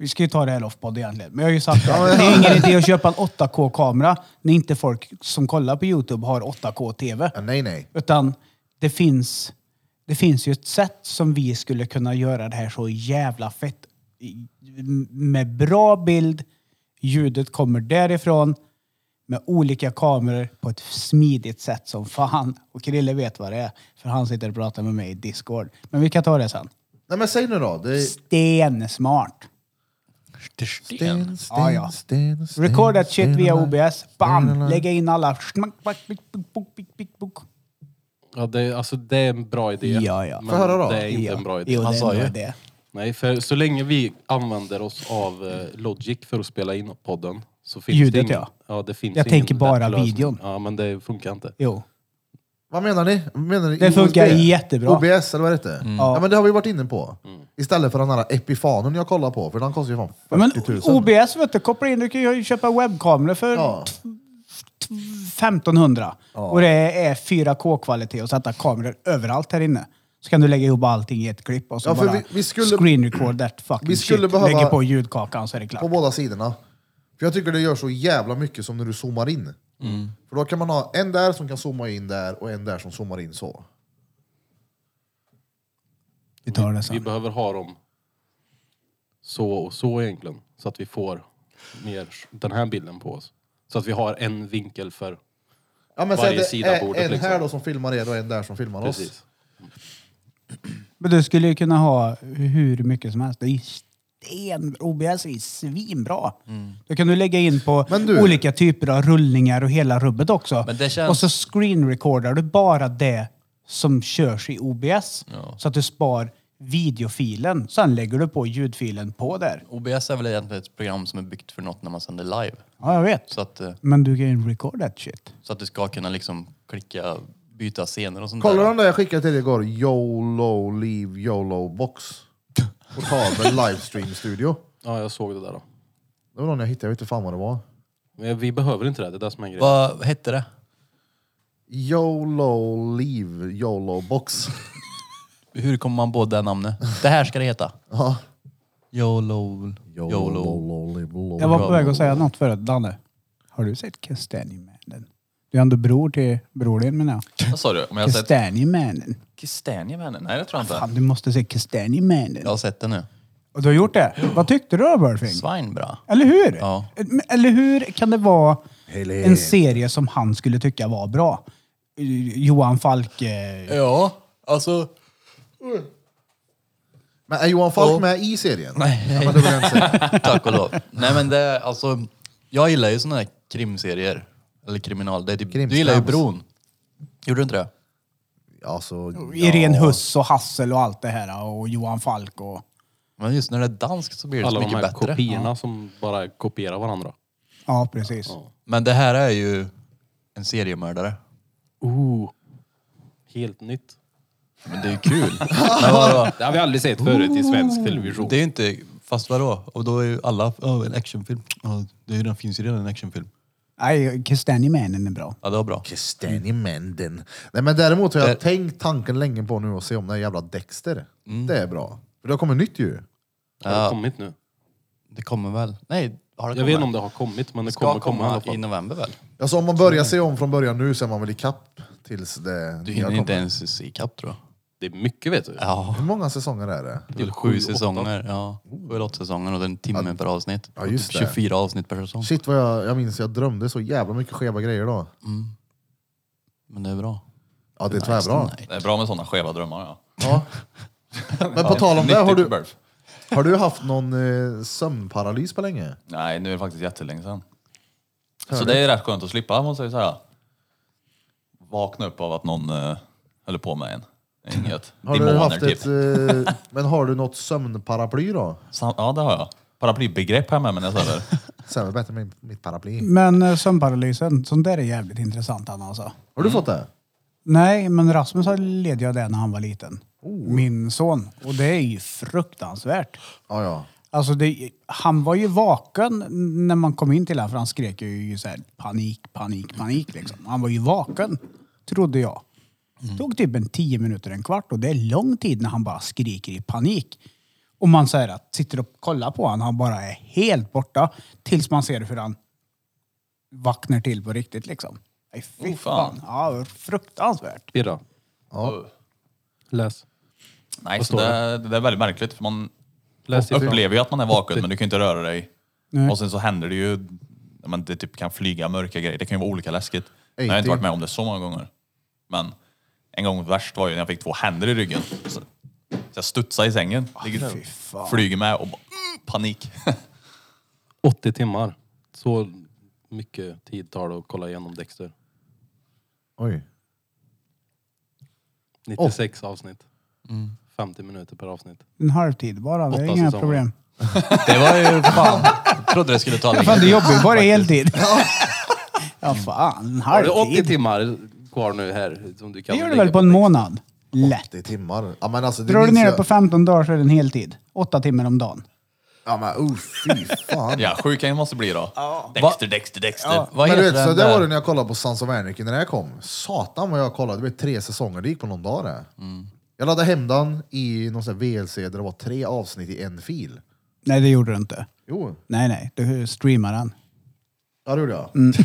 Speaker 8: Vi ska ju ta det här off podd egentligen. Men jag har ju sagt det. Det är ingen idé att köpa en 8K-kamera när inte folk som kollar på Youtube har 8K-TV.
Speaker 1: Ja, nej, nej.
Speaker 8: Utan det finns, det finns ju ett sätt som vi skulle kunna göra det här så jävla fett. i- Med bra bild, ljudet kommer därifrån, med olika kameror på ett smidigt sätt som fan. Och Krille vet vad det är, för han sitter och pratar med mig i Discord. Men vi kan ta det sen.
Speaker 1: Nej, men säg nu då. Det är...
Speaker 8: Stensmart!
Speaker 1: Sten,
Speaker 8: Ja, ja.
Speaker 1: sten, sten, sten,
Speaker 8: Record that shit
Speaker 1: sten,
Speaker 8: via
Speaker 1: sten,
Speaker 8: OBS.
Speaker 1: sten,
Speaker 8: Bam! Lägga in alla... smack, back, bick, bick, bock, bick, bick, bock.
Speaker 6: Ja, det, alltså, det är en bra idé.
Speaker 8: Ja, ja.
Speaker 6: Men
Speaker 1: Får jag höra då?
Speaker 6: det är inte
Speaker 8: Ja.
Speaker 6: en bra idé.
Speaker 8: Jo, det
Speaker 6: Han sa
Speaker 8: är
Speaker 6: ju.
Speaker 8: nog det.
Speaker 6: Nej, för så länge vi använder oss av eh, Logic för att spela in podden så finns det
Speaker 8: Ljudet,
Speaker 6: ingen,
Speaker 8: ja.
Speaker 6: ja. Det finns
Speaker 8: Jag
Speaker 6: ingen
Speaker 8: tänker
Speaker 6: lätt
Speaker 8: bara
Speaker 6: lösning.
Speaker 8: videon.
Speaker 6: Ja, men det funkar inte.
Speaker 8: Jo.
Speaker 1: Vad menar ni? Menar ni
Speaker 8: Det funkar
Speaker 1: OSB?
Speaker 8: jättebra.
Speaker 1: OBS eller vad heter det
Speaker 6: Mm.
Speaker 1: ja.
Speaker 8: Ja.
Speaker 1: men Det har vi varit inne på. Istället för den här Epifanen jag kollar på, för den kostar ju fan
Speaker 8: Ja, Men
Speaker 1: 40 000.
Speaker 8: OBS vet du, koppla in, du kan ju köpa webbkameror för
Speaker 1: Ja.
Speaker 8: t- t- 1500. Och det är 4K-kvalitet och sätta kameror överallt här inne. Så kan du lägga ihop allting i ett klipp och så
Speaker 1: Ja, för
Speaker 8: bara
Speaker 1: vi- vi skulle-
Speaker 8: screen record that fucking
Speaker 1: Vi skulle
Speaker 8: shit.
Speaker 1: behöva-
Speaker 8: Lägger på ljudkakan så är det klart.
Speaker 1: På båda sidorna. För jag tycker det gör så jävla mycket som när du zoomar in.
Speaker 6: Mm.
Speaker 1: För då kan man ha en där som kan zooma in där och en där som zoomar in så.
Speaker 8: Vi tar det
Speaker 6: Vi
Speaker 8: sen.
Speaker 6: behöver ha dem så och så egentligen. Så att vi får mer den här bilden på oss. Så att vi har en vinkel för...
Speaker 1: Ja, men
Speaker 6: Varje
Speaker 1: så att det
Speaker 6: sida
Speaker 1: är
Speaker 6: bordet,
Speaker 1: En
Speaker 6: liksom.
Speaker 1: här då som filmar er och en där som filmar oss.
Speaker 6: Precis.
Speaker 8: Men du skulle ju kunna ha hur mycket som helst. Det är ju sten... OBS är ju svinbra.
Speaker 7: Mm.
Speaker 8: Då kan du lägga in på
Speaker 1: Men du-
Speaker 8: olika typer av rullningar och hela rubbet också.
Speaker 7: Men det känns-
Speaker 8: Och så screen recordar du bara det som körs i OBS. Så att du spar videofilen. Sen lägger du på ljudfilen på där.
Speaker 7: OBS är väl egentligen ett program som är byggt för något när man sänder live.
Speaker 8: Ja, jag vet.
Speaker 7: Så att, eh,
Speaker 8: Men du kan ju record that shit.
Speaker 7: så att du ska kunna liksom klicka, byta scener och sånt
Speaker 1: Kolla
Speaker 7: där.
Speaker 1: den där jag skickade till dig igår, YOLO Leave YOLO Box. Portabel livestream studio.
Speaker 6: Ja, jag såg det där då.
Speaker 1: Det var någon jag hittade, jag vet inte fan vad det var.
Speaker 6: Men vi behöver inte det, det är det som är grejen.
Speaker 7: Vad hette det?
Speaker 1: YOLO Leave YOLO Box.
Speaker 7: Hur kommer man på det namnet? Det här ska det heta.
Speaker 1: Ja.
Speaker 7: YOLO.
Speaker 1: YOLO,
Speaker 7: YOLO.
Speaker 1: YOLO.
Speaker 8: Jag var på väg att säga något förut. Danne, har du sett Kastanjemannen? Du är ändå bror till bror din menar jag.
Speaker 2: Vad sa du? Om jag har sett
Speaker 8: Kastanjemannen.
Speaker 2: Kastanjemannen? Nej, det tror jag inte.
Speaker 7: Alltså.
Speaker 8: Fan, du måste se Kastanjemannen.
Speaker 7: Jag har sett det nu.
Speaker 8: Och du har gjort det? Vad tyckte du då Burfing?
Speaker 7: Svinbra.
Speaker 8: Eller hur?
Speaker 7: Ja.
Speaker 8: Men- Eller hur kan det vara en serie som han skulle tycka var bra? Eh, Johan Falk... Eh,
Speaker 7: Ja, alltså.
Speaker 1: Men är Johan Falk med i serien? Nej. Ja, men det vill jag inte säga.
Speaker 7: Tack och lov. Nej men det är alltså, jag gillar ju såna här krimserier. Eller kriminal. Det är typ,
Speaker 1: Krimskrams.
Speaker 7: du gillar ju Bron. Gjorde du inte det?
Speaker 1: Alltså,
Speaker 8: Irene Huss och Hassel och allt det här och Johan Falk och...
Speaker 7: Men just när det är danskt så blir det så
Speaker 6: Alla de
Speaker 7: mycket
Speaker 6: här
Speaker 7: bättre.
Speaker 6: kopiorna som bara kopierar varandra.
Speaker 8: Ja, precis.
Speaker 7: Men det här är ju en seriemördare.
Speaker 6: Ooh. Helt nytt.
Speaker 7: Men det är ju kul. Men vadå?
Speaker 6: Det har vi aldrig sett förut i svensk television.
Speaker 7: Det är ju inte, fast vadå? Och då är ju alla, oh, en actionfilm. Ja, det är ju- den finns ju redan en actionfilm.
Speaker 8: Nej, Kastanjemannen är bra.
Speaker 7: Ja, det var bra.
Speaker 1: Kastanjemänden. Nej men däremot har jag
Speaker 7: Det-
Speaker 1: tänkt tanken länge på nu att se om den här jävla Dexter.
Speaker 7: Mm.
Speaker 1: Det är bra. För det har kommit nytt ju.
Speaker 6: Har det kommit nu?
Speaker 7: Det kommer väl? Nej, har det
Speaker 6: Jag vet inte om det har kommit, men det
Speaker 7: Ska
Speaker 6: kommer komma i alla
Speaker 7: i
Speaker 6: fall.
Speaker 7: november väl?
Speaker 1: Alltså om man börjar se om från början nu så är man väl ikapp tills det
Speaker 7: Du
Speaker 1: nya
Speaker 7: hinner inte
Speaker 1: kommer.
Speaker 7: ens se ikapp tror jag.
Speaker 6: Det är mycket vet du.
Speaker 7: Ja,
Speaker 1: Hur många säsonger är det?
Speaker 7: det är väl sju säsonger. Ja, sju eller åtta säsonger och det är en timme per avsnitt.
Speaker 1: Ja, just
Speaker 7: Och
Speaker 1: det.
Speaker 7: typ 24 avsnitt per säsong.
Speaker 1: Shit vad jag, jag minns, jag drömde så jävla mycket skeva grejer då.
Speaker 7: Men det är bra.
Speaker 1: Ja det är tvärbra.
Speaker 7: Nej.
Speaker 2: Det är bra med sådana skeva drömmar ja.
Speaker 1: Ja. Men på tal om det, har
Speaker 2: Nyttigt
Speaker 1: du,
Speaker 2: för Burf.
Speaker 1: har du haft någon eh, sömnparalys på länge?
Speaker 2: Nej, nu är det faktiskt jättelänge sedan. Så det är rätt skönt att slippa, måste jag säga. Vakna upp av att någon eh, höll på med en. Det är Inget.
Speaker 1: Har du
Speaker 2: Demoner
Speaker 1: haft
Speaker 2: typ.
Speaker 1: ett, eh, men har du något sömnparaply då?
Speaker 2: Sam- Ja, det har jag. Paraplybegrepp har jag med mig när jag säger det.
Speaker 1: Sämre bättre med mitt paraply.
Speaker 8: Men eh, sömnparalysen, sånt där är jävligt intressant Anna alltså.
Speaker 1: Har du fått det?
Speaker 8: Nej, men Rasmus har- led jag det när han var liten. Min son. Och det är ju fruktansvärt.
Speaker 1: Ja, ja.
Speaker 8: Alltså det, han var ju vaken när man kom in till honom, för han skrek ju så här, panik, panik, panik. Liksom. Han var ju vaken, trodde jag. tog typ en tio minuter, en kvart och det är lång tid när han bara skriker i panik. Och man säger att sitter och kollar på honom, han bara är helt borta. Tills man ser hur han vaknar till på riktigt liksom. Nej, fy
Speaker 2: Oh, fan.
Speaker 8: fan. Ja, fruktansvärt.
Speaker 6: Birra,
Speaker 1: ja.
Speaker 6: läs.
Speaker 2: Nej,
Speaker 6: Vad
Speaker 2: så
Speaker 6: står
Speaker 2: det, det är väldigt märkligt. För man
Speaker 6: Läs ifrån.
Speaker 2: upplever Alltså, ju att man är vaken, men du kan ju inte röra dig.
Speaker 8: Nej.
Speaker 2: Och sen så händer det ju, ja, men det typ kan flyga mörka grejer. Det kan ju vara olika läskigt. Men jag har
Speaker 1: 80.
Speaker 2: inte varit med om det så många gånger. Men en gång värst var ju när jag fick två händer i ryggen. Så, så jag studsade i sängen. Ligger,
Speaker 8: fy fan.
Speaker 2: flyger med och bara, mm, panik.
Speaker 6: 80 timmar. Så mycket tid tar det att kolla igenom Dexter.
Speaker 1: Oj.
Speaker 6: 96 avsnitt. 50 minuter per avsnitt.
Speaker 8: En halvtid bara, det
Speaker 6: Åtta
Speaker 8: är inga
Speaker 6: säsonger.
Speaker 8: problem.
Speaker 7: Det var ju fan. Jag trodde det skulle ta längre
Speaker 8: Fan, du
Speaker 7: tid.
Speaker 8: jobbar ju bara heltid. ja, fan. En
Speaker 6: Har du 80
Speaker 8: halvtid.
Speaker 6: timmar kvar nu här som du
Speaker 8: Det
Speaker 6: kan
Speaker 8: gör du
Speaker 6: lägga
Speaker 8: väl på en månad? Lätt.
Speaker 1: 80 timmar. Ja, men alltså, det
Speaker 8: Drar du
Speaker 1: minns
Speaker 8: ner det
Speaker 1: jag-
Speaker 8: på 15 dagar så är det en heltid. Åtta timmar om dagen.
Speaker 1: Ja, men oh, fy fan.
Speaker 2: Ja, sjuka måste bli då. Dexter, Dexter, Dexter.
Speaker 7: Vad
Speaker 1: Men
Speaker 7: heter
Speaker 1: du vet, så
Speaker 7: den
Speaker 1: det var
Speaker 7: där?
Speaker 1: det när jag kollade på Sons of Anarchy när det här kom. Satan vad jag kollade. Det blev tre säsonger det gick på någon dag det. Jag laddade hem den i någon sån här VLC där det var tre avsnitt i en fil.
Speaker 8: Nej, det gjorde du inte.
Speaker 1: Jo,
Speaker 8: Nej, nej. Du streamar den.
Speaker 1: ja, det gjorde jag.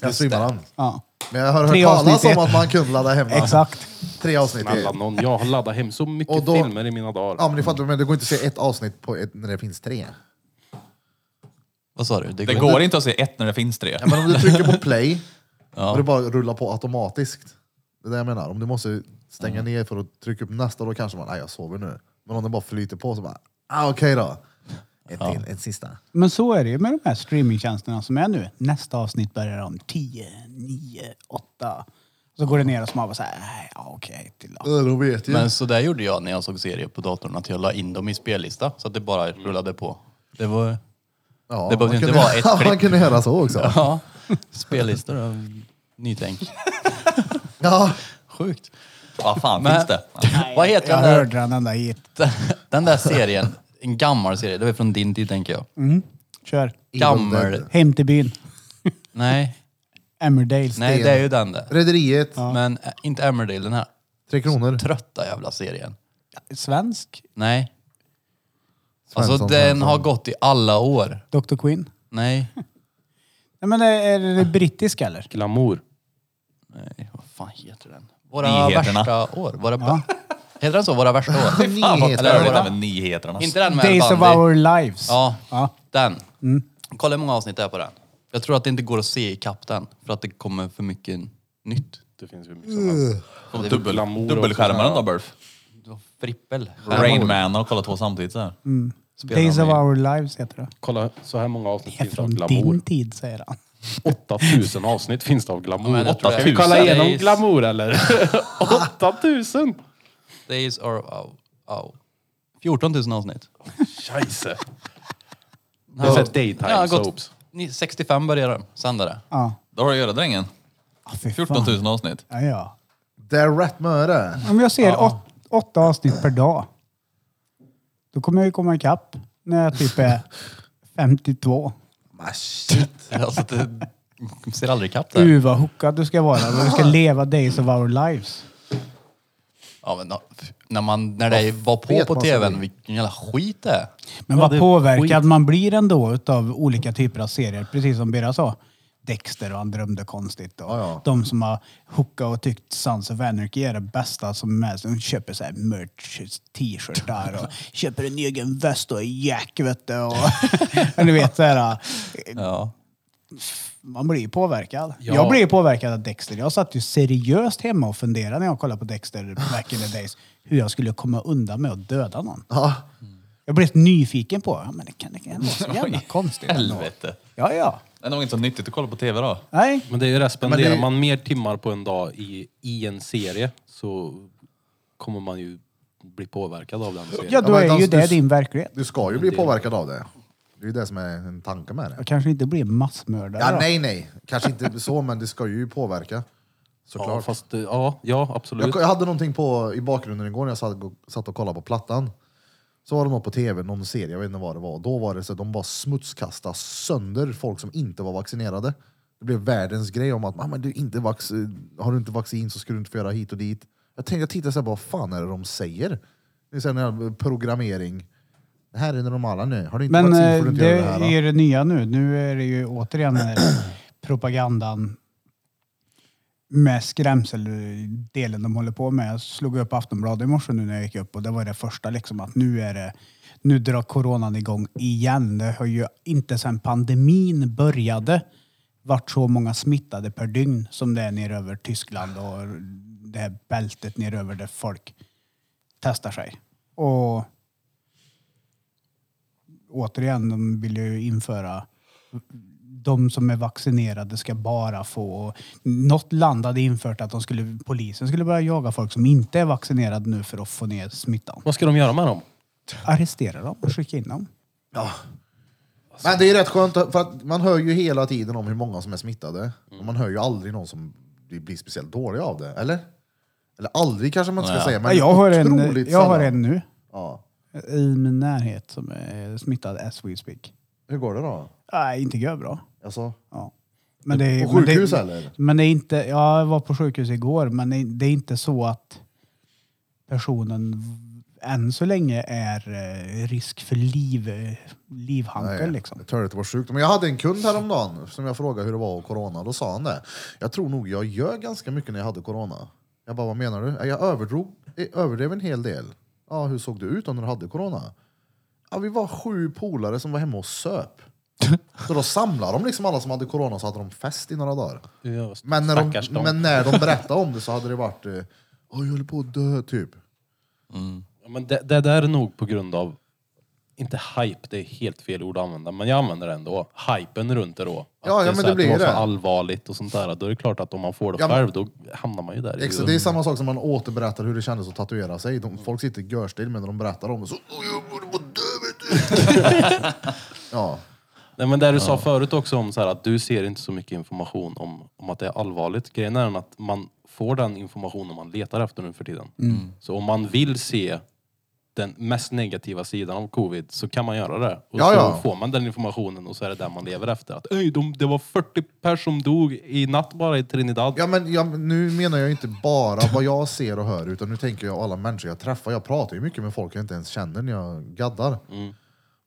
Speaker 1: Jag streamade den.
Speaker 8: Ja,
Speaker 1: Men jag har hört
Speaker 8: Mm. Tre
Speaker 1: talas
Speaker 8: avsnitt i
Speaker 1: om att man kunde ladda hem den.
Speaker 8: exakt.
Speaker 1: Tre avsnitt i.
Speaker 6: Snälla någon, jag har laddat hem så
Speaker 1: Och
Speaker 6: mycket
Speaker 1: då-
Speaker 6: filmer i mina dagar.
Speaker 1: Ja, men ni fattar, men det går inte att se ett avsnitt på ett, när det finns tre.
Speaker 7: Vad sa du?
Speaker 2: Det går inte att se ett när det finns tre.
Speaker 1: Ja, men om du trycker på play och det bara rullar på automatiskt. Det är det jag menar. Om du måste stänga ner för att trycka upp nästa, då kanske man, nej jag sover nu. Men om det bara flyter på så bara, ah, okej då. En till, en sista.
Speaker 8: Men så är det ju med de här streamingtjänsterna som är nu. Nästa avsnitt börjar om 10, 9, 8. Så går det ner och så man bara så här, nej, ja, okej. till då.
Speaker 1: Ja, då vet jag.
Speaker 7: Men så där gjorde jag när jag såg serier på datorn, att jag la in dem i spellista så att det bara
Speaker 6: Mm.
Speaker 7: rullade på. Det var
Speaker 1: ja,
Speaker 7: det behövde
Speaker 1: man
Speaker 7: inte
Speaker 1: kunde-
Speaker 7: vara ett klipp.
Speaker 1: Man kunde göra så också.
Speaker 7: ja, spellistor och nytänk.
Speaker 1: Ja.
Speaker 7: Sjukt.
Speaker 2: Vad fan
Speaker 7: Men-
Speaker 2: finns det?
Speaker 7: Vad heter
Speaker 8: Jag
Speaker 7: den där,
Speaker 8: hörde den ända hit.
Speaker 7: den där serien? En gammal serie, det var från din tid tänker jag.
Speaker 8: Mm. Kör.
Speaker 7: Gammal.
Speaker 1: Dead.
Speaker 8: Hem till byn.
Speaker 7: Nej,
Speaker 8: Emmerdale.
Speaker 7: nej det är ju den där.
Speaker 1: Rederiet,
Speaker 7: Men eh, inte Emmerdale, den här
Speaker 1: Tre Kronor.
Speaker 7: trötta jävla serien.
Speaker 8: Svensk.
Speaker 7: Nej, alltså
Speaker 1: Svensson,
Speaker 7: den
Speaker 1: Svensson.
Speaker 7: har gått i alla år.
Speaker 8: Dr Quinn.
Speaker 7: Nej,
Speaker 8: Nej, men är, är det brittisk eller?
Speaker 6: Glamour.
Speaker 7: nej, vad fan heter den? Våra
Speaker 2: Nyheterna.
Speaker 7: värsta år. Våra, Heter den så? Våra värsta år?
Speaker 2: Fan vad
Speaker 1: Nyheter.
Speaker 2: flödigt med nyheterna.
Speaker 7: Inte den med
Speaker 8: Days of
Speaker 7: Bundy.
Speaker 8: our lives.
Speaker 7: Ja,
Speaker 8: Ja. Mm.
Speaker 7: den. Kolla hur många avsnitt det är på den. Jag tror att det inte går att se ikapp den, för att det kommer för mycket nytt.
Speaker 6: Det finns ju mycket sådana.
Speaker 2: Och
Speaker 6: Det är
Speaker 2: Dubbel,
Speaker 6: glamour också,
Speaker 2: dubbelskärmaren
Speaker 6: ja.
Speaker 2: då Burf?
Speaker 7: Frippel.
Speaker 2: Rain Man och kolla två samtidigt så här.
Speaker 7: spelar
Speaker 8: Days
Speaker 7: de
Speaker 8: of
Speaker 7: i.
Speaker 8: our lives heter det.
Speaker 6: Kolla, så här många avsnitt
Speaker 8: Det är
Speaker 6: finns det av
Speaker 8: från
Speaker 6: glamour.
Speaker 8: din tid säger han.
Speaker 6: 8000 avsnitt finns det av glamour.
Speaker 7: men jag tror
Speaker 6: Ska
Speaker 7: det.
Speaker 6: vi kolla
Speaker 7: Tusen.
Speaker 6: igenom
Speaker 7: Det är-
Speaker 6: glamour eller? 8000!
Speaker 7: Days are... Ow, ow. 14 000 avsnitt.
Speaker 6: Scheisse. Det är så här daytime
Speaker 7: Ja, gott.
Speaker 6: soaps.
Speaker 7: Ni- 65 börjar de sända det.
Speaker 8: Ja.
Speaker 2: Då har du att göra drängen.
Speaker 8: Ah, fy
Speaker 2: 14
Speaker 8: fan.
Speaker 2: 000 avsnitt.
Speaker 8: Ja, ja.
Speaker 1: Det är rätt möre.
Speaker 8: Om jag ser åt, åtta avsnitt per dag. Då kommer jag ju komma ikapp när jag typ är 52.
Speaker 1: Men shit.
Speaker 7: Alltså, det de ser aldrig ikapp det.
Speaker 8: Uh, vad hookad du ska vara. Du ska leva days of our lives.
Speaker 7: Ja, men, no, f- när, man, när det var på
Speaker 1: vet
Speaker 7: på
Speaker 1: man så
Speaker 7: tvn,
Speaker 1: det?
Speaker 7: vilken jävla skit det är.
Speaker 8: Men
Speaker 6: Ja, det
Speaker 8: vad
Speaker 6: är
Speaker 8: påverkad
Speaker 6: skit.
Speaker 8: man blir ändå utav olika typer av serier, precis som Birra sa. Dexter och han drömde konstigt. Och
Speaker 1: Ja, ja.
Speaker 8: De som har hookat och tyckt Sons of Anarchy är det bästa som är med. De köper så här merch, t-shirtar och köper en egen väst och jack vet du. Och, men du vet så här, eh,
Speaker 7: Ja.
Speaker 8: man blir ju påverkad.
Speaker 6: Ja.
Speaker 8: Jag blev ju påverkad av Dexter. Jag satt ju seriöst hemma och funderade när jag kollade på Dexter back in the days hur jag skulle komma undan med att döda någon.
Speaker 1: Ja.
Speaker 8: Jag blev nyfiken på, ja, men det kan, det kan vara så jävla konstigt. ändå.
Speaker 2: Helvete.
Speaker 8: Ja, ja.
Speaker 2: Det är nog inte så nyttigt att kolla på tv då.
Speaker 8: Nej.
Speaker 6: Men det är ju det,
Speaker 1: Men
Speaker 6: spenderar
Speaker 1: det-
Speaker 6: man mer timmar på en dag i, i en serie så kommer man ju bli påverkad av den serien.
Speaker 8: Ja, då
Speaker 1: men
Speaker 8: är ju
Speaker 1: alltså,
Speaker 8: det
Speaker 1: du-
Speaker 8: din verklighet.
Speaker 1: Du ska ju bli påverkad av det. Det är ju det som är en tanke med det.
Speaker 8: Jag kanske inte blir massmördare
Speaker 1: Ja,
Speaker 8: då.
Speaker 1: nej, nej. Kanske inte så, men det ska ju påverka. Såklart.
Speaker 6: Ja, fast, eh, ja, ja absolut.
Speaker 1: Jag, jag hade någonting på, i bakgrunden igår när jag satt, satt och kollade på plattan. Så var det något på tv, någon serie, jag vet inte vad det var. Och Då var det så att de bara smutskastade sönder folk som inte var vaccinerade. Det blev världens grej om att "Ah, men du är inte vax, har du inte vaccin så skulle du inte få göra hit och dit. Jag tänkte, jag tittade så här, vad fan är det de säger? Det är så här, när- programmering. Det här är det normala nu. Har du inte
Speaker 8: Men
Speaker 1: vaccin får du
Speaker 8: eh,
Speaker 1: inte
Speaker 8: det
Speaker 1: göra det här.
Speaker 8: är det nya nu. Nu är det ju återigen den här propagandan med skrämseldelen de håller på med. Jag slog upp Aftonbladet i morse nu när jag gick upp och det var det första liksom att nu är det, nu drar coronan igång igen. Det har ju inte sedan pandemin började varit så många smittade per dygn som det är nere över Tyskland och det här bältet nere över där folk testar sig. Och återigen, de vill ju införa de som är vaccinerade ska bara få... Något land hade infört att de skulle, polisen skulle börja jaga folk som inte är vaccinerade nu för att få ner smittan.
Speaker 6: Vad ska de göra med dem?
Speaker 8: Arrestera dem och skicka in dem.
Speaker 1: Men det är rätt skönt, för att man hör ju hela tiden om hur många som är smittade. Och man hör ju aldrig någon som blir blir speciellt dålig av det, eller? Eller aldrig kanske man inte ska säga, men
Speaker 8: jag, har en,
Speaker 1: otroligt
Speaker 8: jag har
Speaker 1: sällan.
Speaker 8: en nu
Speaker 1: Ja.
Speaker 8: i min närhet som är smittad as we speak.
Speaker 1: Hur går det då?
Speaker 8: Nej, inte gör bra.
Speaker 1: Alltså,
Speaker 8: Ja. Men det, är-
Speaker 1: På
Speaker 8: men det-
Speaker 1: sjukhus, eller?
Speaker 8: Men det är inte, ja, jag var på sjukhus igår, men det, det är inte så att personen v- än så länge är eh, risk för liv, eh, livhanken
Speaker 1: nej,
Speaker 8: liksom.
Speaker 1: jag tror att det var sjukt. Men jag hade en kund häromdagen som jag frågade hur det var och corona. Då sa han det. Jag tror nog jag ljög ganska mycket när jag hade corona. Jag bara, vad menar du? Jag överdrog, eh, överdrev en hel del. Ja, hur såg du ut då när du hade corona? Ja, vi var sju polare som var hemma och söp. Så då samlade de liksom alla som hade corona så hade de fest i några dagar.
Speaker 6: Ja,
Speaker 1: Men när, de,
Speaker 6: stackars dem.
Speaker 1: men när de berättade om det så hade det varit eh, "Åh, jag håller på att dö, typ.
Speaker 6: Ja, men det, det där är nog på grund av, inte hype, det är helt fel ord att använda, men jag använder det ändå. Hypen runt det då. Att
Speaker 1: Ja, ja,
Speaker 6: det, är
Speaker 1: men
Speaker 6: så
Speaker 1: det
Speaker 6: här att
Speaker 1: blir
Speaker 6: var
Speaker 1: det.
Speaker 6: så allvarligt och sånt där. Då är det klart att om man får det
Speaker 1: Ja, men-
Speaker 6: själv, då hamnar man ju där. i
Speaker 1: Exakt, det är
Speaker 6: huvudet.
Speaker 1: samma sak som man återberättar hur det kändes att tatuera sig. De, folk sitter görstill men när de berättar om det så... "Åh, jag borde vara död, vet du." ja.
Speaker 6: Nej, men det du sa förut också om så här, att du ser inte så mycket information om, om att det är allvarligt. Grejen är den att man får den informationen man letar efter nu för tiden.
Speaker 1: Mm.
Speaker 6: Så om man vill se den mest negativa sidan av covid så kan man göra det. Och
Speaker 1: Ja,
Speaker 6: så
Speaker 1: ja.
Speaker 6: får man den informationen och så är det där man lever efter. Att, Öj, de, det var 40 personer som dog i natt bara i Trinidad.
Speaker 1: ja, men ja, men nu menar jag inte bara vad jag ser och hör utan nu tänker jag alla människor jag träffar. Jag pratar ju mycket med folk jag inte ens känner när jag gaddar.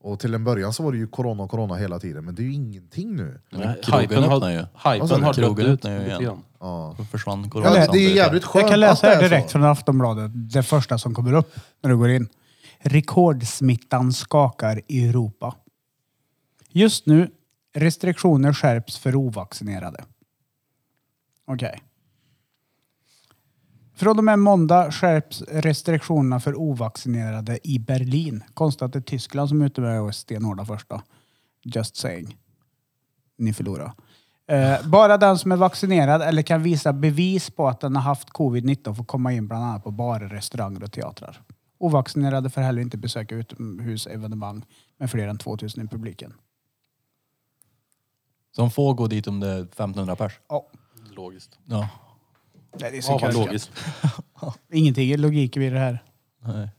Speaker 1: Och till en början så var det ju corona och corona hela tiden men det är ju ingenting nu.
Speaker 6: Men
Speaker 7: krogen
Speaker 6: hypen har,
Speaker 7: öppnar ju.
Speaker 1: Vad sa
Speaker 6: hypen
Speaker 1: du?
Speaker 6: har
Speaker 7: Krogen
Speaker 6: dött ut
Speaker 7: öppnar ju
Speaker 6: lite
Speaker 7: igen.
Speaker 6: grann.
Speaker 1: Ja.
Speaker 7: Då försvann
Speaker 1: Ja, det,
Speaker 7: coronan
Speaker 1: det är ju
Speaker 7: samtidigt.
Speaker 1: jävligt skönt
Speaker 8: Jag kan läsa
Speaker 1: att
Speaker 8: här
Speaker 1: det är så.
Speaker 8: direkt från Aftonbladet, det första som kommer upp när du går in. Rekordsmittan skakar i Europa. Just nu, restriktioner skärps för ovaccinerade. Okej. Från och med måndag skärps restriktionerna för ovaccinerade i Berlin. Konstigt att det är Tyskland som är ute med och stenhårda först då. Just saying. Ni förlorar. Eh, bara den som är vaccinerad eller kan visa bevis på att den har haft covid-19 får komma in bland annat på barer, restauranger och teatrar. Ovaccinerade får heller inte besöka utomhusevenemang med fler än 2000 i publiken.
Speaker 7: Så de får gå dit om det är 1500 pers.
Speaker 8: Ja,
Speaker 6: Logiskt.
Speaker 7: Ja.
Speaker 8: det är så
Speaker 6: Ja, vad
Speaker 8: kul.
Speaker 6: logiskt.
Speaker 8: Ingenting är logik i det här.
Speaker 7: Nej.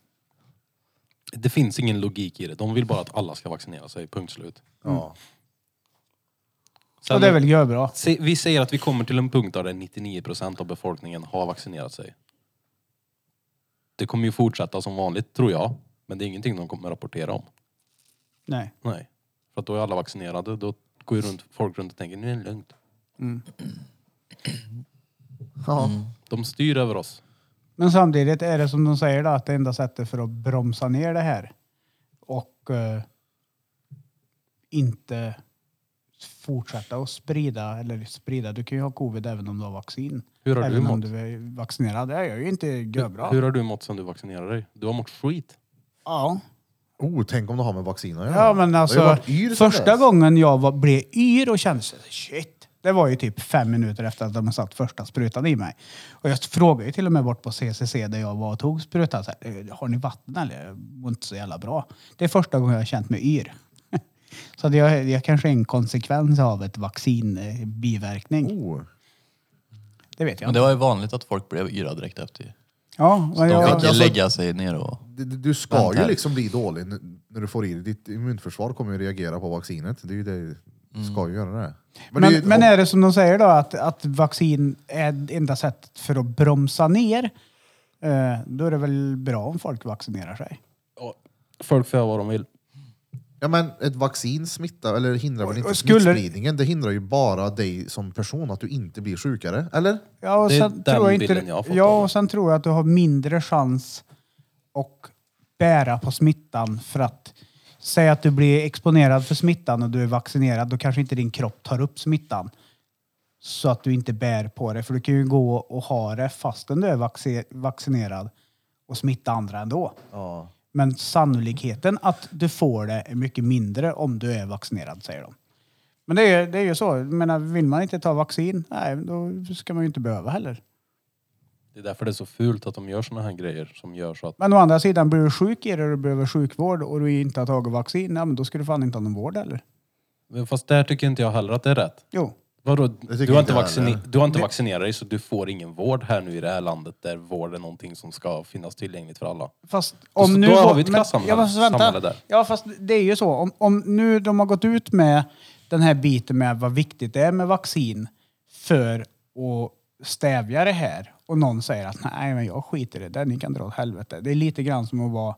Speaker 6: Det finns ingen logik i det. De vill bara att alla ska vaccinera sig, punkt slut.
Speaker 1: Ja.
Speaker 6: Sen-
Speaker 8: och det är väl görbra.
Speaker 6: Se- Vi säger att vi kommer till en punkt där det är 99% av befolkningen har vaccinerat sig. Det kommer ju fortsätta som vanligt, tror jag. Men det är ingenting de kommer rapportera om.
Speaker 8: Nej.
Speaker 6: Nej. För att då är alla vaccinerade. Då går ju runt, folk runt och tänker, nu är det lugnt.
Speaker 1: Ja.
Speaker 6: De styr över oss.
Speaker 8: Men samtidigt är det som de säger då, att det enda sättet för att bromsa ner det här och eh, inte fortsätta att sprida, eller sprida, du kan ju ha covid även om du har vaccin.
Speaker 6: Hur har du
Speaker 8: även om
Speaker 6: mått?
Speaker 8: du är vaccinerad. Det är jag ju inte görbra.
Speaker 6: Hur har du mått sen du vaccinerade dig? Du har mått skit.
Speaker 8: Ja.
Speaker 1: Oh, tänk om du har med vaccin att göra.
Speaker 8: ja, men
Speaker 1: Det har ju
Speaker 8: alltså
Speaker 1: varit yr sedan
Speaker 8: första
Speaker 1: dess.
Speaker 8: gången jag var, blev yr och kände så shit, Det var ju typ fem minuter efter att de satt första sprutan i mig. Och jag frågade ju till och med bort på CCC där jag var och tog sprutan. Så här, "Eh, har ni vatten eller? Jag mår inte så jävla bra. Det är första gången jag har känt mig yr. så att jag, jag kanske är en konsekvens av ett vaccinbiverkning.
Speaker 1: Oh.
Speaker 8: Det vet
Speaker 7: Men
Speaker 8: jag inte.
Speaker 7: det var ju vanligt att folk blev yra direkt efter.
Speaker 8: Ja, men
Speaker 7: De
Speaker 8: jag,
Speaker 7: fick ju
Speaker 1: alltså-
Speaker 7: lägga sig ner och...
Speaker 1: Du, du du ska
Speaker 7: Vänta
Speaker 1: ju
Speaker 7: här.
Speaker 1: liksom bli dålig n- när du får i dig. Ditt immunförsvar kommer ju reagera på vaccinet. Det är ju det du
Speaker 7: Mm.
Speaker 1: ska ju göra det.
Speaker 8: Men,
Speaker 1: det är ju-
Speaker 8: men är det som de säger då, att, att vaccin är det enda sättet för att bromsa ner, eh, då är det väl bra om folk vaccinerar sig?
Speaker 6: Folk får göra vad de vill.
Speaker 1: ja, men ett vaccin smittar, eller hindrar väl inte
Speaker 8: och skulle-
Speaker 1: smittspridningen? Det hindrar ju bara dig som person, att du inte blir sjukare. Eller?
Speaker 8: Ja, och
Speaker 6: Det är
Speaker 8: sen
Speaker 6: den
Speaker 8: tror jag inte,
Speaker 6: bilden jag har fått av
Speaker 8: Ja,
Speaker 6: det.
Speaker 8: och sen tror jag att du har mindre chans att bära på smittan för att säg att du blir exponerad för smittan och du är vaccinerad, då kanske inte din kropp tar upp smittan så att du inte bär på det. För du kan ju gå och ha det fastän du är vacci- vaccinerad och smitta andra ändå. Men sannolikheten att du får det är mycket mindre om du är vaccinerad, säger de. Men det är, det är ju så. Jag menar, vill man inte ta vaccin, nej, då ska man ju inte behöva heller.
Speaker 6: Det är därför det är så fult att de gör såna här grejer som gör så att
Speaker 8: Men å andra sidan, blir du sjuk i det och du behöver sjukvård och du inte har tagit vaccin, nej, men då ska du fan inte ha någon vård heller.
Speaker 6: Men Fast där tycker inte jag heller att det är rätt.
Speaker 8: Jo.
Speaker 6: Vadå?
Speaker 1: tycker
Speaker 6: Du har, inte
Speaker 1: inte jag
Speaker 6: vaccine-
Speaker 1: heller.
Speaker 6: du har inte vaccinerat dig så du får ingen vård här nu i det här landet där vård är någonting som ska finnas tillgängligt för alla.
Speaker 8: Fast om
Speaker 6: Så
Speaker 8: nu...
Speaker 6: då har
Speaker 8: var-
Speaker 6: vi ett
Speaker 8: men-
Speaker 6: klassamhälle-
Speaker 8: ja, fast vänta.
Speaker 6: samhälle där.
Speaker 8: Ja, fast det är ju så. Om, om nu de har gått ut med den här biten med vad viktigt det är med vaccin för att stävja det här och någon säger att nej, men jag skiter i det där, ni kan dra åt helvete. Det är lite grann som att vara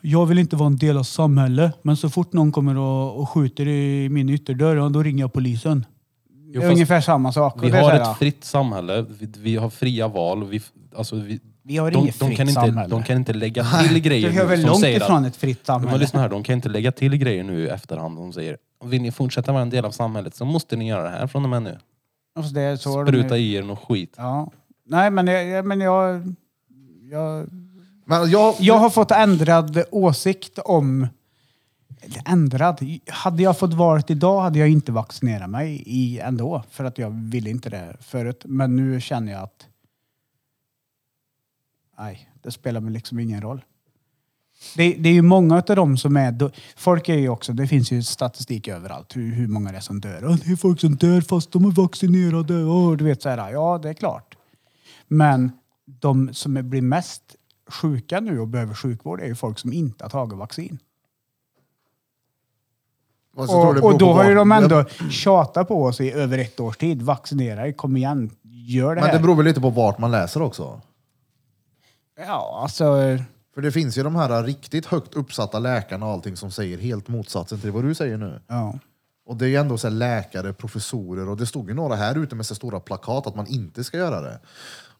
Speaker 8: jag vill inte vara en del av samhället, men så fort någon kommer och, och skjuter i min ytterdörr, ja, då ringer jag polisen.
Speaker 6: Jo,
Speaker 8: det är
Speaker 6: fast
Speaker 8: ungefär samma sak. och
Speaker 6: Vi
Speaker 8: det är så
Speaker 6: har
Speaker 8: här, ja.
Speaker 6: ett fritt samhälle, vi, vi har fria val. Vi, f- alltså, vi,
Speaker 8: Vi har
Speaker 6: de,
Speaker 8: inget
Speaker 6: de
Speaker 8: fritt
Speaker 6: kan inte,
Speaker 8: samhälle.
Speaker 6: De kan inte lägga till
Speaker 8: Det
Speaker 6: grejer
Speaker 8: är
Speaker 6: nu
Speaker 8: väl
Speaker 6: som
Speaker 8: långt
Speaker 6: säger
Speaker 8: ifrån
Speaker 6: att...
Speaker 8: ett fritt
Speaker 6: Ja, Men
Speaker 8: samhälle.
Speaker 6: lyssna här, de kan inte lägga till grejer nu i efterhand. De säger vill ni fortsätta vara en del av samhället så måste ni göra det här från och med nu.
Speaker 8: Alltså, det är så de är-
Speaker 6: Spruta i er någon skit.
Speaker 8: Ja. Nej, men jag, jag- men jag, jag...
Speaker 1: Men jag,
Speaker 8: Jag har fått ändrad åsikt om... eller Ändrad? Hade jag fått valet idag hade jag inte vaccinerat mig i ändå. För att jag ville inte det förut. Men nu känner jag att... Nej, det spelar mig liksom ingen roll. Det, det är ju många av dem som är... då- Folk är ju också... Det finns ju statistik överallt hur, hur många det är som dör. "Åh, Det är folk som dör fast de är vaccinerade. Åh, du vet så här, ja det är klart. Men de som är- blir mest sjuka nu och behöver sjukvård är ju folk som inte har tagit vaccin.
Speaker 1: alltså, jag tror det
Speaker 8: Och, och
Speaker 1: beror på
Speaker 8: då har ju
Speaker 1: var-
Speaker 8: de ändå tjatat på oss i över ett års tid. Vaccinera er, kom igen, gör det
Speaker 1: Men
Speaker 8: här.
Speaker 1: det beror väl lite på vart man läser också.
Speaker 8: Ja, alltså...
Speaker 1: För det finns ju de här riktigt högt uppsatta läkarna och allting som säger helt motsatsen till vad du säger nu.
Speaker 8: Ja.
Speaker 1: Och det är ju ändå så här läkare, professorer och det stod ju några här ute med så stora plakat att man inte ska göra det.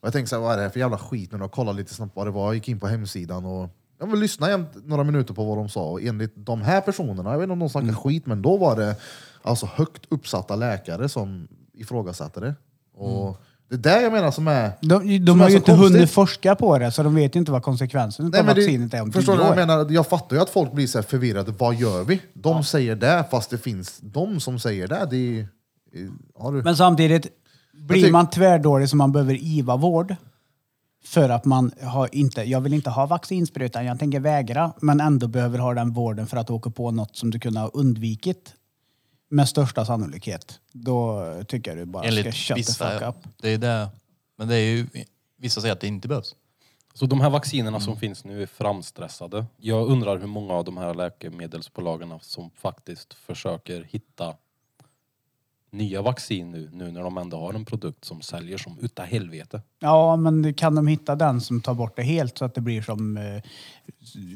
Speaker 1: Och jag tänkte så här, vad är det här för jävla skit nu då? Jag kollade lite snabbt vad det var, jag gick in på hemsidan och jag vill lyssna jämt några minuter på vad de sa. Och enligt de här personerna, jag vet inte om de snackar
Speaker 8: Mm.
Speaker 1: skit, men då var det alltså högt uppsatta läkare som ifrågasatte det. Och
Speaker 8: Mm.
Speaker 1: det är där jag menar som är...
Speaker 8: De,
Speaker 1: som
Speaker 8: de
Speaker 1: är
Speaker 8: har ju
Speaker 1: så
Speaker 8: inte
Speaker 1: konstigt.
Speaker 8: hunnit forska på det, så de vet inte vad konsekvensen av
Speaker 1: men det-
Speaker 8: vaccinet är om tio
Speaker 1: Förstår du vad
Speaker 8: år.
Speaker 1: jag menar? Jag fattar ju att folk blir så här förvirrade. Vad gör vi? De säger det, fast det finns de som säger det. det är, ju- har du...
Speaker 8: Men samtidigt, blir
Speaker 1: tyck-
Speaker 8: man tvärdålig så man behöver IVA-vård för att man har inte, jag vill inte ha vaccinsprutan, jag tänker vägra, men ändå behöver ha den vården för att åka på något som du kunde ha undvikit med största sannolikhet. Då tycker jag du bara ska
Speaker 7: Enligt
Speaker 8: shut the fuck
Speaker 7: vissa.
Speaker 8: up.
Speaker 7: Det är det. Men det är ju... Vissa säger att det inte behövs.
Speaker 6: Så de här vaccinerna
Speaker 1: Mm.
Speaker 6: som finns nu är framstressade. Jag undrar hur många av de här läkemedelsbolagen som faktiskt försöker hitta nya vaccin nu, nu när de ändå har en produkt som säljer som utta helvete.
Speaker 8: Ja, men kan de hitta den som tar bort det helt så att det blir som eh,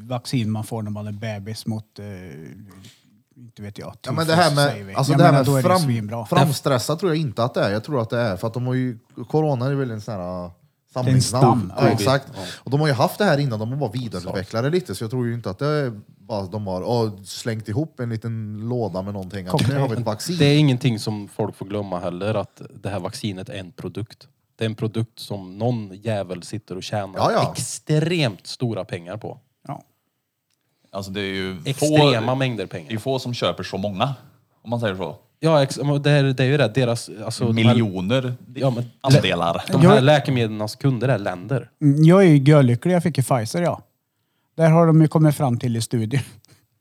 Speaker 8: vaccin man får när man är bebis mot, eh, inte vet jag,
Speaker 1: Ja, men det här
Speaker 8: tyfus, säger vi.
Speaker 1: med, alltså
Speaker 8: Jag
Speaker 1: det här
Speaker 8: menar, då är
Speaker 1: med
Speaker 8: det ju
Speaker 1: fram,
Speaker 8: svinbra.
Speaker 1: framstressa tror jag inte att det är. Jag tror att det är för att de har ju, corona är väl en sån här äh,
Speaker 8: stam,
Speaker 1: samlingsnamn.
Speaker 8: ja.
Speaker 1: Ja, exakt. Och de har ju haft det här innan, de har bara vidareutvecklat det lite. Så jag tror ju inte att det är bara att de har åh, slängt ihop en liten låda med någonting. Att nu har vi ett vaccin.
Speaker 6: Det är ingenting som folk får glömma heller att det här vaccinet är en produkt. Det är en produkt som någon jävel sitter och tjänar
Speaker 1: Ja, ja.
Speaker 6: extremt stora pengar på.
Speaker 8: Ja.
Speaker 2: Alltså det är ju
Speaker 6: Extrema
Speaker 2: få,
Speaker 6: mängder
Speaker 2: det är
Speaker 6: pengar.
Speaker 2: få som köper så många. Om man säger så.
Speaker 6: Ja, ex- men det, här, det är ju det. Deras, alltså, de här-
Speaker 2: Miljoner
Speaker 6: ja, men,
Speaker 2: andelar.
Speaker 6: De här läkemedlens kunder är länder.
Speaker 8: Mm, Jag är ju görlycklig, jag fick ju Pfizer ja. Där har de ju kommit fram till i studier,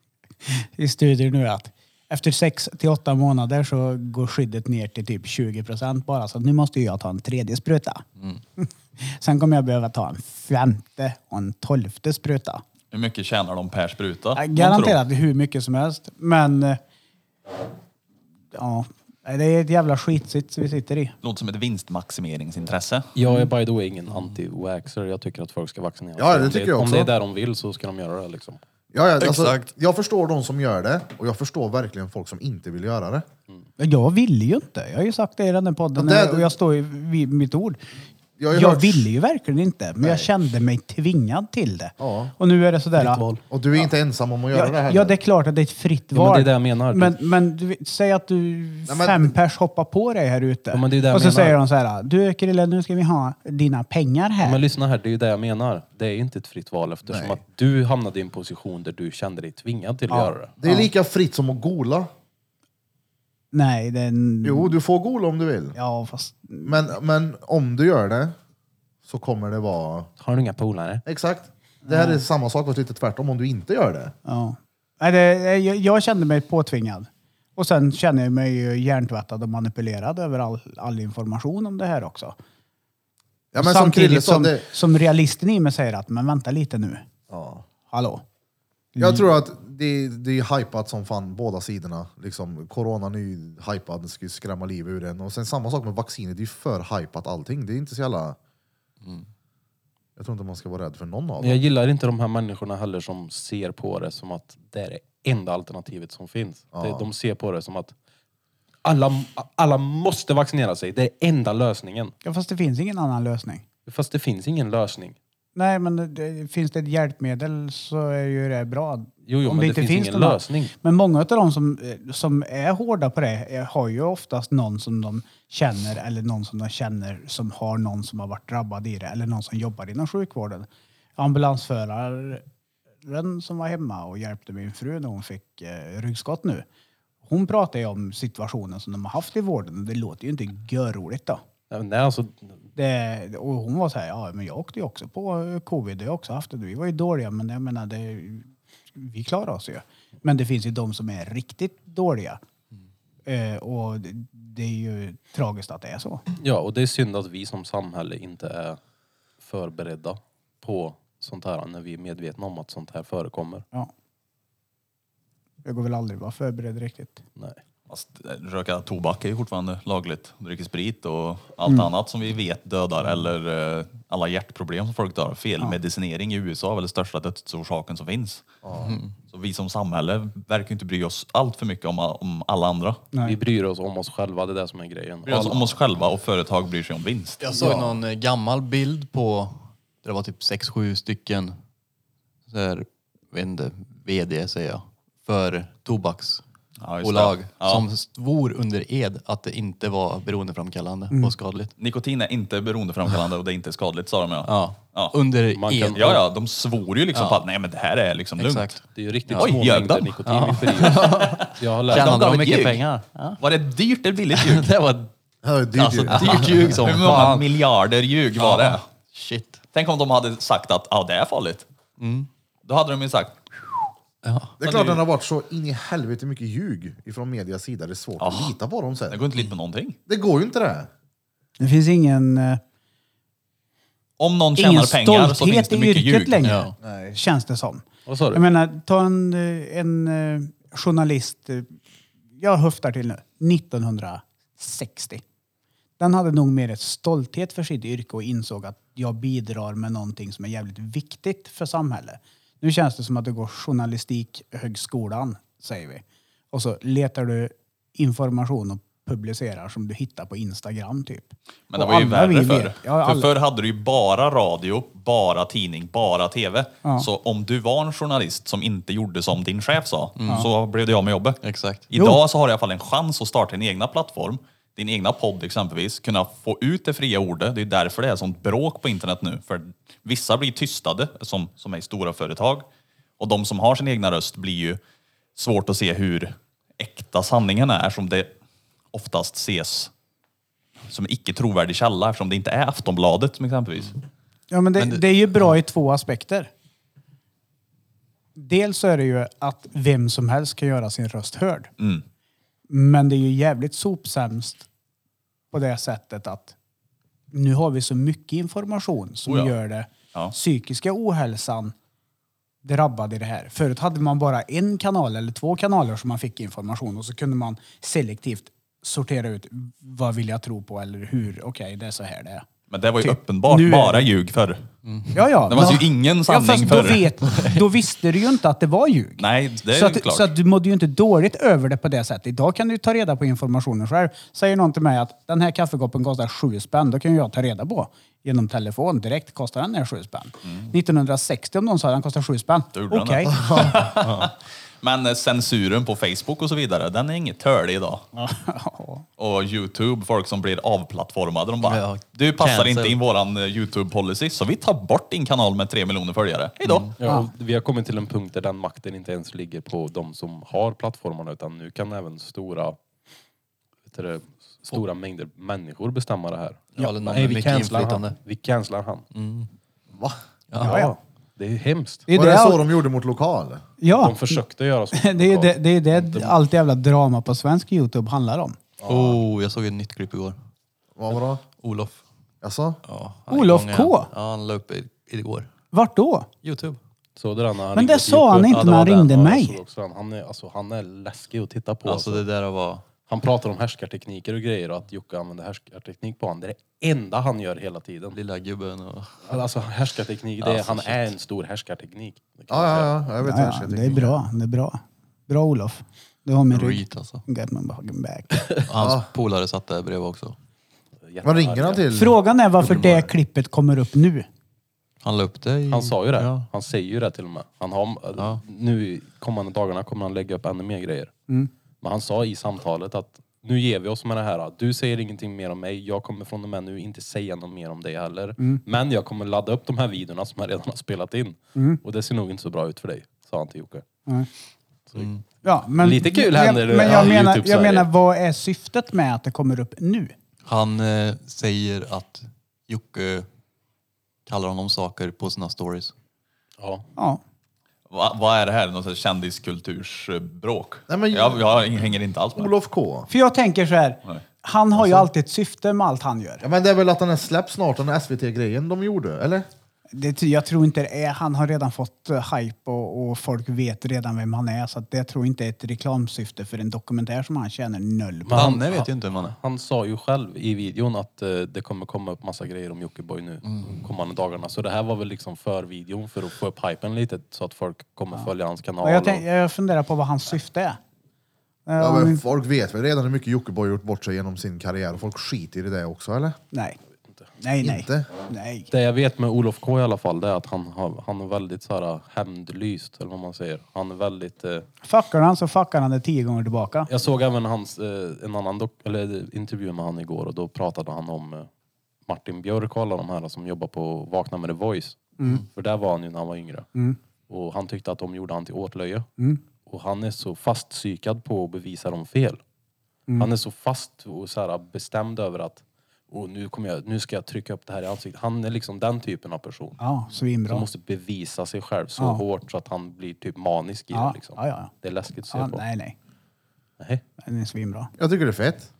Speaker 8: i studier nu att efter sex till åtta månader så går skyddet ner till typ 20 procent bara. Så nu måste ju jag ta en tredje spruta. Sen kommer jag behöva ta en femte och en tolfte spruta.
Speaker 2: Hur mycket tjänar de per spruta?
Speaker 8: Ja,
Speaker 2: Vad tror
Speaker 8: Garanterat hur mycket som helst. Men eh, ja, det är ett jävla skitsits vi sitter i.
Speaker 2: du? Låter som ett vinstmaximeringsintresse.
Speaker 6: Jag är by the way ingen anti-waxer. Jag tycker att folk ska vaccinera
Speaker 1: Mm. Ja,
Speaker 6: sig.
Speaker 1: det
Speaker 6: Om
Speaker 1: tycker jag
Speaker 6: Om
Speaker 1: också.
Speaker 6: det är där de vill så ska de göra det. Liksom.
Speaker 1: Ja, ja, alltså,
Speaker 3: Exakt.
Speaker 1: jag förstår de som gör det och jag förstår verkligen folk som inte vill göra det.
Speaker 8: Jag ville ju inte. Jag har ju sagt det i den här podden
Speaker 1: Ja, det-
Speaker 8: och jag står ju vid mitt ord.
Speaker 1: Jag har
Speaker 8: Jag,
Speaker 1: ju hört-
Speaker 8: ville ju verkligen inte, men jag kände mig tvingad till det.
Speaker 1: Ja.
Speaker 8: Och nu är det sådär...
Speaker 6: val.
Speaker 1: Och du är inte ensam om att göra det
Speaker 8: Ja,
Speaker 1: här.
Speaker 8: ja, det är klart att det är ett fritt
Speaker 6: men
Speaker 8: val.
Speaker 6: det är det jag menar. typ.
Speaker 8: Men, men du, vet, säg att du,
Speaker 1: men-
Speaker 8: fem pers hoppar på dig här ute.
Speaker 6: Ja, men det är det jag
Speaker 8: och så
Speaker 6: menar.
Speaker 8: säger de så här, du Krille, nu ska vi ha dina pengar här.
Speaker 6: Men lyssna här, det är ju det jag menar. Det är inte ett fritt val eftersom
Speaker 1: Nej.
Speaker 6: att du hamnade i en position där du kände dig tvingad till att göra det.
Speaker 1: det är lika fritt som att gola.
Speaker 8: Nej, det är en...
Speaker 1: Jo, du får gola om du vill.
Speaker 8: Ja, fast...
Speaker 1: Men, men om du gör det så kommer det vara...
Speaker 6: Har du inga polare?
Speaker 1: Exakt. Det här är samma sak fast lite tvärtom om du inte gör det.
Speaker 8: Ja. Nej, det, jag, jag kände mig påtvingad. Och sen känner jag mig ju hjärntvättad och manipulerad över all, all information om det här också.
Speaker 1: Ja, men som Krille
Speaker 8: Samtidigt
Speaker 1: sa,
Speaker 8: som,
Speaker 1: det,
Speaker 8: som realisten i mig säger att, men vänta lite nu.
Speaker 1: ja.
Speaker 8: Hallå?
Speaker 1: Jag tror att det, det är hypat som fan båda sidorna. Liksom, coronan är ju hypad, den ska ju skrämma livet ur en. Och sen samma sak med vaccinet, det är ju för hypat allting. Det är inte så jävla... Jag tror inte man ska vara rädd för någon av
Speaker 6: Jag
Speaker 1: dem.
Speaker 6: gillar inte de här människorna heller som ser på det som att det är det enda alternativet som finns. Det, de ser på det som att alla, alla måste vaccinera sig. Det är enda lösningen.
Speaker 8: Ja, fast det finns ingen annan lösning.
Speaker 6: Fast det finns ingen lösning.
Speaker 8: Nej, men det- det, finns det ett hjälpmedel så är ju det bra.
Speaker 6: Jo, jo men det, finns, ingen
Speaker 8: någon-
Speaker 6: lösning.
Speaker 8: Men många av de som, eh, som är hårda på det eh, har ju oftast någon som de känner eller någon som de känner som har någon som har varit drabbad i det eller någon som jobbar inom sjukvården. Ambulansföraren som var hemma och hjälpte min fru när hon fick eh, ryggskott nu. Hon pratar ju om situationen som de har haft i vården och det låter ju inte görroligt då.
Speaker 6: Nej, men det är alltså,
Speaker 8: Det, och hon var så här, ja men jag åkte ju också på eh, covid, jag har också haft det. Vi var ju dåliga men jag menar, det, vi klarar oss ju. Men det finns ju de som är riktigt dåliga. Eh, och det, det är ju tragiskt att det är så.
Speaker 6: ja, och det är synd att vi som samhälle inte är förberedda på sånt här när vi är medvetna om att sånt här förekommer.
Speaker 8: Ja. Jag går väl aldrig vara förberedd riktigt.
Speaker 6: Nej.
Speaker 2: Fast eh, röka tobak är ju fortfarande lagligt. Dricka sprit och allt
Speaker 6: Mm.
Speaker 2: annat som vi vet dödar eller eh, alla hjärtproblem som folk dör. Felmedicinering i USA är väl den största dödsorsaken som finns. Mm. Så vi som samhälle verkar ju inte bry oss allt för mycket om, om alla andra.
Speaker 6: Vi bryr oss om oss själva, det är det som är grejen.
Speaker 2: Bryr oss om oss själva och företag bryr sig om vinst.
Speaker 7: Jag såg någon eh, gammal bild på, det var typ sex sju stycken, så här, vet inte, VD säger jag, för
Speaker 2: Ja, just
Speaker 7: tobaksbolag
Speaker 2: det. Ja.
Speaker 7: som svor under ed att det inte var beroendeframkallande och skadligt.
Speaker 2: Nikotin är inte beroendeframkallande och det är inte skadligt sa de ja.
Speaker 7: Ja.
Speaker 2: Ja.
Speaker 7: Under
Speaker 6: Man
Speaker 7: ed.
Speaker 6: kan-
Speaker 2: Ja, ja, de svor ju liksom på att nej men det här är liksom lugnt.
Speaker 7: Exakt.
Speaker 6: Det är ju riktigt
Speaker 2: Oj,
Speaker 6: små
Speaker 2: ljög
Speaker 6: mängder
Speaker 2: de?
Speaker 6: nikotin vi får i oss. Jag har lärt
Speaker 7: Tjänar
Speaker 2: gav
Speaker 7: de
Speaker 2: ett
Speaker 7: mycket
Speaker 2: ljug.
Speaker 7: pengar? Ja.
Speaker 2: Var det dyrt eller billigt ljug?
Speaker 7: det var
Speaker 1: Ja, det är
Speaker 7: alltså
Speaker 1: ju-
Speaker 7: dyrt ljug som
Speaker 2: Hur många
Speaker 7: fan.
Speaker 2: miljarder ljug var det?
Speaker 7: Shit.
Speaker 2: Tänk om de hade sagt att ah, det är farligt.
Speaker 7: Mm.
Speaker 2: Då hade de ju sagt
Speaker 1: Det är klart den har varit så in i helvete mycket ljug ifrån medias sida. Det är svårt att lita på dem
Speaker 2: det
Speaker 1: sen.
Speaker 2: går inte lite på någonting.
Speaker 1: Det går ju inte det.
Speaker 8: Det finns ingen, eh,
Speaker 2: Om någon tjänar
Speaker 8: ingen
Speaker 2: pengar så finns
Speaker 8: stolthet
Speaker 2: det
Speaker 8: i
Speaker 2: mycket
Speaker 8: yrket
Speaker 2: ljug.
Speaker 8: längre,
Speaker 7: Ja.
Speaker 8: känns det som.
Speaker 6: Vad sa
Speaker 8: Jag
Speaker 6: du?
Speaker 8: menar, ta en, eh, en eh, journalist. eh, Jag höftar till nu. 1960. Den hade nog mer ett stolthet för sitt yrke och insåg att jag bidrar med någonting som är jävligt viktigt för samhället. Nu känns det som att du går journalistikhögskolan, säger vi. Och så letar du information och publicerar som du hittar på Instagram typ.
Speaker 2: Men det
Speaker 8: Och
Speaker 2: var ju
Speaker 8: alla
Speaker 2: värre
Speaker 8: vi
Speaker 2: förr.
Speaker 8: vet- Ja,
Speaker 2: För
Speaker 8: alla-
Speaker 2: förr hade du ju bara radio, bara tidning, bara tv. Så om du var en journalist som inte gjorde som din chef sa,
Speaker 8: Mm.
Speaker 2: så blev det av med jobbet.
Speaker 7: Exakt.
Speaker 2: Idag så har du i alla fall en chans att starta din egna plattform, din egna podd exempelvis, kunna få ut det fria ordet. Det är därför det är sånt bråk på internet nu. För vissa blir tystade, som, som är i stora företag. Och de som har sin egna röst blir ju svårt att se hur äkta sanningen är som det oftast ses som en icke trovärdig källa eftersom det inte är Aftonbladet som exempelvis.
Speaker 8: Ja, men det, det är ju bra i två aspekter. Dels så är det ju att vem som helst kan göra sin röst hörd.
Speaker 2: Mm.
Speaker 8: Men det är ju jävligt sopsämst på det sättet att nu har vi så mycket information som
Speaker 2: Oh ja.
Speaker 8: gör det
Speaker 2: Ja.
Speaker 8: psykiska ohälsan drabbad i det här. Förut hade man bara en kanal eller två kanaler som man fick information och så kunde man selektivt sortera ut vad vill jag tro på eller hur, okej det är så här det är.
Speaker 2: Men det var ju
Speaker 8: Typ,
Speaker 2: uppenbart
Speaker 8: nu är-
Speaker 2: bara ljug förr.
Speaker 8: Ja, ja.
Speaker 2: Det fanns
Speaker 8: men-
Speaker 2: ju ingen sanning
Speaker 8: ja, fast då,
Speaker 2: förr.
Speaker 8: vet, då visste du ju inte att det var ljug.
Speaker 2: Nej, det är
Speaker 8: så,
Speaker 2: ju
Speaker 8: att,
Speaker 2: klart.
Speaker 8: så att du mådde ju inte dåligt över det på det sättet. Idag kan du ju ta reda på informationen själv. Säger någon till mig att den här kaffekoppen kostar sju spänn, då kan ju jag ta reda på genom telefon direkt. Kostar den här sju spänn? 1960 om någon sa att den kostar sju spänn.
Speaker 2: Då gjorde
Speaker 8: Okej.
Speaker 2: den Mm. det. Men eh, censuren på Facebook och så vidare, den är inget törlig idag. Och Youtube, folk som blir avplattformade, de bara
Speaker 7: Ja,
Speaker 2: Du passar
Speaker 7: cancel.
Speaker 2: inte in våran eh, Youtube-policy så vi tar bort din kanal med tre miljoner följare. Hejdå!
Speaker 6: Ja, och vi har kommit till en punkt där den makten inte ens ligger på de som har plattformarna utan nu kan även stora, vet du, det, stora mängder människor bestämma det här.
Speaker 7: Ja, eller någon
Speaker 6: Nej,
Speaker 7: med
Speaker 6: vi
Speaker 7: mycket
Speaker 6: cancelar
Speaker 7: inflytande.
Speaker 6: han. Vi cancelar han.
Speaker 2: Mm.
Speaker 1: Va?
Speaker 6: Ja, Det är ju hemskt.
Speaker 8: Det är
Speaker 1: Var det så
Speaker 8: det,
Speaker 1: de gjorde mot lokal?
Speaker 8: ja,
Speaker 6: De försökte göra så.
Speaker 8: det är ju det, det, är ju det allt jävla drama på svensk Youtube handlar om.
Speaker 7: Oh, jag såg ett nytt klipp igår.
Speaker 1: Vad var det?
Speaker 7: Olof.
Speaker 1: Jaså?
Speaker 7: Ja, han är
Speaker 8: Olof
Speaker 7: igång
Speaker 8: K?
Speaker 7: igen. Ja, han la upp i- igår.
Speaker 8: Vart då?
Speaker 7: Youtube.
Speaker 6: Så det där när han
Speaker 8: Men det
Speaker 6: ringde
Speaker 8: sa
Speaker 6: Youtube.
Speaker 8: han inte
Speaker 6: det
Speaker 8: när han
Speaker 6: var den.
Speaker 8: ringde
Speaker 6: Ja, jag
Speaker 8: mig.
Speaker 6: såg också den. Han är, alltså, han är läskig att titta på.
Speaker 7: Alltså
Speaker 6: Alltså,
Speaker 7: det där var...
Speaker 6: Han pratar om härskartekniker och grejer och att Jocke använder härskarteknik på honom. Det är det enda han gör hela tiden.
Speaker 7: Lilla gubben och...
Speaker 6: Alltså härskarteknik, det är,
Speaker 7: Alltså,
Speaker 6: han är en stor härskarteknik. Det kan
Speaker 1: Ja,
Speaker 6: man säga.
Speaker 1: ja, ja. Jag vet
Speaker 8: Ja, ja,
Speaker 1: hur
Speaker 8: det är bra. Det är bra. Bra Olof. Du har min rygg.
Speaker 7: Reet alltså.
Speaker 8: Got my fucking back.
Speaker 7: Hans polare satt där bredvid också.
Speaker 1: Vad ringer han till?
Speaker 8: Frågan är varför det klippet kommer upp nu.
Speaker 7: Han la upp det i...
Speaker 8: Mm.
Speaker 6: Han sa ju det.
Speaker 7: Ja.
Speaker 6: Han säger ju det till och med. Han har, Nu i kommande dagarna kommer han lägga upp ännu mer grejer.
Speaker 8: Mm.
Speaker 6: Men han sa i samtalet att nu ger vi oss med det här. Du säger ingenting mer om mig. Jag kommer från och med nu inte säga något mer om dig heller.
Speaker 8: Mm.
Speaker 6: Men jag kommer ladda upp de här videorna som jag redan har spelat in.
Speaker 8: Mm.
Speaker 6: Och det ser nog inte så bra ut för dig, sa han till Jocke.
Speaker 8: Ja, men,
Speaker 6: Lite kul
Speaker 8: jag,
Speaker 6: händer det
Speaker 8: Men
Speaker 6: i
Speaker 8: jag, menar,
Speaker 6: YouTube-Sverige.
Speaker 8: jag menar, vad är syftet med att det kommer upp nu?
Speaker 7: Han eh, säger att Jocke kallar honom saker på sina stories.
Speaker 6: Ja.
Speaker 8: Ja.
Speaker 2: Va, vad är det här? Någon sån här kändiskultursbråk?
Speaker 1: Nej, men-
Speaker 2: jag, jag hänger inte alls med.
Speaker 1: Olof K.
Speaker 8: För jag tänker så här,
Speaker 2: Nej.
Speaker 8: han har ju
Speaker 6: Alltså-
Speaker 8: alltid ett syfte med allt han gör.
Speaker 1: Ja, men det är väl att den är släppt snart, den här SVT-grejen de gjorde, eller?
Speaker 8: Det, jag tror inte det är, han har redan fått eh, hype och, och folk vet redan vem han är. Så att det tror jag inte är ett reklamsyfte för en dokumentär som han tjänar noll på.
Speaker 7: Danne vet ju inte vem han är.
Speaker 6: Han sa ju själv i videon att eh, det kommer komma upp massa grejer om Jockiboi nu kommande dagarna. Så det här var väl liksom för videon för att få upp hypen lite så att folk kommer följa hans kanal.
Speaker 8: Och jag,
Speaker 6: och-
Speaker 8: tänk, jag funderar på vad hans syfte är. Eh,
Speaker 1: Ja,
Speaker 8: om-
Speaker 1: men folk vet väl redan hur mycket Jockiboi gjort bort sig genom sin karriär. Folk skiter i det också, eller?
Speaker 8: nej. Nej, nej.
Speaker 1: Inte?
Speaker 8: nej.
Speaker 6: Det jag vet med Olof K i alla fall det är att han, har, han är väldigt så här, hämndlyst eller vad man säger. Han är väldigt... Eh,
Speaker 8: Fuckar han så fuckar han det tio gånger tillbaka.
Speaker 6: jag såg även hans, eh, en annan dok- eller, intervju med han igår och då pratade han om eh, Martin Björk och alla de här som jobbar på Vakna med The Voice. För där var han ju när han var yngre. Och han tyckte att de gjorde han till åtlöje. Och han är så fastpsykad på att bevisa dem fel. Han är så fast och så här bestämd över att och nu, kommer jag, nu ska jag trycka upp det här i ansiktet. Han är liksom den typen av person.
Speaker 8: Ja, svinbra.
Speaker 6: Som måste bevisa sig själv så
Speaker 8: Ja.
Speaker 6: hårt så att han blir typ manisk i
Speaker 8: Ja,
Speaker 6: det. Liksom.
Speaker 8: ja, ja.
Speaker 6: Det är läskigt att se
Speaker 8: Ja,
Speaker 6: på.
Speaker 8: nej, nej.
Speaker 6: Nej.
Speaker 8: Den är svinbra.
Speaker 1: Jag tycker det är fett.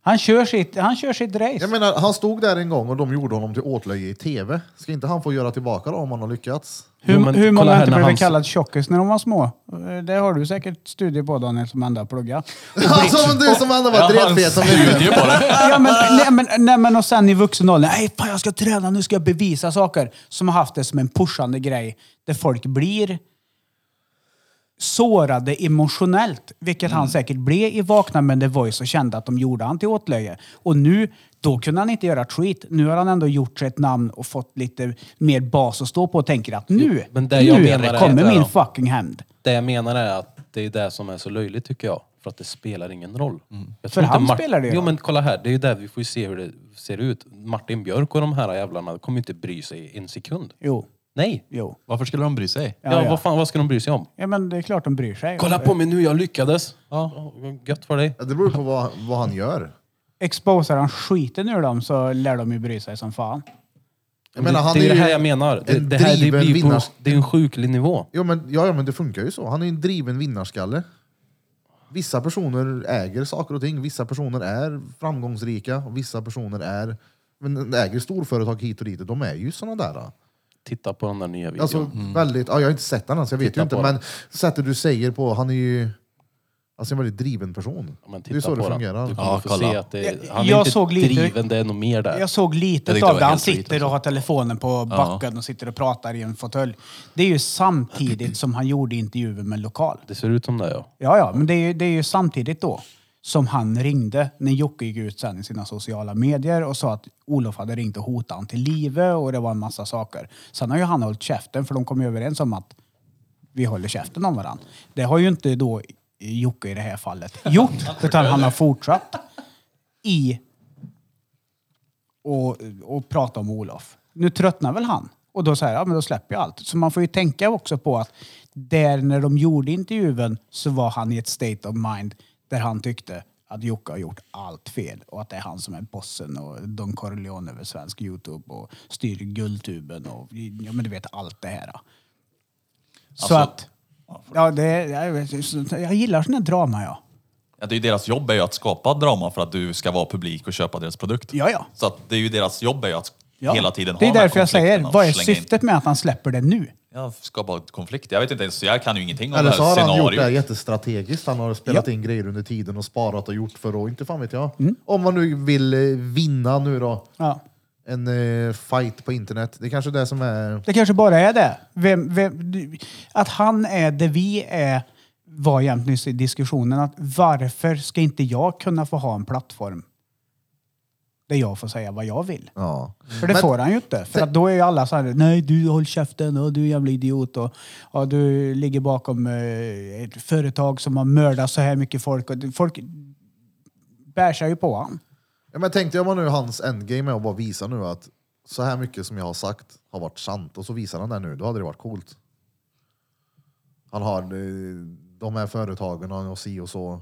Speaker 8: Han kör sitt, han kör sitt race.
Speaker 1: Jag menar, han stod där en gång och de gjorde honom till åtlöje i TV. Ska inte han få göra tillbaka det om han har lyckats?
Speaker 8: hur
Speaker 6: Jo, men
Speaker 8: hur
Speaker 6: kolla
Speaker 8: många har
Speaker 6: här
Speaker 8: inte
Speaker 6: när
Speaker 8: blivit
Speaker 6: han-
Speaker 8: kallad tjockis när de var små? Eh, Det har du säkert studier på Daniel som ändå har pluggat.
Speaker 1: Alltså, men du som ändå var dretfet som
Speaker 2: Bjuder ju på det.
Speaker 8: ja, men, nej, men, nej, men och sen i vuxen ålder, nej fan jag ska träna, nu ska jag bevisa saker. Som har haft det som en pushande grej där folk blir sårade emotionellt, vilket
Speaker 6: Mm.
Speaker 8: han säkert blev i Vakna med The Voice och kände att de gjorde han till åtlöje. Och nu, då kunde han inte göra treat. Nu har han ändå gjort sig ett namn och fått lite mer bas att stå på och tänker att nu,
Speaker 6: men det jag
Speaker 8: nu
Speaker 6: menar är
Speaker 8: kommer
Speaker 6: det
Speaker 8: min
Speaker 6: då.
Speaker 8: fucking hämnd.
Speaker 6: Det jag menar är att det är det som är så löjligt tycker jag. För att det spelar ingen roll. Jag
Speaker 8: Mm. För
Speaker 6: tror inte
Speaker 8: han
Speaker 6: Mart-
Speaker 8: spelar det ju
Speaker 6: Jo
Speaker 8: roll.
Speaker 6: men kolla här, det är ju där vi får ju se hur det ser ut. Martin Björk och de här jävlarna kommer ju inte bry sig en sekund.
Speaker 8: Jo.
Speaker 6: Nej.
Speaker 8: Jo.
Speaker 7: Varför skulle de bry sig?
Speaker 6: Ja,
Speaker 8: Ja, ja.
Speaker 6: Vad, fan, vad ska de bry sig om?
Speaker 8: Ja, men det är klart de bryr sig.
Speaker 6: Kolla på mig nu, jag lyckades. Ja, gött för dig.
Speaker 1: Det beror på vad, vad han gör.
Speaker 8: Exposar han skiten ur dem så lär de ju bry sig som fan.
Speaker 1: Jag menar, han
Speaker 6: det är
Speaker 1: är
Speaker 6: det
Speaker 1: ju
Speaker 6: här jag menar. Det,
Speaker 1: en
Speaker 6: det, här, det,
Speaker 1: driven
Speaker 6: blir på,
Speaker 1: vinnare.
Speaker 6: det är en sjuklig nivå.
Speaker 1: Jo, men, ja, ja, men det funkar ju så. Han är en driven vinnarskalle. Vissa personer äger saker och ting. Vissa personer är framgångsrika. Och vissa personer är, men, äger storföretag hit och dit. De är ju såna där. då.
Speaker 6: Titta på den där nya videon.
Speaker 1: Alltså, väldigt, ja, jag har inte sett den än, så jag vet
Speaker 6: Titta
Speaker 1: ju inte.
Speaker 6: på
Speaker 1: Men sättet du säger på, han är ju alltså, en väldigt driven person.
Speaker 6: Ja, men
Speaker 1: det är så det
Speaker 6: på den.
Speaker 1: fungerar.
Speaker 6: Du kommer
Speaker 7: Ja,
Speaker 6: få
Speaker 7: kolla.
Speaker 6: se att det, han är
Speaker 8: Jag
Speaker 6: inte
Speaker 8: såg lite-
Speaker 6: driven, det är nog mer där.
Speaker 8: Jag såg lite
Speaker 7: Jag tyckte det
Speaker 8: av
Speaker 7: var
Speaker 8: det. Han
Speaker 7: helt sjukt
Speaker 8: sitter och har telefonen på backen och sitter och pratar i en fåtölj. Det är ju samtidigt som han gjorde intervjun med lokal.
Speaker 6: Det ser ut som det, ja.
Speaker 8: Ja, ja, men det är, ju, det är ju samtidigt då som han ringde när Jocke gick ut sen i sina sociala medier och sa att Olof hade ringt och hotat han till livet och det var en massa saker. Sen har ju han hållit käften för de kom ju överens om att vi håller käften om varandra. Det har ju inte då Jocke i det här fallet gjort, utan han har fortsatt i och, och prata om Olof. Nu tröttnar väl han. Och då säger ja men då släpper jag allt. Så man får ju tänka också på att där när de gjorde intervjun så var han i ett state of mind där han tyckte att Jocke har gjort allt fel och att det är han som är bossen och Don Corleone över svensk Youtube och styr Guldtuben och ja men du vet allt det här. Så
Speaker 2: Alltså-
Speaker 8: att... Ja, det, är- jag, vet- jag gillar sån här drama ja.
Speaker 2: Ja, det är ju deras jobb är ju att skapa drama för att du ska vara publik och köpa deras produkt.
Speaker 8: Ja, ja.
Speaker 2: Så att det är ju deras jobb är ju att
Speaker 8: ja.
Speaker 2: hela tiden ha
Speaker 8: Det är
Speaker 2: den här
Speaker 8: därför jag säger,
Speaker 2: konflikten och
Speaker 8: vad är
Speaker 2: slänga in-
Speaker 8: syftet med att han släpper det nu?
Speaker 2: Ja, skapa ett konflikt. Jag vet inte ens, jag kan ju ingenting om
Speaker 1: Eller
Speaker 2: det
Speaker 1: så
Speaker 2: här
Speaker 1: har han gjort
Speaker 2: scenariot.
Speaker 1: det här jättestrategiskt. Han har spelat
Speaker 8: Ja.
Speaker 1: in grejer under tiden och sparat och gjort för att, inte fan vet jag. Om man nu vill eh, vinna nu då.
Speaker 8: Ja.
Speaker 1: En eh, fight på internet. Det är kanske det som är...
Speaker 8: Det kanske bara är det. Vem, vem, du- att han är det vi är var jämt nyss i diskussionen. Att varför ska inte jag kunna få ha en plattform där jag får säga vad jag vill?
Speaker 1: Ja.
Speaker 8: För det
Speaker 1: Mm. Men-
Speaker 8: får han ju inte. För att då är ju alla så här, nej du håll käften och du är en jävla idiot och, ja, du ligger bakom eh, ett företag som har mördat så här mycket folk. Och, det- folk bär sig ju på han.
Speaker 1: Ja, men tänkte jag var nu hans endgame är att bara visa nu att så här mycket som jag har sagt har varit sant och så visar han det nu, då hade det varit coolt. Han har eh, de här företagen och si och så.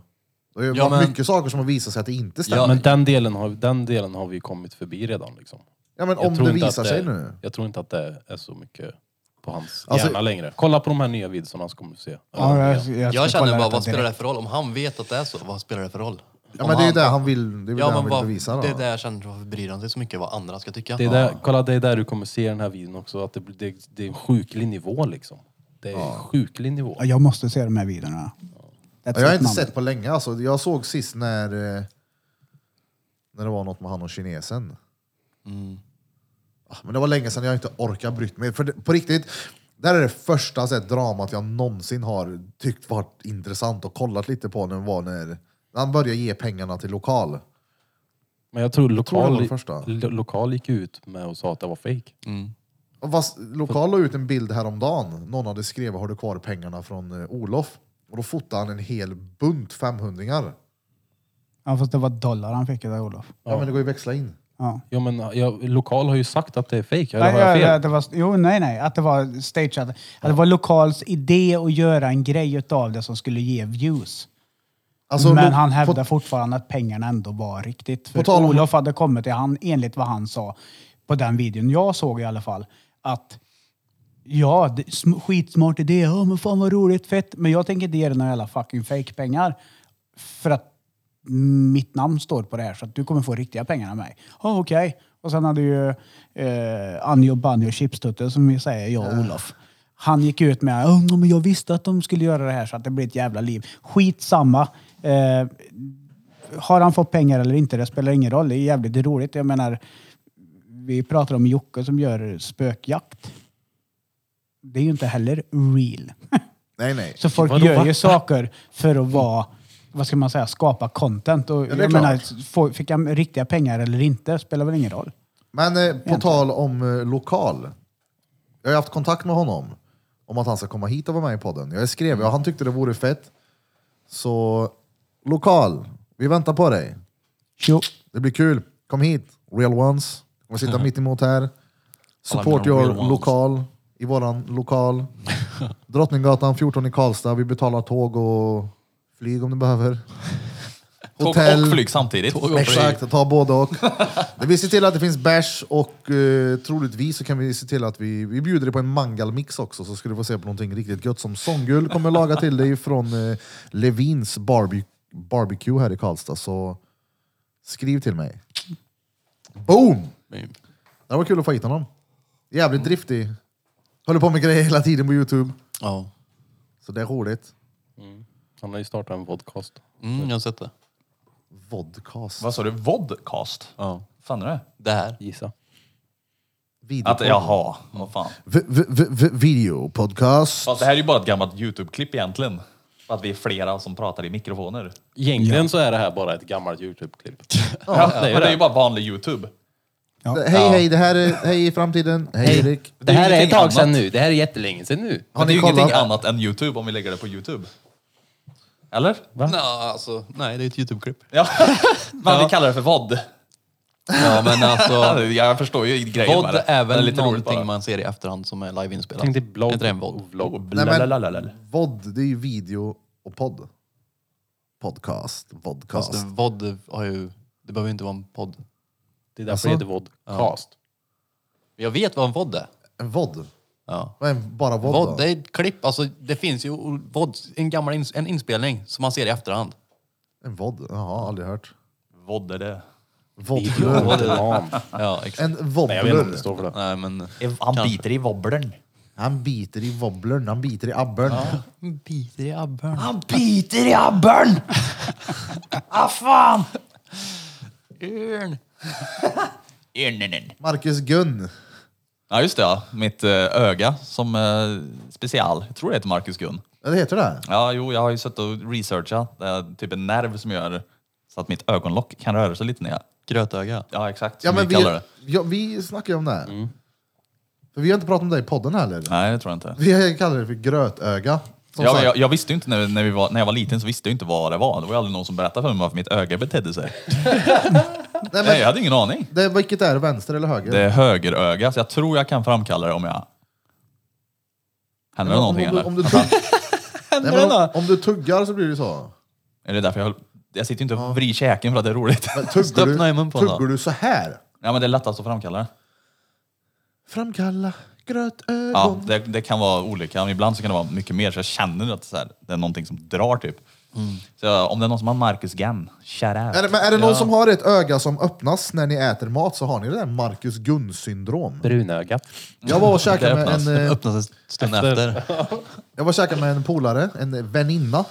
Speaker 1: Det har ju
Speaker 7: Ja,
Speaker 1: varit
Speaker 7: men-
Speaker 1: mycket saker som har visat sig att det inte stämmer.
Speaker 7: Ja.
Speaker 1: Ja,
Speaker 6: Men den delen har, den delen har vi kommit förbi redan. Liksom.
Speaker 1: men
Speaker 6: Jag
Speaker 1: om
Speaker 6: tror
Speaker 1: det
Speaker 6: inte
Speaker 1: visar
Speaker 6: att
Speaker 1: sig nu.
Speaker 6: Jag tror inte att det är så mycket på hans
Speaker 1: Alltså-
Speaker 6: hjärna längre. Kolla på de här nya videorna så kommer du se. Eller de
Speaker 8: Ja,
Speaker 6: nya.
Speaker 8: jag ska
Speaker 7: Jag
Speaker 8: kolla
Speaker 7: känner bara,
Speaker 8: detta
Speaker 7: vad spelar det
Speaker 8: direkt.
Speaker 7: för roll? Om han vet att det är så, vad spelar det för roll?
Speaker 1: Ja,
Speaker 7: Om
Speaker 1: men det är ju
Speaker 7: han-
Speaker 1: det han vill, det är väl
Speaker 7: Ja,
Speaker 1: det han
Speaker 7: men
Speaker 1: vill
Speaker 7: vad,
Speaker 1: bevisa. Då.
Speaker 7: det är där jag känner, varför bryr han sig så mycket vad andra ska tycka?
Speaker 6: det är där, kolla, det är där du kommer se i den här videon också. Att det, blir- det, det är en sjuklig nivå liksom. Det är en sjuklig nivå.
Speaker 8: Ja, Jag måste se de här videorna.
Speaker 1: Ja, Jag har inte sett på länge. Alltså, jag såg sist när, eh, när det var något med han och kinesen. Ah, Men det var länge sedan jag inte orkar brytt mig. För det, på riktigt, det här är det första så här, dramat jag någonsin har tyckt varit intressant och kollat lite på. När, det var när han började ge pengarna till lokal.
Speaker 6: Men jag tror
Speaker 1: tror det var
Speaker 6: lokal,
Speaker 1: den första.
Speaker 6: lo, lokal gick ut med och sa att det var fake.
Speaker 8: Mm.
Speaker 1: Och Fast lokal la ut en bild häromdagen. Någon hade skrivit “Har du kvar pengarna från eh, Olof?” och då fotade han en hel bunt 500-ingar.
Speaker 8: Ja, fast det var dollar han fick av Olof.
Speaker 1: Ja. men det går ju att växla in.
Speaker 8: Ja.
Speaker 6: Ja, men jag, lokal har ju sagt att det är fake. Eller
Speaker 8: Nej,
Speaker 6: har jag
Speaker 8: ja,
Speaker 6: fel?
Speaker 8: att det var, jo, nej, nej. Att det var stageat. Att det var Lokals idé att göra en grej utav det som skulle ge views.
Speaker 1: Alltså,
Speaker 8: Men
Speaker 1: lo-
Speaker 8: han
Speaker 1: på-
Speaker 8: hävdar fortfarande att pengarna ändå var riktigt.
Speaker 1: På
Speaker 8: För
Speaker 1: tal om-
Speaker 8: Olof hade kommit till han, enligt vad han sa, på den videon jag såg i alla fall, att ja, det, sm- skitsmart idé, ja men fan vad roligt, fett, men jag tänker inte ge dig några jävla fucking fake-pengar. För att mitt namn står på det här så att du kommer få riktiga pengar av mig. Ja, okej. Och sen hade ju eh, Anjo Banjo Chipstutte, som vi säger, jag och Olof. Han gick ut med att "Åh, men jag visste att de skulle göra det här så att det blir ett jävla liv. Skitsamma. Eh, har han fått pengar eller inte, det spelar ingen roll. Det är jävligt roligt. Jag menar, vi pratar om Jocke som gör spökjakt. Det är ju inte heller real.
Speaker 1: Nej, nej.
Speaker 8: Så folk
Speaker 6: Vadå,
Speaker 8: gör
Speaker 6: va?
Speaker 8: ju saker för att vara, vad ska man säga, skapa content. Och,
Speaker 1: det är
Speaker 8: jag
Speaker 1: klart.
Speaker 8: menar, få- fick han riktiga pengar eller inte spelar väl ingen roll.
Speaker 1: Men eh, på tal om eh, lokal. Jag har haft kontakt med honom om att han ska komma hit och vara med i podden. Jag skrev,
Speaker 2: Mm.
Speaker 1: ja, han tyckte det vore fett. Så lokal, vi väntar på dig.
Speaker 8: Jo.
Speaker 1: Det blir kul. Kom hit, real ones. Vi sitter mitt emot här. Support
Speaker 2: mina
Speaker 1: your
Speaker 2: real ones.
Speaker 1: lokal. i våran lokal. Drottninggatan 14 i Karlstad. Vi betalar tåg och flyg om du behöver.
Speaker 2: Tåg och flyg samtidigt.
Speaker 1: Exakt, ta både och. Men vi ser till att det finns bärs och eh, troligtvis så kan vi se till att vi, vi bjuder dig på en mangalmix också så ska du få se på någonting riktigt gött som Songul kommer laga till dig från eh, Levins barbe- barbecue här i Karlstad. Så skriv till mig. Boom! Det var kul att få hit honom. Jävligt driftig. Håller på med grejer hela tiden på Youtube.
Speaker 7: Ja.
Speaker 1: Så det är roligt.
Speaker 6: Han har ju startat en podcast.
Speaker 7: Mm, jag har sett det.
Speaker 1: Vodcast.
Speaker 2: Vad sa du? Vodcast?
Speaker 7: Ja.
Speaker 2: fan är det?
Speaker 7: Det här.
Speaker 6: Gissa.
Speaker 2: Att,
Speaker 1: Videopodden.
Speaker 2: jaha, vad fan.
Speaker 1: V- v- v- v- videopodcast.
Speaker 2: Fast det här är ju bara ett gammalt YouTube-klipp egentligen. Att vi är flera som pratar i mikrofoner.
Speaker 6: Egentligen så är det här bara ett gammalt Youtube-klipp.
Speaker 2: Ja, men det är ju bara vanlig YouTube.
Speaker 1: Hej hej, det här är Hej i framtiden. Hej, Erik.
Speaker 2: Det här är ett tag sedan
Speaker 6: nu. Det här är jättelänge sedan nu.
Speaker 1: Har
Speaker 2: Men det är
Speaker 1: ni
Speaker 2: ju ingenting
Speaker 1: kollat?
Speaker 2: annat än YouTube om vi lägger det på YouTube. Eller?
Speaker 7: Nå, alltså, nej, det är ett YouTube-klipp.
Speaker 2: Ja. Men vi kallar det för VOD.
Speaker 7: Ja, men alltså...
Speaker 2: Jag förstår ju grejen med
Speaker 7: Podd
Speaker 2: det.
Speaker 7: är
Speaker 2: Det
Speaker 7: väl
Speaker 2: lite roligt bara.
Speaker 7: någonting man ser i efterhand som är liveinspelat?
Speaker 6: Tänk dig
Speaker 7: Är inte det en
Speaker 6: blogg
Speaker 7: våld?
Speaker 6: och
Speaker 2: Oh,
Speaker 6: vlogg.
Speaker 1: Nej, men-
Speaker 2: Lalalalalal.
Speaker 1: Vod, det är ju video och podd. Podcast, vodcast.
Speaker 7: Fast vod har ju... Det behöver ju inte vara en podd.
Speaker 6: Det är därför
Speaker 1: Alltså?
Speaker 6: det heter vodcast.
Speaker 7: Jag vet vad en vod är.
Speaker 1: En vod?
Speaker 7: Ja.
Speaker 1: Vad är en- bara vod,
Speaker 7: Vod,
Speaker 1: då?
Speaker 7: det är ett klipp. Alltså, det finns ju o- vod, en gammal ins en inspelning som man ser i efterhand.
Speaker 1: En vod? Jaha, aldrig hört.
Speaker 2: VOD är det.
Speaker 1: Vodlur.
Speaker 7: Ja, exakt.
Speaker 1: En
Speaker 6: Nej, jag vet inte om
Speaker 1: vobblur.
Speaker 6: det står för det.
Speaker 7: Nej, men...
Speaker 2: Han biter i wobblern.
Speaker 1: Han biter i wobblern, han biter i abborren.
Speaker 7: Biter i abborren.
Speaker 2: Han biter i abborren! ah fan!
Speaker 7: Örn!
Speaker 2: Ernenen.
Speaker 1: Marcus Gunn.
Speaker 2: Ja just det ja, mitt eh, öga som eh, special. Jag tror det heter Marcus Gunn.
Speaker 1: Ja, det heter det?
Speaker 2: Ja, jo, jag har ju suttit och researchat. Det är typ en nerv som gör så att mitt ögonlock kan röra sig lite när jag...
Speaker 7: Grötöga.
Speaker 2: Ja, exakt.
Speaker 1: Ja,
Speaker 2: Som
Speaker 1: men
Speaker 2: vi
Speaker 1: vi,
Speaker 2: kallar det. Mm.
Speaker 1: ja, vi snackar ju om det. här. För vi har inte pratat om det i podden heller.
Speaker 2: Nej, det tror jag inte.
Speaker 1: Vi kallar det för grötöga. Som
Speaker 2: Ja, men
Speaker 1: sagt.
Speaker 2: jag, jag visste ju inte när, när, vi var, när jag var liten så visste jag inte vad det var. Det var ju aldrig någon som berättade för mig varför mitt öga betedde sig.
Speaker 1: Nej,
Speaker 2: Nej, jag
Speaker 1: men,
Speaker 2: hade ingen aning.
Speaker 1: det, vilket är det, vänster eller höger?
Speaker 2: Det är högeröga, så jag tror jag kan framkalla det om jag... Händer det
Speaker 1: Men om,
Speaker 2: någonting
Speaker 1: om, du-
Speaker 2: eller?
Speaker 1: om, du tugg... Nej, men om, om du tuggar så blir det så.
Speaker 2: Är det därför jag höll... Jag sitter ju inte och vrider käken för att det är roligt.
Speaker 1: Men Tuggar
Speaker 7: Stöppna
Speaker 1: du,
Speaker 7: i mun på honom.
Speaker 1: tuggar du så här?
Speaker 2: Ja, men det är lättast att framkalla det.
Speaker 1: Framkalla grötögon.
Speaker 2: Ja, det, det kan vara olika. Men ibland så kan det vara mycket mer. Så jag känner att så här, det är någonting som drar typ.
Speaker 1: Mm.
Speaker 2: Så om det är någon som har Marcus Gann, shout out.
Speaker 1: Är det, men är det någon som har ett öga som öppnas när ni äter mat så har ni det där Marcus Gunn-syndrom.
Speaker 6: Brunögat.
Speaker 1: Jag var och käkade med
Speaker 7: öppnas,
Speaker 1: en, eh,
Speaker 7: öppnas en stund efter.
Speaker 1: jag var och käkade med en polare, en väninna.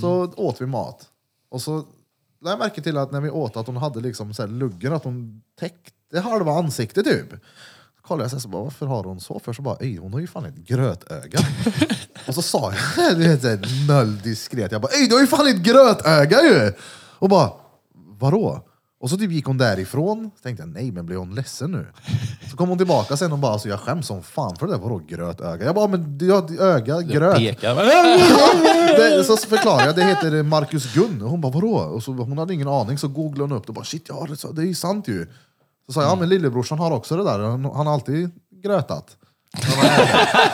Speaker 1: Så åt vi mat. Och så lade jag märke till att när vi åt att hon hade liksom så här luggen, att hon täckte halva ansiktet typ. Så kollade jag så, här, så bara, varför har hon så för? Så bara, "Ey, hon har ju fan ett grötöga. och så sa jag, du vet såhär noll diskret, jag bara, "Ey, du har ju fan ett grötöga ju! Och bara, vadå? Och så typ gick hon därifrån, så tänkte jag nej men blir hon ledsen nu? Så kom hon tillbaka sen och bara alltså jag skäms som fan för det där, vadå grötöga? Jag bara men du har ett öga, gröt. Det, så förklarade jag, det heter Marcus Gunn. Och hon bara vadå? Och så, hon hade ingen aning, så googlade hon upp det och bara shit, ja, det, det är ju sant ju. Så sa jag, ja men lillebrorsan har också det där, han, han har alltid grötat.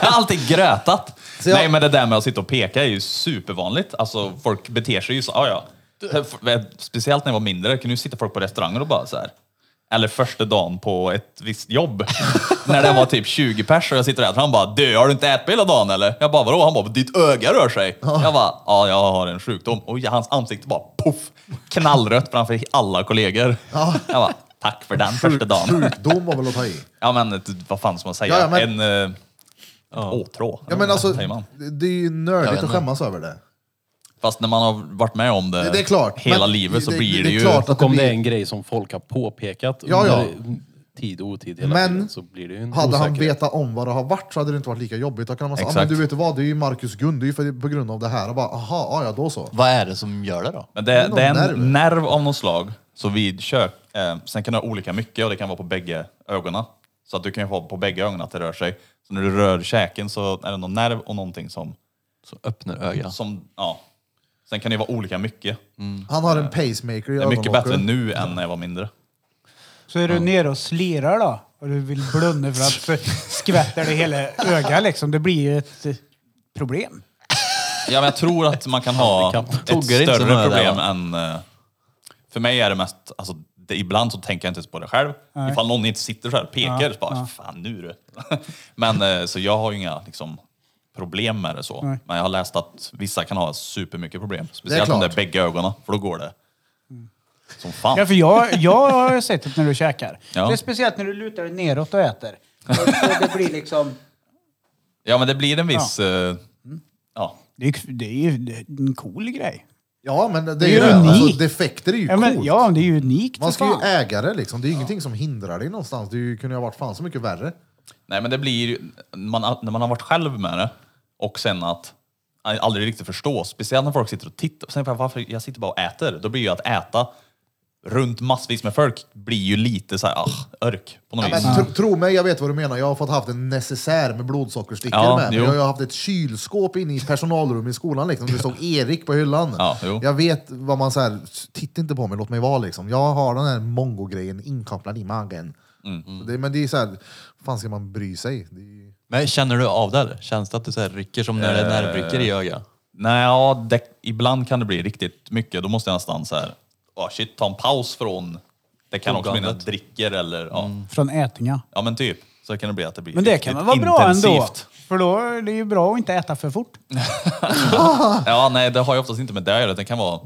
Speaker 2: Alltid grötat.
Speaker 1: jag-
Speaker 2: Nej men det där med att sitta och peka är ju supervanligt. Alltså folk beter sig ju så, ah, ja. Speciellt när jag var mindre kunde ju sitta folk på restauranger och bara så här. Eller första dagen på ett visst jobb. när det var typ 20 pers och jag sitter där och han bara du har du inte ätit på hela dagen eller? Jag bara vadå? Han bara ditt öga rör sig. Jag bara ja jag har en sjukdom. Och hans ansikte bara poff knallrött framför alla kollegor. Jag bara tack för den första dagen.
Speaker 1: Sjukdom var väl att ta i.
Speaker 2: Ja men det- vad fan ska man säga?
Speaker 1: Ja, ja, men-
Speaker 2: En eh, åtrå.
Speaker 1: Ja men alltså,
Speaker 2: säger man.
Speaker 1: det- det är ju nördigt att skämmas över det.
Speaker 2: Fast när man har varit med om det,
Speaker 1: Det, det är klart.
Speaker 2: hela
Speaker 1: men
Speaker 2: livet så
Speaker 1: det-
Speaker 2: blir det,
Speaker 1: är
Speaker 2: ju...
Speaker 1: klart att
Speaker 6: Och
Speaker 1: det
Speaker 6: om det är
Speaker 1: blir,
Speaker 6: en grej som folk har påpekat
Speaker 1: Ja, ja.
Speaker 6: under tid och otid hela
Speaker 1: Men
Speaker 6: tiden så blir det ju en
Speaker 1: Hade han
Speaker 6: osäkerhet.
Speaker 1: vetat om vad det har varit så hade det inte varit lika jobbigt. Då kan man säga, ah, men
Speaker 2: Exakt.
Speaker 1: du vet du vad, det är ju Marcus Gunn, det är ju för, på grund av det här. Och bara, aha, ja, ja då så.
Speaker 2: Mm.
Speaker 7: Vad är det som gör det då?
Speaker 2: Men det,
Speaker 1: någon
Speaker 2: det är en
Speaker 1: nerv.
Speaker 2: nerv. av något slag. Så vid kök, eh, sen kan det vara olika mycket och det kan vara på bägge ögonen. Så att du kan ju ha på bägge ögonen att det rör sig. Så när du rör käken så är det någon nerv och någonting som...
Speaker 7: Som öppnar ögat.
Speaker 2: som ja. Sen kan det ju vara olika mycket.
Speaker 1: Han har en pacemaker i
Speaker 2: Det är mycket
Speaker 1: ögonlocken.
Speaker 2: bättre nu än när jag var mindre.
Speaker 8: Så är du nere och slirar då? Och du vill blunda för att för skvätter det hela ögat liksom. Det blir ju ett eh, problem.
Speaker 2: Ja, men jag tror att man kan ha ett
Speaker 7: Tuggar inte så
Speaker 2: större
Speaker 7: många där,
Speaker 2: problem
Speaker 7: va?
Speaker 2: än... eh, För mig är det mest... Alltså, det, ibland så tänker jag inte ens på det själv. Ifall någon inte sitter så här och pekar. så bara, Fan, nu du. men eh, så jag har ju inga liksom, problem med det så. Men jag har läst att vissa kan ha supermycket problem. Speciellt om det är Mm.
Speaker 1: klart.
Speaker 2: bägge ögonen, för då går det som fan.
Speaker 8: Ja, för jag, jag har sett det när du käkar.
Speaker 2: Ja.
Speaker 8: Det är speciellt när du lutar dig neråt och äter. Och det blir liksom...
Speaker 2: Ja, men det blir en viss... eh, ja.
Speaker 8: Det är, ju- det är ju det är en cool grej.
Speaker 1: Ja, men det,
Speaker 8: är
Speaker 1: är ju
Speaker 8: ju
Speaker 1: det. Alltså,
Speaker 8: unikt.
Speaker 1: defekter är ju
Speaker 8: Ja, men,
Speaker 1: coolt.
Speaker 8: ja, det är ju unikt.
Speaker 1: Man
Speaker 8: för
Speaker 1: ska ju
Speaker 8: fan.
Speaker 1: äga det liksom. Det är ju ingenting som hindrar dig någonstans. Det är ju- kunde ju ha varit fan så mycket värre.
Speaker 2: Nej, men det blir ju- man, när man har varit själv med det och sen att aldrig riktigt förstå, speciellt när folk sitter och tittar. Sen bara, varför jag sitter bara och äter. Då blir ju att äta runt massvis med folk blir ju lite så här, ah, örk på något
Speaker 1: Men
Speaker 2: vis.
Speaker 1: tro, tro mig, jag vet vad du menar. Jag har fått haft en necessär med blodsockerstickor
Speaker 2: Ja,
Speaker 1: med. Men
Speaker 2: jo.
Speaker 1: Jag har ju haft ett kylskåp inne i personalrummet i skolan. Liksom. Det stod Erik på hyllan.
Speaker 2: Ja, jo.
Speaker 1: jag vet vad man säger. titta inte på mig, låt mig vara liksom. Jag har den här mongo-grejen inkopplad i magen.
Speaker 2: Mm.
Speaker 1: Det, men det är så här, fan ska man bry sig? Det är ju...
Speaker 7: Men känner du av det eller? Känns det att du så här rycker som när det är nervrycker i ögat?
Speaker 2: Eh, Nej, ja, det, ibland kan det bli riktigt mycket. Då måste jag nästan så här, ah shit, ta en paus från, det kan också bli när jag
Speaker 7: Fogandet.
Speaker 2: dricker eller ja,
Speaker 7: Mm.
Speaker 8: Från ätningar.
Speaker 2: ja men typ. Så kan det bli att det blir
Speaker 8: Men det
Speaker 2: riktigt
Speaker 8: kan väl vara bra ändå?
Speaker 2: intensivt.
Speaker 8: För då är det ju bra att inte äta för fort.
Speaker 2: Ja, nej, det har ju oftast inte med det att göra. Det kan vara...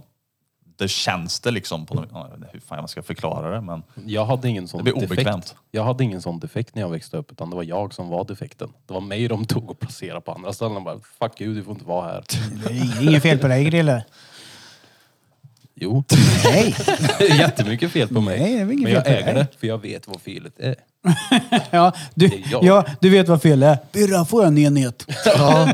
Speaker 2: Det känns det liksom. På, något- ja, hur fan man ska förklara det, men...
Speaker 6: Jag hade ingen sån
Speaker 2: Det blir obekvämt.
Speaker 6: defekt. Jag hade ingen sån defekt när jag växte upp utan det var jag som var defekten. Det var mig de tog och placerade på andra ställen. Bara, Fuck you, du får inte vara här.
Speaker 8: Det är inget fel på dig Grille.
Speaker 6: Jo,
Speaker 8: Nej.
Speaker 6: det är jättemycket fel på mig.
Speaker 8: Nej, det är väl inget
Speaker 6: Men jag
Speaker 8: fel på
Speaker 6: äger
Speaker 8: dig.
Speaker 6: det för jag vet vad felet är.
Speaker 8: Ja,
Speaker 6: Det
Speaker 8: du,
Speaker 6: är jag.
Speaker 8: ja, du vet vad fel är. Birra får jag en enhet. Ja.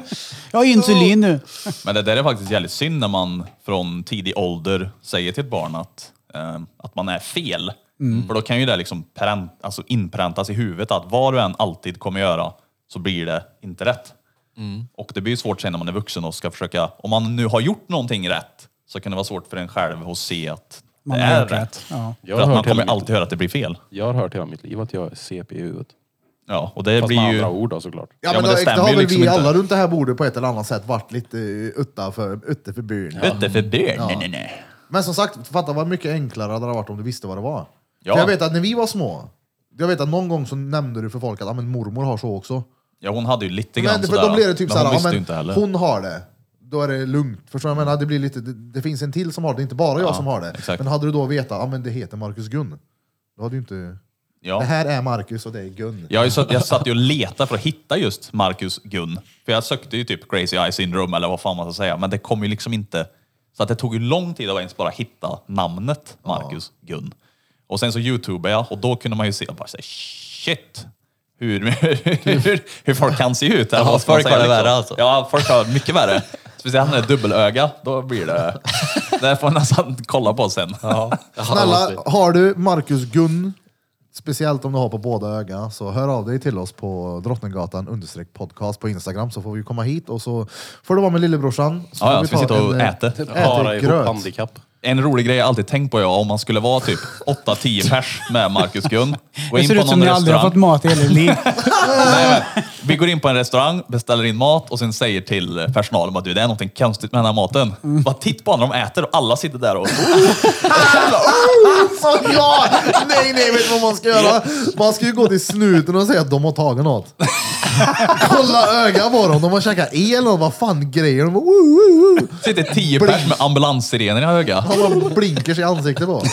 Speaker 8: Jag har insulin nu.
Speaker 2: men det där är faktiskt jävligt synd när man från tidig ålder säger till ett barn att, eh, att man är fel.
Speaker 8: Mm.
Speaker 2: För då kan ju det liksom pränt, alltså inpräntas i huvudet att vad du än alltid kommer göra så blir det inte rätt.
Speaker 8: Mm.
Speaker 2: Och det blir ju svårt sen när man är vuxen och ska försöka, om man nu har gjort någonting rätt, så kan det vara svårt för en själv att se att
Speaker 8: Man
Speaker 2: det
Speaker 8: har
Speaker 2: är
Speaker 8: gjort
Speaker 2: rätt.
Speaker 8: rätt, ja.
Speaker 6: Jag
Speaker 2: För
Speaker 6: har
Speaker 2: att man
Speaker 6: hört hela
Speaker 2: kommer
Speaker 6: mitt-
Speaker 2: alltid höra att det blir fel.
Speaker 6: Jag har hört hela mitt liv att jag är CP i huvudet.
Speaker 2: Ja, och det
Speaker 6: Fast
Speaker 2: blir
Speaker 6: med
Speaker 2: ju...
Speaker 6: andra ord då såklart.
Speaker 1: Ja,
Speaker 2: men
Speaker 1: men,
Speaker 2: det
Speaker 1: det,
Speaker 2: stämmer
Speaker 1: har
Speaker 2: ju
Speaker 1: väl
Speaker 2: liksom
Speaker 1: vi
Speaker 2: inte.
Speaker 1: alla runt det här bordet på ett eller annat sätt varit lite eh, utanför, utanför byn.
Speaker 2: Ute för bön. Nej, nej, nej.
Speaker 1: Men som sagt, fatta vad mycket enklare det hade varit om du visste vad det var.
Speaker 2: Ja.
Speaker 1: För jag vet att när vi var små, jag vet att någon gång så nämnde du för folk att ah, men mormor har så också.
Speaker 2: Ja, hon hade ju lite grann
Speaker 1: Men för
Speaker 2: sådär.
Speaker 1: då blir det typ
Speaker 2: men hon
Speaker 1: såhär,
Speaker 2: visste ju
Speaker 1: ja,
Speaker 2: inte
Speaker 1: men
Speaker 2: heller.
Speaker 1: hon har det, då är det lugnt. Förstår du? vad Jag menar, det, blir lite, det, det finns en till som har det, det är inte bara jag
Speaker 2: Ja,
Speaker 1: som har det.
Speaker 2: exakt.
Speaker 1: Men hade du då vetat, ja men det heter Marcus Gunn. Då hade du inte...
Speaker 2: Ja.
Speaker 1: Det här är Marcus och det är Gunn.
Speaker 2: Jag, har ju satt, jag satt ju och letade för att hitta just Marcus Gunn. För jag sökte ju typ Crazy Eye Syndrome eller vad fan man ska säga, men det kom ju liksom inte. Så att det tog ju lång tid att ens bara hitta namnet Marcus Gunn. Och sen så youtubade jag och då kunde man ju se bara säga shit. Hur, hur, hur folk kan se ut. eller
Speaker 7: Ja,
Speaker 2: vad ska man
Speaker 7: förr
Speaker 2: säga, liksom.
Speaker 7: var det värre alltså.
Speaker 2: Ja, folk har mycket värre. Speciellt när det är dubbelöga, då blir det... Det får man nästan kolla på sen.
Speaker 1: Snälla, har du Marcus Gunn, speciellt om du har på båda öga, så hör av dig till oss på Drottninggatan understreck podcast på Instagram så får vi komma hit och så får du vara med lillebrorsan. Så
Speaker 2: Ja,
Speaker 1: får
Speaker 2: ja,
Speaker 1: vi
Speaker 2: ska vi
Speaker 1: ta
Speaker 2: sitta och
Speaker 1: en, eh,
Speaker 2: äta?
Speaker 1: äta
Speaker 6: Para ihop
Speaker 1: gröt.
Speaker 6: handikapp.
Speaker 2: En rolig grej jag alltid tänkt på, ja, om man skulle vara typ 8-10 pers med Marcus Gunn. Gå
Speaker 8: Det
Speaker 2: in
Speaker 8: ser
Speaker 2: på
Speaker 8: ut som
Speaker 2: någon
Speaker 8: ni aldrig har fått
Speaker 2: restaurang.
Speaker 8: mat i hela ert liv.
Speaker 2: Nej, men, vi går in på en restaurang, beställer in mat och sen säger till personalen bara, du det är någonting konstigt med den här maten.
Speaker 8: Mm.
Speaker 2: Bara titta på när de äter och alla sitter där och...
Speaker 1: Så ja! Nej, nej, vet du vad man ska göra? Man ska ju gå till snuten och säga att de har tagit något. Kolla ögat på dem, de har käkat el och vad fan grejer. De bara, "Woo, woo, woo."
Speaker 2: Sitter 10 pers med ambulanssirener i ögat.
Speaker 1: Han bara blinkar sig i ansiktet på.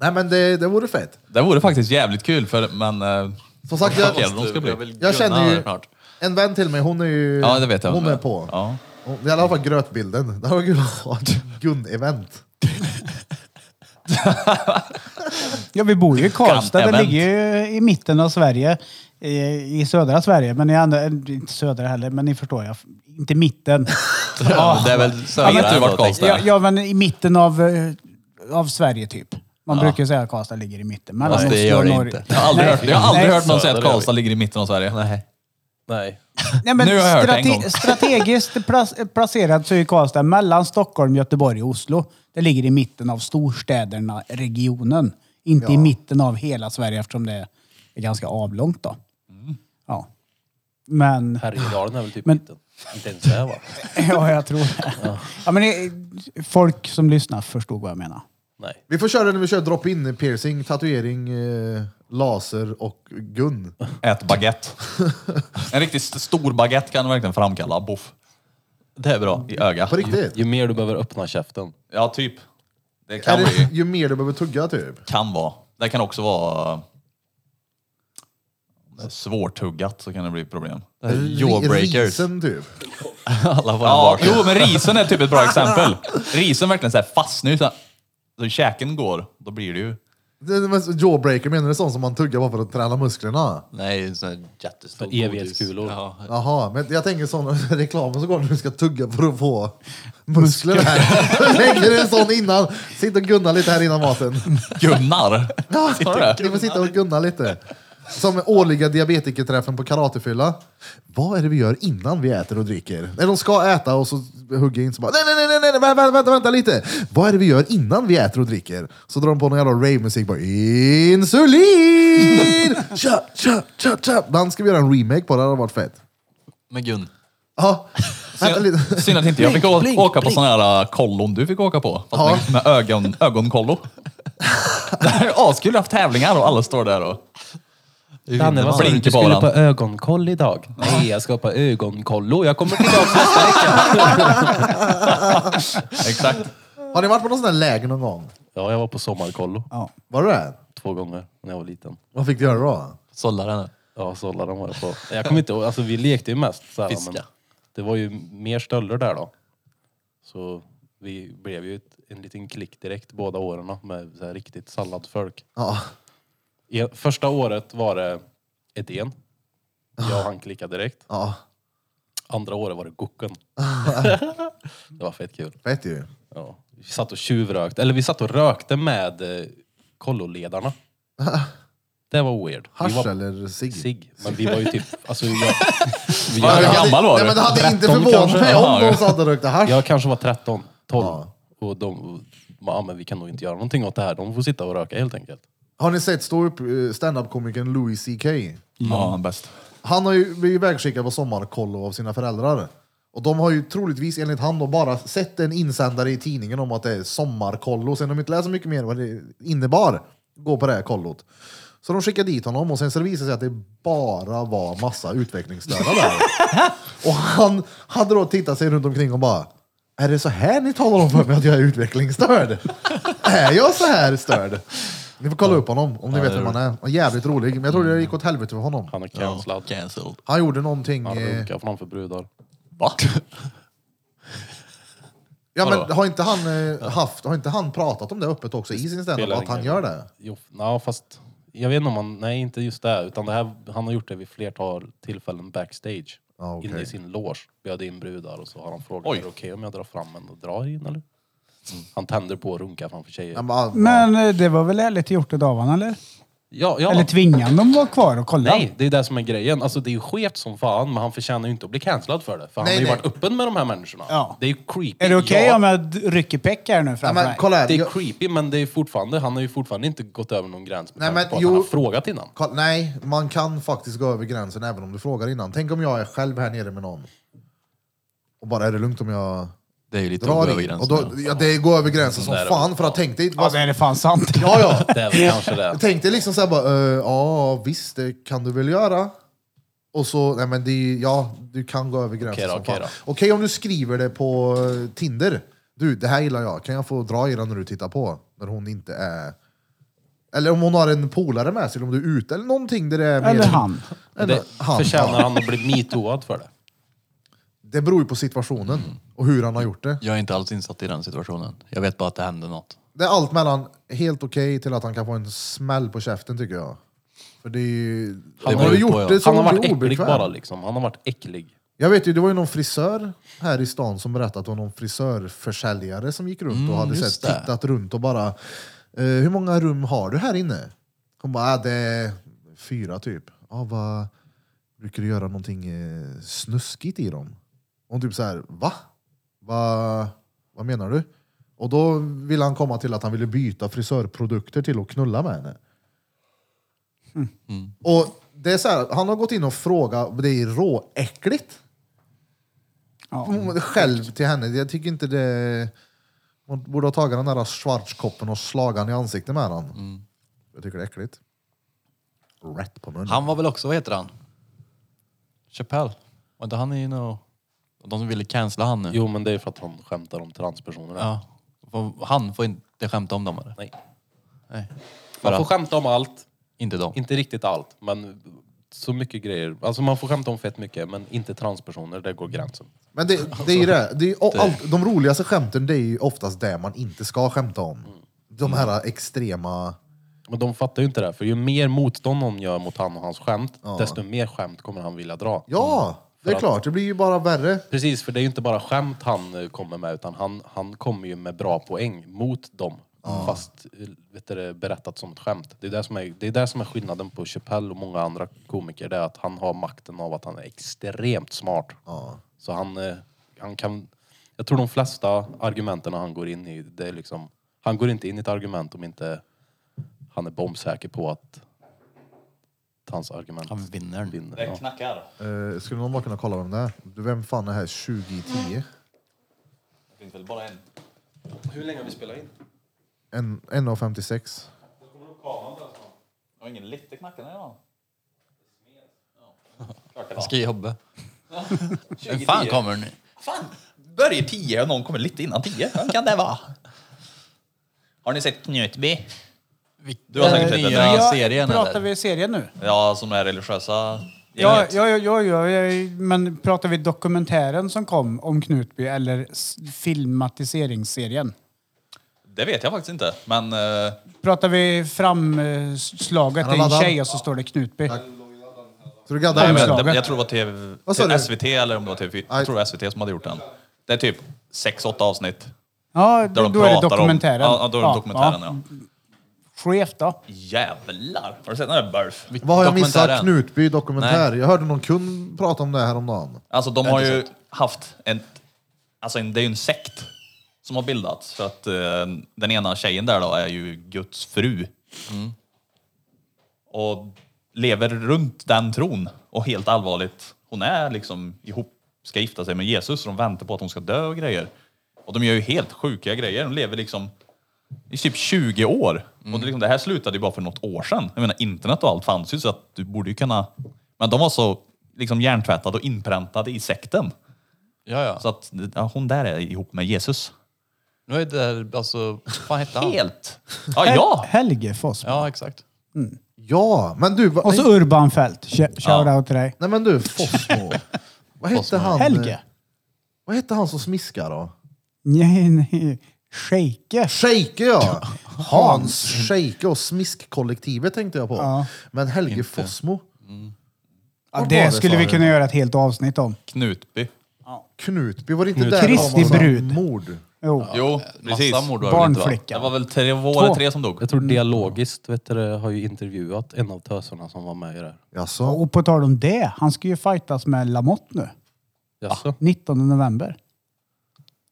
Speaker 1: Nej men det, det vore fett.
Speaker 2: Det vore faktiskt jävligt kul, för, men... eh,
Speaker 1: Som sagt,
Speaker 2: vad
Speaker 1: jag-
Speaker 2: chockerade de ska bli.
Speaker 1: Jag känner ju,
Speaker 7: snart.
Speaker 1: en vän till mig, hon är ju
Speaker 2: Ja, det vet jag.
Speaker 1: hon är på.
Speaker 2: Ja.
Speaker 1: Hon- I alla fall grötbilden. Det här var kul att ha ett Gun-event.
Speaker 8: Ja, vi bor ju i Karlstad. Det
Speaker 2: Event.
Speaker 8: ligger ju i mitten av Sverige. I, i södra Sverige, men i andra, eh, inte södra heller, men ni förstår. Jag, inte mitten. Ja.
Speaker 7: Det är väl södra
Speaker 2: Vet du
Speaker 7: ändå,
Speaker 2: vart Karlstad
Speaker 8: Ja,
Speaker 2: är?
Speaker 8: ja, men i mitten av, eh, av Sverige typ. Man brukar ju säga att Karlstad ligger i mitten. mellan
Speaker 7: Fast det
Speaker 8: Oslo
Speaker 7: gör
Speaker 8: och
Speaker 7: det
Speaker 8: norr.
Speaker 7: inte.
Speaker 2: Jag har aldrig,
Speaker 8: Nej.
Speaker 2: hört, jag har aldrig
Speaker 8: Nej.
Speaker 2: hört någon säga att
Speaker 6: Söder,
Speaker 2: Karlstad ligger i mitten av Sverige.
Speaker 7: Nej.
Speaker 6: Nej.
Speaker 8: Nej, men
Speaker 2: Nu har jag hört det en gång.
Speaker 8: strategiskt plas- placerat så är Karlstad mellan Stockholm, Göteborg och Oslo. Det ligger i mitten av storstäderna, regionen. Inte i mitten av hela Sverige eftersom det är är ganska avlångt då. Ja. Men...
Speaker 6: Härjedalen är väl typ
Speaker 8: Men-
Speaker 6: mitten? Inte ens det va?
Speaker 8: Ja, jag tror det. Ja. men det, folk som lyssnar förstod vad jag menar.
Speaker 6: Nej.
Speaker 1: Vi får köra när vi kör drop-in piercing, tatuering, eh, laser och gun.
Speaker 2: Ät baguette. En riktigt st- stor baguette kan verkligen framkalla boff. Det är bra. I öga.
Speaker 1: På riktigt.
Speaker 6: Ju mer du behöver öppna käften.
Speaker 2: Ja, typ. Det kan
Speaker 1: Är
Speaker 2: bli.
Speaker 1: det, ju mer du behöver tugga typ.
Speaker 2: Kan vara. Det kan också vara... om det är Svårtuggat så kan det bli problem.
Speaker 7: Det här är
Speaker 1: Ri-
Speaker 7: Jawbreakers.
Speaker 1: Risen typ.
Speaker 7: Alla får en
Speaker 2: Ja,
Speaker 7: varsin.
Speaker 2: jo, men risen är typ ett bra exempel. Risen verkligen så här fastnar ju så här. Så käken går, då blir det ju...
Speaker 1: Det- det- men Jawbreaker menar du sånt som man tuggar bara för att träna musklerna?
Speaker 7: Nej, en sån här jättestor
Speaker 6: För evighetskulor.
Speaker 7: godis. Ja.
Speaker 1: Jaha, men jag tänker sådana reklamer som går när du ska tugga för att få muskler här. Då lägger du en sån innan. Sitt och gunna lite här innan maten.
Speaker 2: Gunnar!
Speaker 1: Ja,
Speaker 2: Sa du det?
Speaker 1: ni får sitta och gunna lite. Som årliga diabetikerträffen på karatefylla. Vad är det vi gör innan vi äter och dricker? När de ska äta och så hugger jag in så bara nej, nej, nej, nej, nej, vänta, vänta, vänta, vänta lite. Vad är det vi gör innan vi äter och dricker? Så drar de på någon jävla rave-musik bara insulin! Tja, tja, tja, tja. Ibland ska vi göra en remake på det, det hade varit fett.
Speaker 7: Med Gun.
Speaker 1: Ja, vänta lite.
Speaker 2: Synd att inte jag fick å- åka på sådana här äh, kollon du fick åka på. Fast
Speaker 1: Ja.
Speaker 2: med, med ögon, ögonkollo. Det här är askul, jag har haft tävlingar och alla står där och...
Speaker 6: Danne, vad sa du?
Speaker 2: Blink i
Speaker 6: Du skulle
Speaker 2: banan.
Speaker 6: på ögonkoll idag. Nej, jag ska på ögonkollo. Jag kommer tillbaka.
Speaker 2: Exakt.
Speaker 1: Har ni varit på någon sån här läger någon gång?
Speaker 6: ja, jag var på sommarkollo
Speaker 1: Var du det?
Speaker 6: två gånger när jag var liten.
Speaker 1: Vad fick du göra då?
Speaker 7: Sållar henne.
Speaker 6: Ja, Sollaren var det på. Jag kommer inte ihåg. Alltså, vi lekte ju mest. Så här,
Speaker 7: Fiska.
Speaker 6: Men det var ju mer stölder där då. Så vi blev ju ett, en liten klick direkt båda åren med så här, riktigt salladsfolk.
Speaker 1: Ja.
Speaker 6: E- Första året var det Edén. Jag och han klickade direkt.
Speaker 1: Ja,
Speaker 6: Andra året var det Gucken. det var fett kul.
Speaker 1: fett ju.
Speaker 6: Ja. Vi satt och tjuvrökte, eller vi satt och rökte med eh, kolloledarna. Det var weird. vi
Speaker 1: Hasch
Speaker 6: var
Speaker 1: eller cigg?
Speaker 6: sig, men vi var ju typ... Alltså, jag, vi-
Speaker 2: Vad
Speaker 1: Det
Speaker 2: Hur
Speaker 1: hade-
Speaker 2: gammal var
Speaker 1: Nej,
Speaker 2: du?
Speaker 1: men det hade inte
Speaker 6: 13
Speaker 1: förvånat
Speaker 6: kanske?
Speaker 1: mig om
Speaker 2: Jaha,
Speaker 1: de
Speaker 2: ja.
Speaker 1: satt och rökte hasch.
Speaker 6: jag kanske var 13, 12.
Speaker 1: Ja.
Speaker 6: Och de ja, men vi kan nog inte göra någonting åt det här. De får sitta och röka helt enkelt.
Speaker 1: Har ni sett stå upp eh, standup-komikern Louis CK?
Speaker 2: Ja, han är bäst.
Speaker 1: Han har ju blivit ivägskickad på sommarkollo av sina föräldrar. Och de har ju troligtvis enligt han då bara sett en insändare i tidningen om att det är sommarkollo. Sen har de inte läst så mycket mer vad det innebar. Gå på det här kollot. Så de skickade dit honom och sen så visade det sig att det bara var massa utvecklingsstörda där. Och han hade då tittat sig runt omkring och bara Är det så här ni talar om för mig att jag är utvecklingsstörd? är jag så här störd? Ni får kolla upp honom om ni vet vem han är. Han är jävligt rolig, men jag tror det gick åt helvete för honom.
Speaker 6: Han är cancellad.
Speaker 7: Cancelled.
Speaker 1: Han gjorde någonting...
Speaker 6: Han
Speaker 1: eh,
Speaker 6: runkar framför brudar.
Speaker 2: Va?
Speaker 1: Ja, men har inte, han, eh, haft, har inte han pratat om det öppet också i sin standup?
Speaker 6: Spelar
Speaker 1: Att han
Speaker 6: ingen
Speaker 1: gör
Speaker 6: roll.
Speaker 1: det?
Speaker 6: Jo, na, fast jag vet inte om han... Nej, inte just det. Utan det här, han har gjort det vid flertal tillfällen backstage.
Speaker 1: Ja, okej.
Speaker 6: Inne i sin loge. Bjöd in brudar och så har han frågat
Speaker 2: Oj.
Speaker 6: är det okej om jag drar fram en och drar in eller?
Speaker 1: Mm.
Speaker 6: Han tänder på och runkar framför tjejer.
Speaker 1: Han bara,
Speaker 8: Men eh, det var väl ärligt gjort utav honom eller?
Speaker 6: Ja, ja.
Speaker 8: Eller tvingade han dem vara kvar och kolla?
Speaker 6: Nej, det är det som är grejen. Alltså det är ju skevt som fan, men han förtjänar ju inte att bli cancellad för det. För han
Speaker 1: Nej,
Speaker 6: har ju
Speaker 1: nej.
Speaker 6: varit öppen med de här människorna.
Speaker 8: Ja.
Speaker 6: Det är ju creepy.
Speaker 8: Är det okej
Speaker 6: ja,
Speaker 8: om jag d- rycker peck här nu
Speaker 1: nej,
Speaker 8: framför
Speaker 1: men
Speaker 8: mig?
Speaker 1: kolla här.
Speaker 6: Det är
Speaker 1: jag-
Speaker 6: creepy, men det är fortfarande, han har ju fortfarande inte gått över någon gräns med
Speaker 1: Nej,
Speaker 6: nej,
Speaker 1: men
Speaker 6: men, på att
Speaker 1: jo.
Speaker 6: han har frågat innan.
Speaker 1: Kolla, nej, man kan faktiskt gå över gränsen även om du frågar innan. Tänk om jag är själv här nere med någon. Och bara, är det lugnt om jag
Speaker 7: Det är ju lite
Speaker 1: drar
Speaker 7: över
Speaker 1: in? Och
Speaker 7: gränsen.
Speaker 1: då, ja, det går över gränsen som
Speaker 6: Där är
Speaker 1: fan, för att tänk dig...
Speaker 8: Ja, det är det fan sant.
Speaker 1: Ja, ja.
Speaker 6: Det är väl kanske det.
Speaker 1: Tänk dig liksom såhär bara, eh, ja visst det kan du väl göra. Och så, nej men det är, ju- ja du kan gå över gränsen
Speaker 6: Okej då,
Speaker 1: som
Speaker 6: okej
Speaker 1: fan.
Speaker 6: då.
Speaker 1: Okej om du skriver det på eh, Tinder. Du, det här gillar jag, kan jag få dra i den när du tittar på? När hon inte är... Eller om hon har en polare med sig, eller om du är ute eller någonting där det är mer...
Speaker 8: Eller han.
Speaker 1: Eller
Speaker 6: det
Speaker 1: han,
Speaker 6: förtjänar
Speaker 1: ja.
Speaker 6: han att bli metooad för det.
Speaker 1: Det beror ju på situationen och hur han har gjort det.
Speaker 7: Jag är inte alls insatt i den situationen. Jag vet bara att det hände något.
Speaker 1: Det är allt mellan helt okej till att han kan få en smäll på käften tycker jag. För det är ju... Han har
Speaker 7: beror
Speaker 1: ju
Speaker 7: ju
Speaker 1: gjort
Speaker 7: på, ja.
Speaker 1: det så
Speaker 6: Han har
Speaker 1: hon
Speaker 6: varit
Speaker 1: blir
Speaker 6: äcklig
Speaker 1: obekväm.
Speaker 6: bara liksom. Han har varit äcklig.
Speaker 1: Jag vet ju, det var ju någon frisör här i stan som berättade att det var någon frisörförsäljare som gick runt och hade
Speaker 7: Mm, just
Speaker 1: sett,
Speaker 7: det.
Speaker 1: tittat runt och bara eh, Hur många rum har du här inne? Hon bara, ah, det är fyra typ. Ah, vad, brukar du göra någonting eh, snuskigt i dem? Hon typ så här, va? va? Vad menar du? Och då ville han komma till att han ville byta frisörprodukter till att knulla med henne. Och det är så här, han har gått in och frågat, det är råäckligt. Hon- Själv till henne, jag tycker inte det... Man borde ha tagit den där schwarzkoppen och slagit han i ansiktet med den. Jag tycker det är äckligt. Rätt på munnen.
Speaker 7: Han var väl också, vad heter han? Chappelle. Var inte han i något... De som ville cancella han nu.
Speaker 6: Jo, men det är för att han skämtar om transpersoner.
Speaker 7: Ja. Får- Han får inte skämta om dem eller?
Speaker 6: Nej.
Speaker 7: Nej. För
Speaker 6: Man får
Speaker 7: att,
Speaker 6: skämta om allt.
Speaker 7: inte dem.
Speaker 6: Inte riktigt allt, men så mycket grejer. Alltså man får skämta om fett mycket, men inte transpersoner. Där går gränsen.
Speaker 1: Men det, det är ju det. det är, ju- och allt, de roligaste skämten det är ju oftast det man inte ska skämta om. De här extrema...
Speaker 6: Men de fattar ju inte det. här, För ju mer motstånd någon gör mot han och hans skämt, desto mer skämt kommer han vilja dra.
Speaker 1: Ja, det är
Speaker 6: att-
Speaker 1: klart. Det blir ju bara värre.
Speaker 6: Precis, för det är ju inte bara skämt han eh, kommer med, utan han, han kommer ju med bra poäng mot dem. Fast eh, vet du, det är berättat som ett skämt. Det är det som är, det är, det som är skillnaden på Chappelle och många andra komiker. Det är att han har makten av att han är extremt smart. Så han, eh, han kan... Jag tror de flesta argumenten han går in i, det är liksom... Han går inte in i ett argument om inte han är bombsäker på att hans argument
Speaker 7: Han vinner den.
Speaker 6: vinner.
Speaker 2: Det
Speaker 6: Ja.
Speaker 2: knackar.
Speaker 1: Eh, skulle någon bara kunna kolla vem det är? Vem fan är här 2010?
Speaker 2: Det finns väl bara en.
Speaker 6: Hur länge har vi spelat in?
Speaker 1: En- 1.56.
Speaker 2: Och ingen lite knackande idag.
Speaker 7: Ska jobba. Hur fan kommer den nu?
Speaker 2: Fan! Börjar tio och någon kommer lite innan tio. Vem kan det vara? Har ni sett Knutby? Du har säkert sett den.
Speaker 7: nya
Speaker 2: eller?
Speaker 7: ja, serien
Speaker 8: Eh, pratar
Speaker 7: eller?
Speaker 8: vi serien nu?
Speaker 2: Ja, som är religiösa.
Speaker 8: Ja,
Speaker 2: gänget.
Speaker 8: ja, ja, ja, ja, ja, men pratar vi dokumentären som kom om Knutby eller s- filmatiseringsserien?
Speaker 2: Det vet jag faktiskt inte. Men eh,
Speaker 8: Pratar vi framslaget, det är en tjej och så står det Knutby.
Speaker 1: Så du gaddar
Speaker 2: nej,
Speaker 1: med
Speaker 2: men,
Speaker 8: Omslaget.
Speaker 2: det, jag tror det var TV,
Speaker 1: Vad sa
Speaker 2: till
Speaker 1: du?
Speaker 2: SVT eller om det var TV4.
Speaker 1: Nej.
Speaker 2: Jag tror det var SVT som hade gjort den. Det är typ sex, åtta avsnitt.
Speaker 8: Ja,
Speaker 2: Där
Speaker 8: då,
Speaker 2: de
Speaker 8: då är det
Speaker 2: pratar
Speaker 8: dokumentären.
Speaker 2: Om, ja, då är det dokumentären ja.
Speaker 8: Skevt då.
Speaker 2: Jävlar! Har du sett den där Burf?
Speaker 1: Vad har jag missat?
Speaker 7: Dokumentären.
Speaker 1: Knutby dokumentär. Jag hörde någon kund prata om det här om dagen.
Speaker 2: Alltså de har ju haft en... Alltså en, det är ju en sekt som har bildats för att eh, den ena tjejen där då är ju Guds fru. Och lever runt den tron. Och helt allvarligt, hon är liksom ihop, ska gifta sig med Jesus och de väntar på att hon ska dö och grejer. Och de gör ju helt sjuka grejer. De lever liksom i typ 20 år. Och det, liksom, det här slutade ju bara för något år sedan. Jag menar internet och allt fanns ju så att du borde ju kunna... Men de var så liksom hjärntvättade och inpräntade i sekten.
Speaker 7: Ja, ja.
Speaker 2: Så att ja, hon där är ihop med Jesus.
Speaker 7: Nu är det där, alltså, vad fan hette han?
Speaker 2: Helt! Ja, ja!
Speaker 8: Helge Foss.
Speaker 7: Ja, exakt.
Speaker 1: Ja, men du... va-
Speaker 8: Och så Urban Fält. Shout out till dig.
Speaker 1: Nej men du, Fossmo. Vad hette han?
Speaker 8: Helge?
Speaker 1: Vad hette han som smiskar då?
Speaker 8: Nej, nej. Shejke.
Speaker 1: Shejke ja! Hans Shejke och Smiskkollektivet tänkte jag på. Men Helge Fossmo.
Speaker 8: Ja,
Speaker 1: Vad var
Speaker 8: det skulle
Speaker 1: sa
Speaker 8: vi
Speaker 1: du?
Speaker 8: kunna göra ett helt avsnitt om.
Speaker 2: Knutby.
Speaker 1: Knutby, var det inte där
Speaker 8: Kristi
Speaker 1: han var
Speaker 8: brud.
Speaker 1: mord?
Speaker 8: Jo.
Speaker 2: Jo, precis.
Speaker 7: Massa mord var det väl inte,
Speaker 2: Det
Speaker 7: va?
Speaker 8: Barnflicka.
Speaker 2: var väl tre, var
Speaker 8: Två.
Speaker 2: det tre som dog?
Speaker 6: Jag tror dialogiskt vet du, det, har ju intervjuat en av töserna som var med i det här.
Speaker 1: Jaså?
Speaker 8: Och på tal om det, han ska ju fightas med Lamotte nu.
Speaker 6: Jaså?
Speaker 8: 19 november.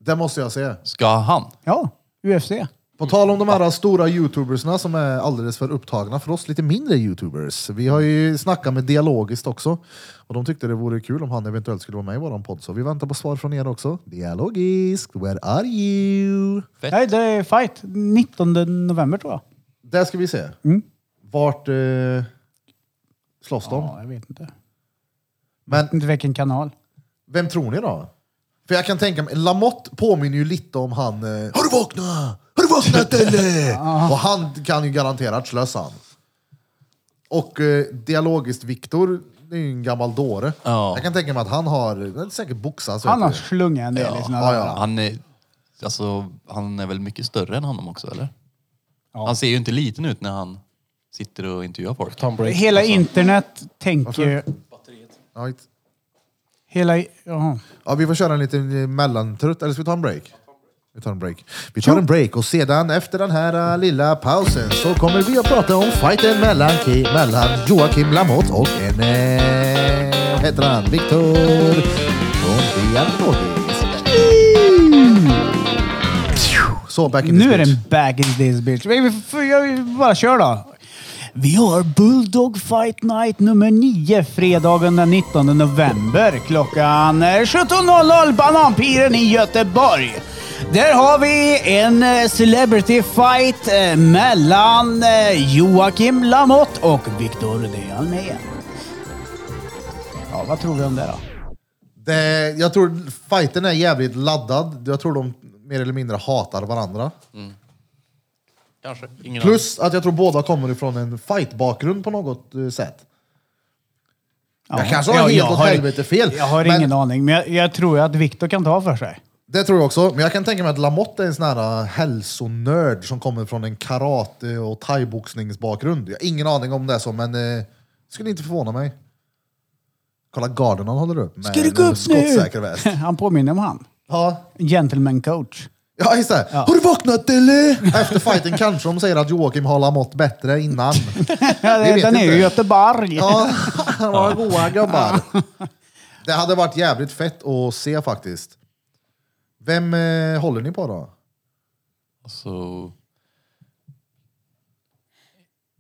Speaker 1: Det måste jag säga.
Speaker 7: Ska han?
Speaker 8: Ja, UFC.
Speaker 1: På tal om de här stora youtubersna som är alldeles för upptagna för oss lite mindre youtubers. Vi har ju snackat med Dialogiskt också och de tyckte det vore kul om han eventuellt skulle vara med i våran podd. Så vi väntar på svar från er också. Dialogiskt, where are you?
Speaker 8: Nej, det är fight. 19 november tror jag.
Speaker 1: Där ska vi se. Vart eh, slåss de?
Speaker 8: Ja, jag vet inte.
Speaker 1: Men
Speaker 8: Inte vilken kanal.
Speaker 1: vem tror ni då? För jag kan tänka mig, Lamotte påminner ju lite om han... Eh, har du vaknat? Har du vaknat eller? och han kan ju garanterat slösa han. Och eh, dialogiskt Viktor, det är ju en gammal dåre.
Speaker 7: Ja.
Speaker 1: Jag kan tänka mig att han har, han säkert boxats. vet
Speaker 8: Han har
Speaker 1: du.
Speaker 8: slungat en del i sina
Speaker 1: Ja, ja.
Speaker 8: dagar.
Speaker 7: Han är, alltså, han är väl mycket större än honom också, eller? Han ser ju inte liten ut när han sitter och intervjuar folk.
Speaker 6: Tom Brady.
Speaker 8: Hela internet tänker ju...
Speaker 1: Ja, inte-
Speaker 8: Hela... i- Jaha.
Speaker 1: Ja, vi får köra en liten eh, mellantrutt, eller ska vi ta en break? Vi tar en break. Vi tar en break och sedan efter den här eh, lilla pausen så kommer vi att prata om fighten mellan, Ki- mellan Joakim Lamotte och en... Eh, vad heter han? Viktor från Dialogisk. Så, back in
Speaker 8: Nu
Speaker 1: this
Speaker 8: är det
Speaker 1: bitch.
Speaker 8: en back in this bitch. Men vi får- Jag bara kör då. Vi har Bulldog Fight Night nummer 9 fredagen den 19 november klockan eh, 17.00 Bananpiren i Göteborg. Där har vi en eh, celebrity fight eh, mellan eh, Joakim Lamotte och Victor de Almea. Ja, vad tror vi om det då?
Speaker 1: Det, jag tror fighten är jävligt laddad. Jag tror de mer eller mindre hatar varandra.
Speaker 3: Kanske. Ingen aning.
Speaker 1: Plus att jag tror båda kommer ifrån en fight-bakgrund på något eh, sätt. jag kanske har
Speaker 8: Ja,
Speaker 1: helt
Speaker 8: jag
Speaker 1: åt
Speaker 8: har-
Speaker 1: helvete fel.
Speaker 8: Jag har
Speaker 1: men
Speaker 8: ingen aning, men jag, jag tror ju att Victor kan ta för sig.
Speaker 1: Det tror jag också. Men jag kan tänka mig att Lamotte är en sån här eh, hälsonörd som kommer från en karate och thaiboxningsbakgrund. Jag har ingen aning om det är så, men eh, skulle inte förvåna mig. Kolla garden han håller upp med
Speaker 8: Ska du gå
Speaker 1: en
Speaker 8: upp nu?
Speaker 1: skottsäker väst.
Speaker 8: Han påminner om han.
Speaker 1: Ja,
Speaker 8: Gentleman coach.
Speaker 1: Ja, just det. Har du vaknat eller? Efter fighten kanske de säger att Joakim har Lamotte bättre innan. Vi vet
Speaker 8: Den är ju
Speaker 1: inte.
Speaker 8: i Göteborg.
Speaker 1: Ja, han var goa gubbar. Det hade varit jävligt fett att se faktiskt. Vem eh, håller ni på då?
Speaker 7: Alltså...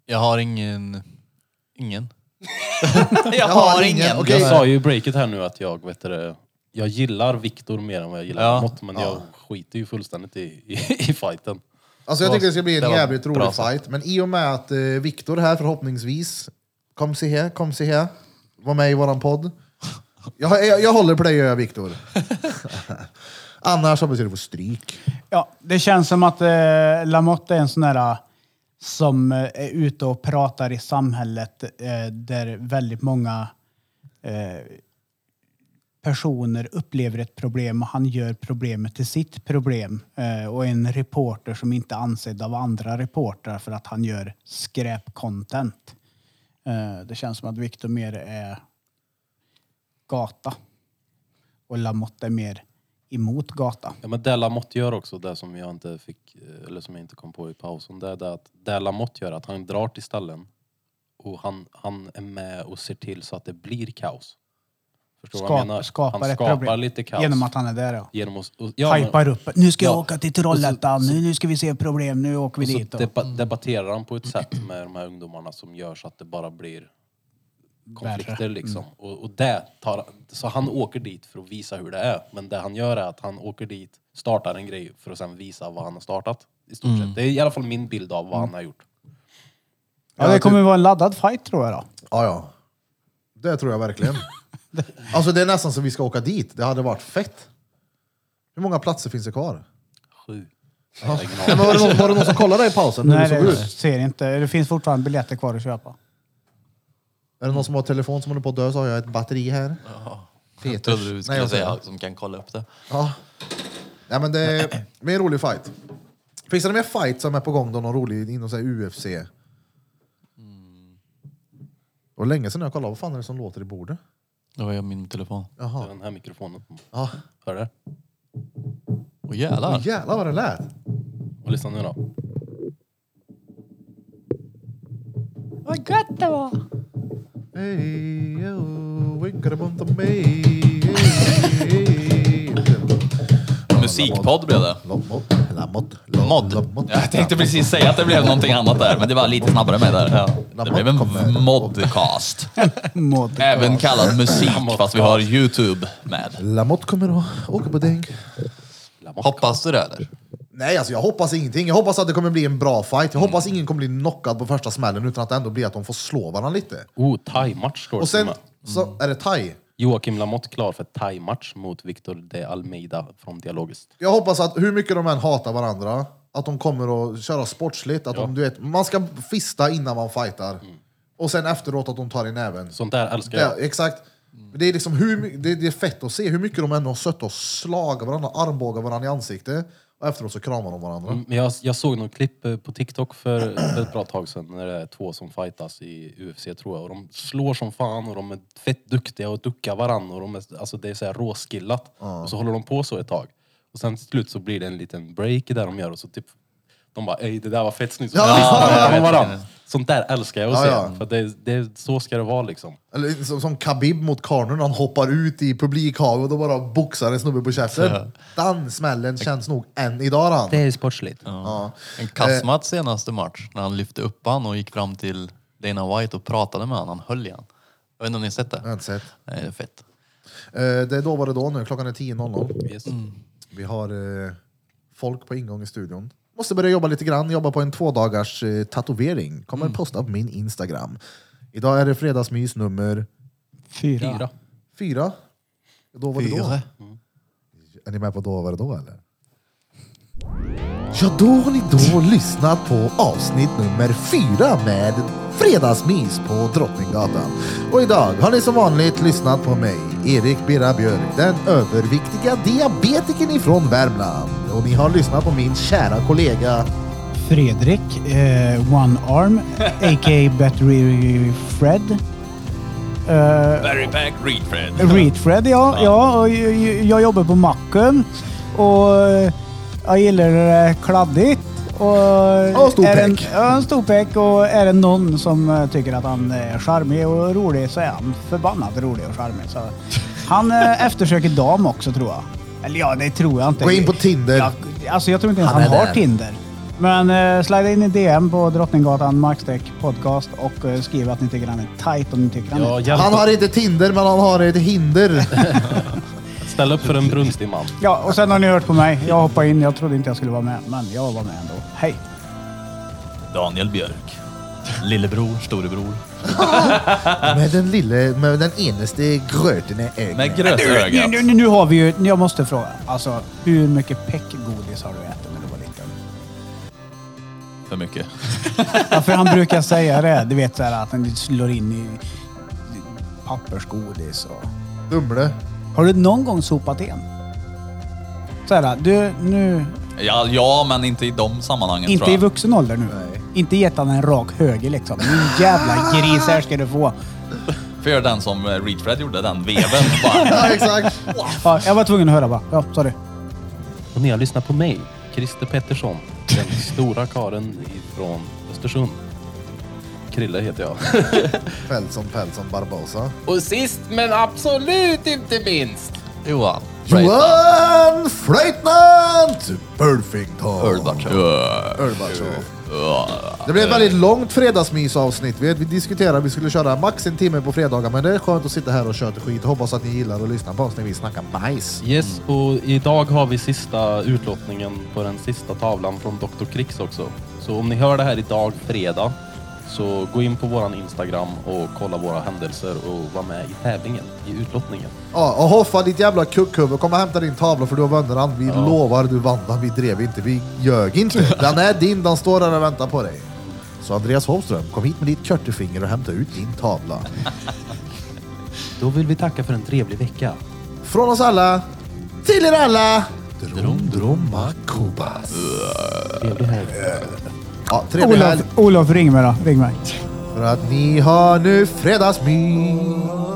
Speaker 7: Jag har ingen... Ingen. jag har ingen.
Speaker 1: Okej.
Speaker 6: Jag sa ju i breaket här nu att jag, vet du, jag gillar Viktor mer än vad jag gillar
Speaker 7: Ja.
Speaker 6: Mott, men jag skiter ju fullständigt i, i, i fighten.
Speaker 1: Alltså jag tycker det ska bli
Speaker 7: det
Speaker 1: en
Speaker 7: var
Speaker 1: jävligt
Speaker 7: bra
Speaker 1: rolig
Speaker 7: sagt.
Speaker 1: fight. Men i och med att eh, Viktor här förhoppningsvis, kom se här, kom se här, var med i våran podd. Jag, jag, jag håller på dig gör jag Viktor. Annars hoppas jag du får stryk.
Speaker 8: Ja, det känns som att eh, Lamotte är en sån där eh, som eh, är ute och pratar i samhället eh, där väldigt många eh, personer upplever ett problem och han gör problemet till sitt problem. Eh, och är en reporter som inte är ansedd av andra reportrar för att han gör skräpcontent. Eh, det känns som att Victor mer är gata och Lamotte är mer emot gata.
Speaker 6: Ja, men det Lamotte gör också, det som jag inte fick, eh, eller som jag inte kom på i pausen, det är det att det Lamotte gör att han drar till stallen och han, han är med och ser till så att det blir kaos. Förstår du vad jag
Speaker 8: Skap-
Speaker 6: menar?
Speaker 8: skapar
Speaker 6: han
Speaker 8: ett
Speaker 6: skapar
Speaker 8: problem.
Speaker 6: lite kaos.
Speaker 8: Genom att han är där ja.
Speaker 6: Genom att, och,
Speaker 8: ja
Speaker 6: ja, men-
Speaker 8: upp. Nu ska jag
Speaker 6: Ja.
Speaker 8: åka till Trollhättan. Nu, nu ska vi se problem. Nu åker vi
Speaker 6: Och så
Speaker 8: dit. Och
Speaker 6: deba- debatterar han på ett sätt med de här ungdomarna som gör så att det bara blir konflikter liksom. Och, och det tar, så han åker dit för att visa hur det är. Men det han gör är att han åker dit, startar en grej för att sen visa vad han har startat. I stort sett. Det är i alla fall min bild av vad han har gjort.
Speaker 8: ja, det kommer vara en laddad fight tror jag då.
Speaker 1: Ja, ja. Det tror jag verkligen. alltså det är nästan så vi ska åka dit. Det hade varit fett. Hur många platser finns det kvar?
Speaker 6: Sju.
Speaker 1: Ja. Men var, det någon, var det någon som kollade i pausen? hur
Speaker 8: Nej,
Speaker 1: det såg
Speaker 8: det
Speaker 1: ut?
Speaker 8: ser inte. Det finns fortfarande biljetter kvar att köpa.
Speaker 1: Är det någon som har telefon som håller på att dö så har jag ett batteri här.
Speaker 7: Jag trodde du skulle
Speaker 1: Nej, jag säger
Speaker 7: säga som kan kolla upp det.
Speaker 1: Ja. Nej, men det det blir en rolig fight. Finns det mer fight som är på gång då? Någon rolig inom så här, UFC? Det var länge sedan jag kollade. Vad fan är det som låter i bordet?
Speaker 7: Det var jag min telefon.
Speaker 1: Jaha.
Speaker 6: Den här mikrofonen.
Speaker 1: Ja.
Speaker 6: Hör det?
Speaker 7: Åh jävlar.
Speaker 1: Åh, jävlar vad det lät.
Speaker 6: Och lyssna nu då.
Speaker 4: Vad gött det var!
Speaker 1: Hey, yo, winkade mot mig. Hey,
Speaker 2: Musikpodd blev det.
Speaker 1: Lomot, lamot,
Speaker 2: Mod. Jag tänkte precis säga att det blev någonting annat där, men det var lite snabbare med där. Det blev en modcast.
Speaker 8: Mod.
Speaker 2: Även kallad musik, fast vi har Youtube med.
Speaker 1: Lamot kommer att åka på däng.
Speaker 7: Hoppas du det eller?
Speaker 1: Nej, alltså jag hoppas ingenting. Jag hoppas att det kommer bli en bra fight. Jag hoppas ingen kommer bli knockad på första smällen utan att det ändå blir att de får slå varandra lite.
Speaker 6: Oh, thai-match står det
Speaker 1: Och sen
Speaker 6: till och med.
Speaker 1: så är det thai.
Speaker 6: Joakim Lamotte klar för thai-match mot Victor de Almeida från Dialogiskt.
Speaker 1: Jag hoppas att hur mycket de än hatar varandra, att de kommer att köra sportsligt. Att de, du vet, man ska fista innan man fightar. Och sen efteråt att de tar i näven.
Speaker 6: Sånt där älskar
Speaker 1: Ja,
Speaker 6: jag.
Speaker 1: exakt. Det är, liksom hur, my- det, det är fett att se hur mycket de ändå har suttit och slagit varandra, armbågat varandra i ansiktet. Och efteråt så kramar de varandra.
Speaker 6: Mm, Men jag, jag såg något klipp eh, på TikTok för, för ett bra tag sedan när det är två som fightas i UFC tror jag. Och de slår som fan och de är fett duktiga och duckar varandra. Och de är, alltså det är så här råskillat. Och så håller de på så ett tag. Och sen till slut så blir det en liten break där de gör och så typ de bara Ej, det där var fett snyggt. Så liksom,
Speaker 1: Ja,
Speaker 6: ja, ja, varandra. Sånt där älskar jag att
Speaker 1: Ja,
Speaker 6: se.
Speaker 1: ja.
Speaker 6: För det, det, så ska det vara liksom.
Speaker 1: Eller som, som Khabib mot Conor när han hoppar ut i publikhavet och då bara boxar en snubbe på käften. Den smällen känns nog än idag. Han.
Speaker 6: är sportsligt.
Speaker 1: Ja.
Speaker 7: En Kasmat senaste match när han lyfte upp han och gick fram till Dana White och pratade med honom. Han höll i han. Jag vet inte om ni har sett det? Jag
Speaker 1: har inte sett.
Speaker 7: Nej, det är fett.
Speaker 1: Eh, det är då var det då nu. Klockan är 10.00.
Speaker 7: Yes.
Speaker 1: Vi har eh, folk på ingång i studion. Måste börja jobba lite grann. Jobba på en två dagars eh, tatuering. Kommer posta på min Instagram. Idag är det fredagsmys nummer
Speaker 8: Fyra.
Speaker 1: fyra. Då var det då.
Speaker 7: Fyra.
Speaker 1: Är ni med på då var det då eller? Ja, då har ni då lyssnat på avsnitt nummer fyra med Fredagsmys på Drottninggatan. Och idag har ni som vanligt lyssnat på mig, Erik Birra Björk, den överviktiga diabetikern ifrån Värmland. Och ni har lyssnat på min kära kollega
Speaker 8: Fredrik, eh, One Arm, a.k.a. Battery Fred. Eh,
Speaker 2: Barry Pack, Reed Fred.
Speaker 8: Readfred ja. ja och ju- ju- jag jobbar på macken och eh, jag gillar när det är kladdigt. Och
Speaker 1: Ja, stor
Speaker 8: är en,
Speaker 1: pek.
Speaker 8: ja, en stor pek. Och är det någon som eh, tycker att han är charmig och rolig så är han förbannat rolig och charmig. Så han eh, eftersöker dam också tror jag. Eller ja, det tror jag inte.
Speaker 1: Gå in på Tinder.
Speaker 8: Ja, alltså jag tror inte ens
Speaker 1: Han
Speaker 8: han,
Speaker 1: är
Speaker 8: har
Speaker 1: där.
Speaker 8: Tinder. Men eh, slida in i DM på Drottninggatan Markstreck podcast och eh, skriv att ni tycker han är tight om ni tycker han är
Speaker 6: Ja, hjälp.
Speaker 1: Han har inte Tinder, men han har ett hinder.
Speaker 6: Ställ upp för en brunstig man.
Speaker 8: Ja, och sen har ni hört på mig. Jag hoppade in. Jag trodde inte jag skulle vara med, men jag var med ändå. Hej!
Speaker 2: Daniel Björk.
Speaker 7: Lillebror, storebror.
Speaker 1: med den lille, med den enaste gröten i
Speaker 2: Med
Speaker 1: ögonen.
Speaker 8: Nu,
Speaker 2: grötögat.
Speaker 8: nu, nu, nu har vi ju... Jag måste fråga. Alltså, hur mycket peckgodis har du ätit när du var liten?
Speaker 2: För mycket.
Speaker 8: Ja, för han brukar säga det. Du vet så här att han slår in i pappersgodis och...
Speaker 1: Humle.
Speaker 8: Har du någon gång sopat in? Så här, du, nu...
Speaker 2: Ja, ja, men inte i de sammanhangen
Speaker 8: Inte
Speaker 2: tror
Speaker 8: i
Speaker 2: jag.
Speaker 8: vuxen ålder nu. Inte gett han en rak höger liksom. Nu jävla gris, här ska du få.
Speaker 2: För den som eh, Reed Fred gjorde, den veven. Bara,
Speaker 1: Ja, exakt.
Speaker 8: Ja, jag var tvungen att höra bara. Ja, sorry.
Speaker 6: Och ni har lyssnat på mig, Christer Pettersson. Den stora karen från Östersund. Krille heter jag.
Speaker 1: Pelson, Pelson, Barbosa.
Speaker 6: Och sist men absolut inte minst.
Speaker 7: Johan.
Speaker 1: Johan Flöjtnant Perfington. Ölbatschow. Det blev ett väldigt långt fredagsmysavsnitt. Vi, vi diskuterade att vi skulle köra max en timme på fredagar, men det är skönt att sitta här och köta skit. Hoppas att ni gillar att lyssna på oss när vi snackar majs.
Speaker 6: Yes, och idag har vi sista utlottningen på den sista tavlan från Dr. Krix också. Så om ni hör det här idag, fredag, så gå in på våran Instagram och kolla våra händelser och var med i tävlingen, i utlottningen.
Speaker 1: Ja, och Hoffa, ditt jävla kuckhuvud, kom och hämta din tavla för du har vunnit den. Vi lovar, du vann den. Vi drev inte, vi ljög inte. Den är din, den står där och väntar på dig. Så Andreas Holmström, kom hit med ditt körtefinger och hämta ut din tavla.
Speaker 6: Då vill vi tacka för en trevlig vecka.
Speaker 1: Från oss alla, till er alla, Drom Dromma Kubas.
Speaker 6: Trevlig helg.
Speaker 1: Ja, trevlig helg.
Speaker 8: Olof, Olof ring mig då. Ring mig.
Speaker 1: För att ni har nu fredagsmys.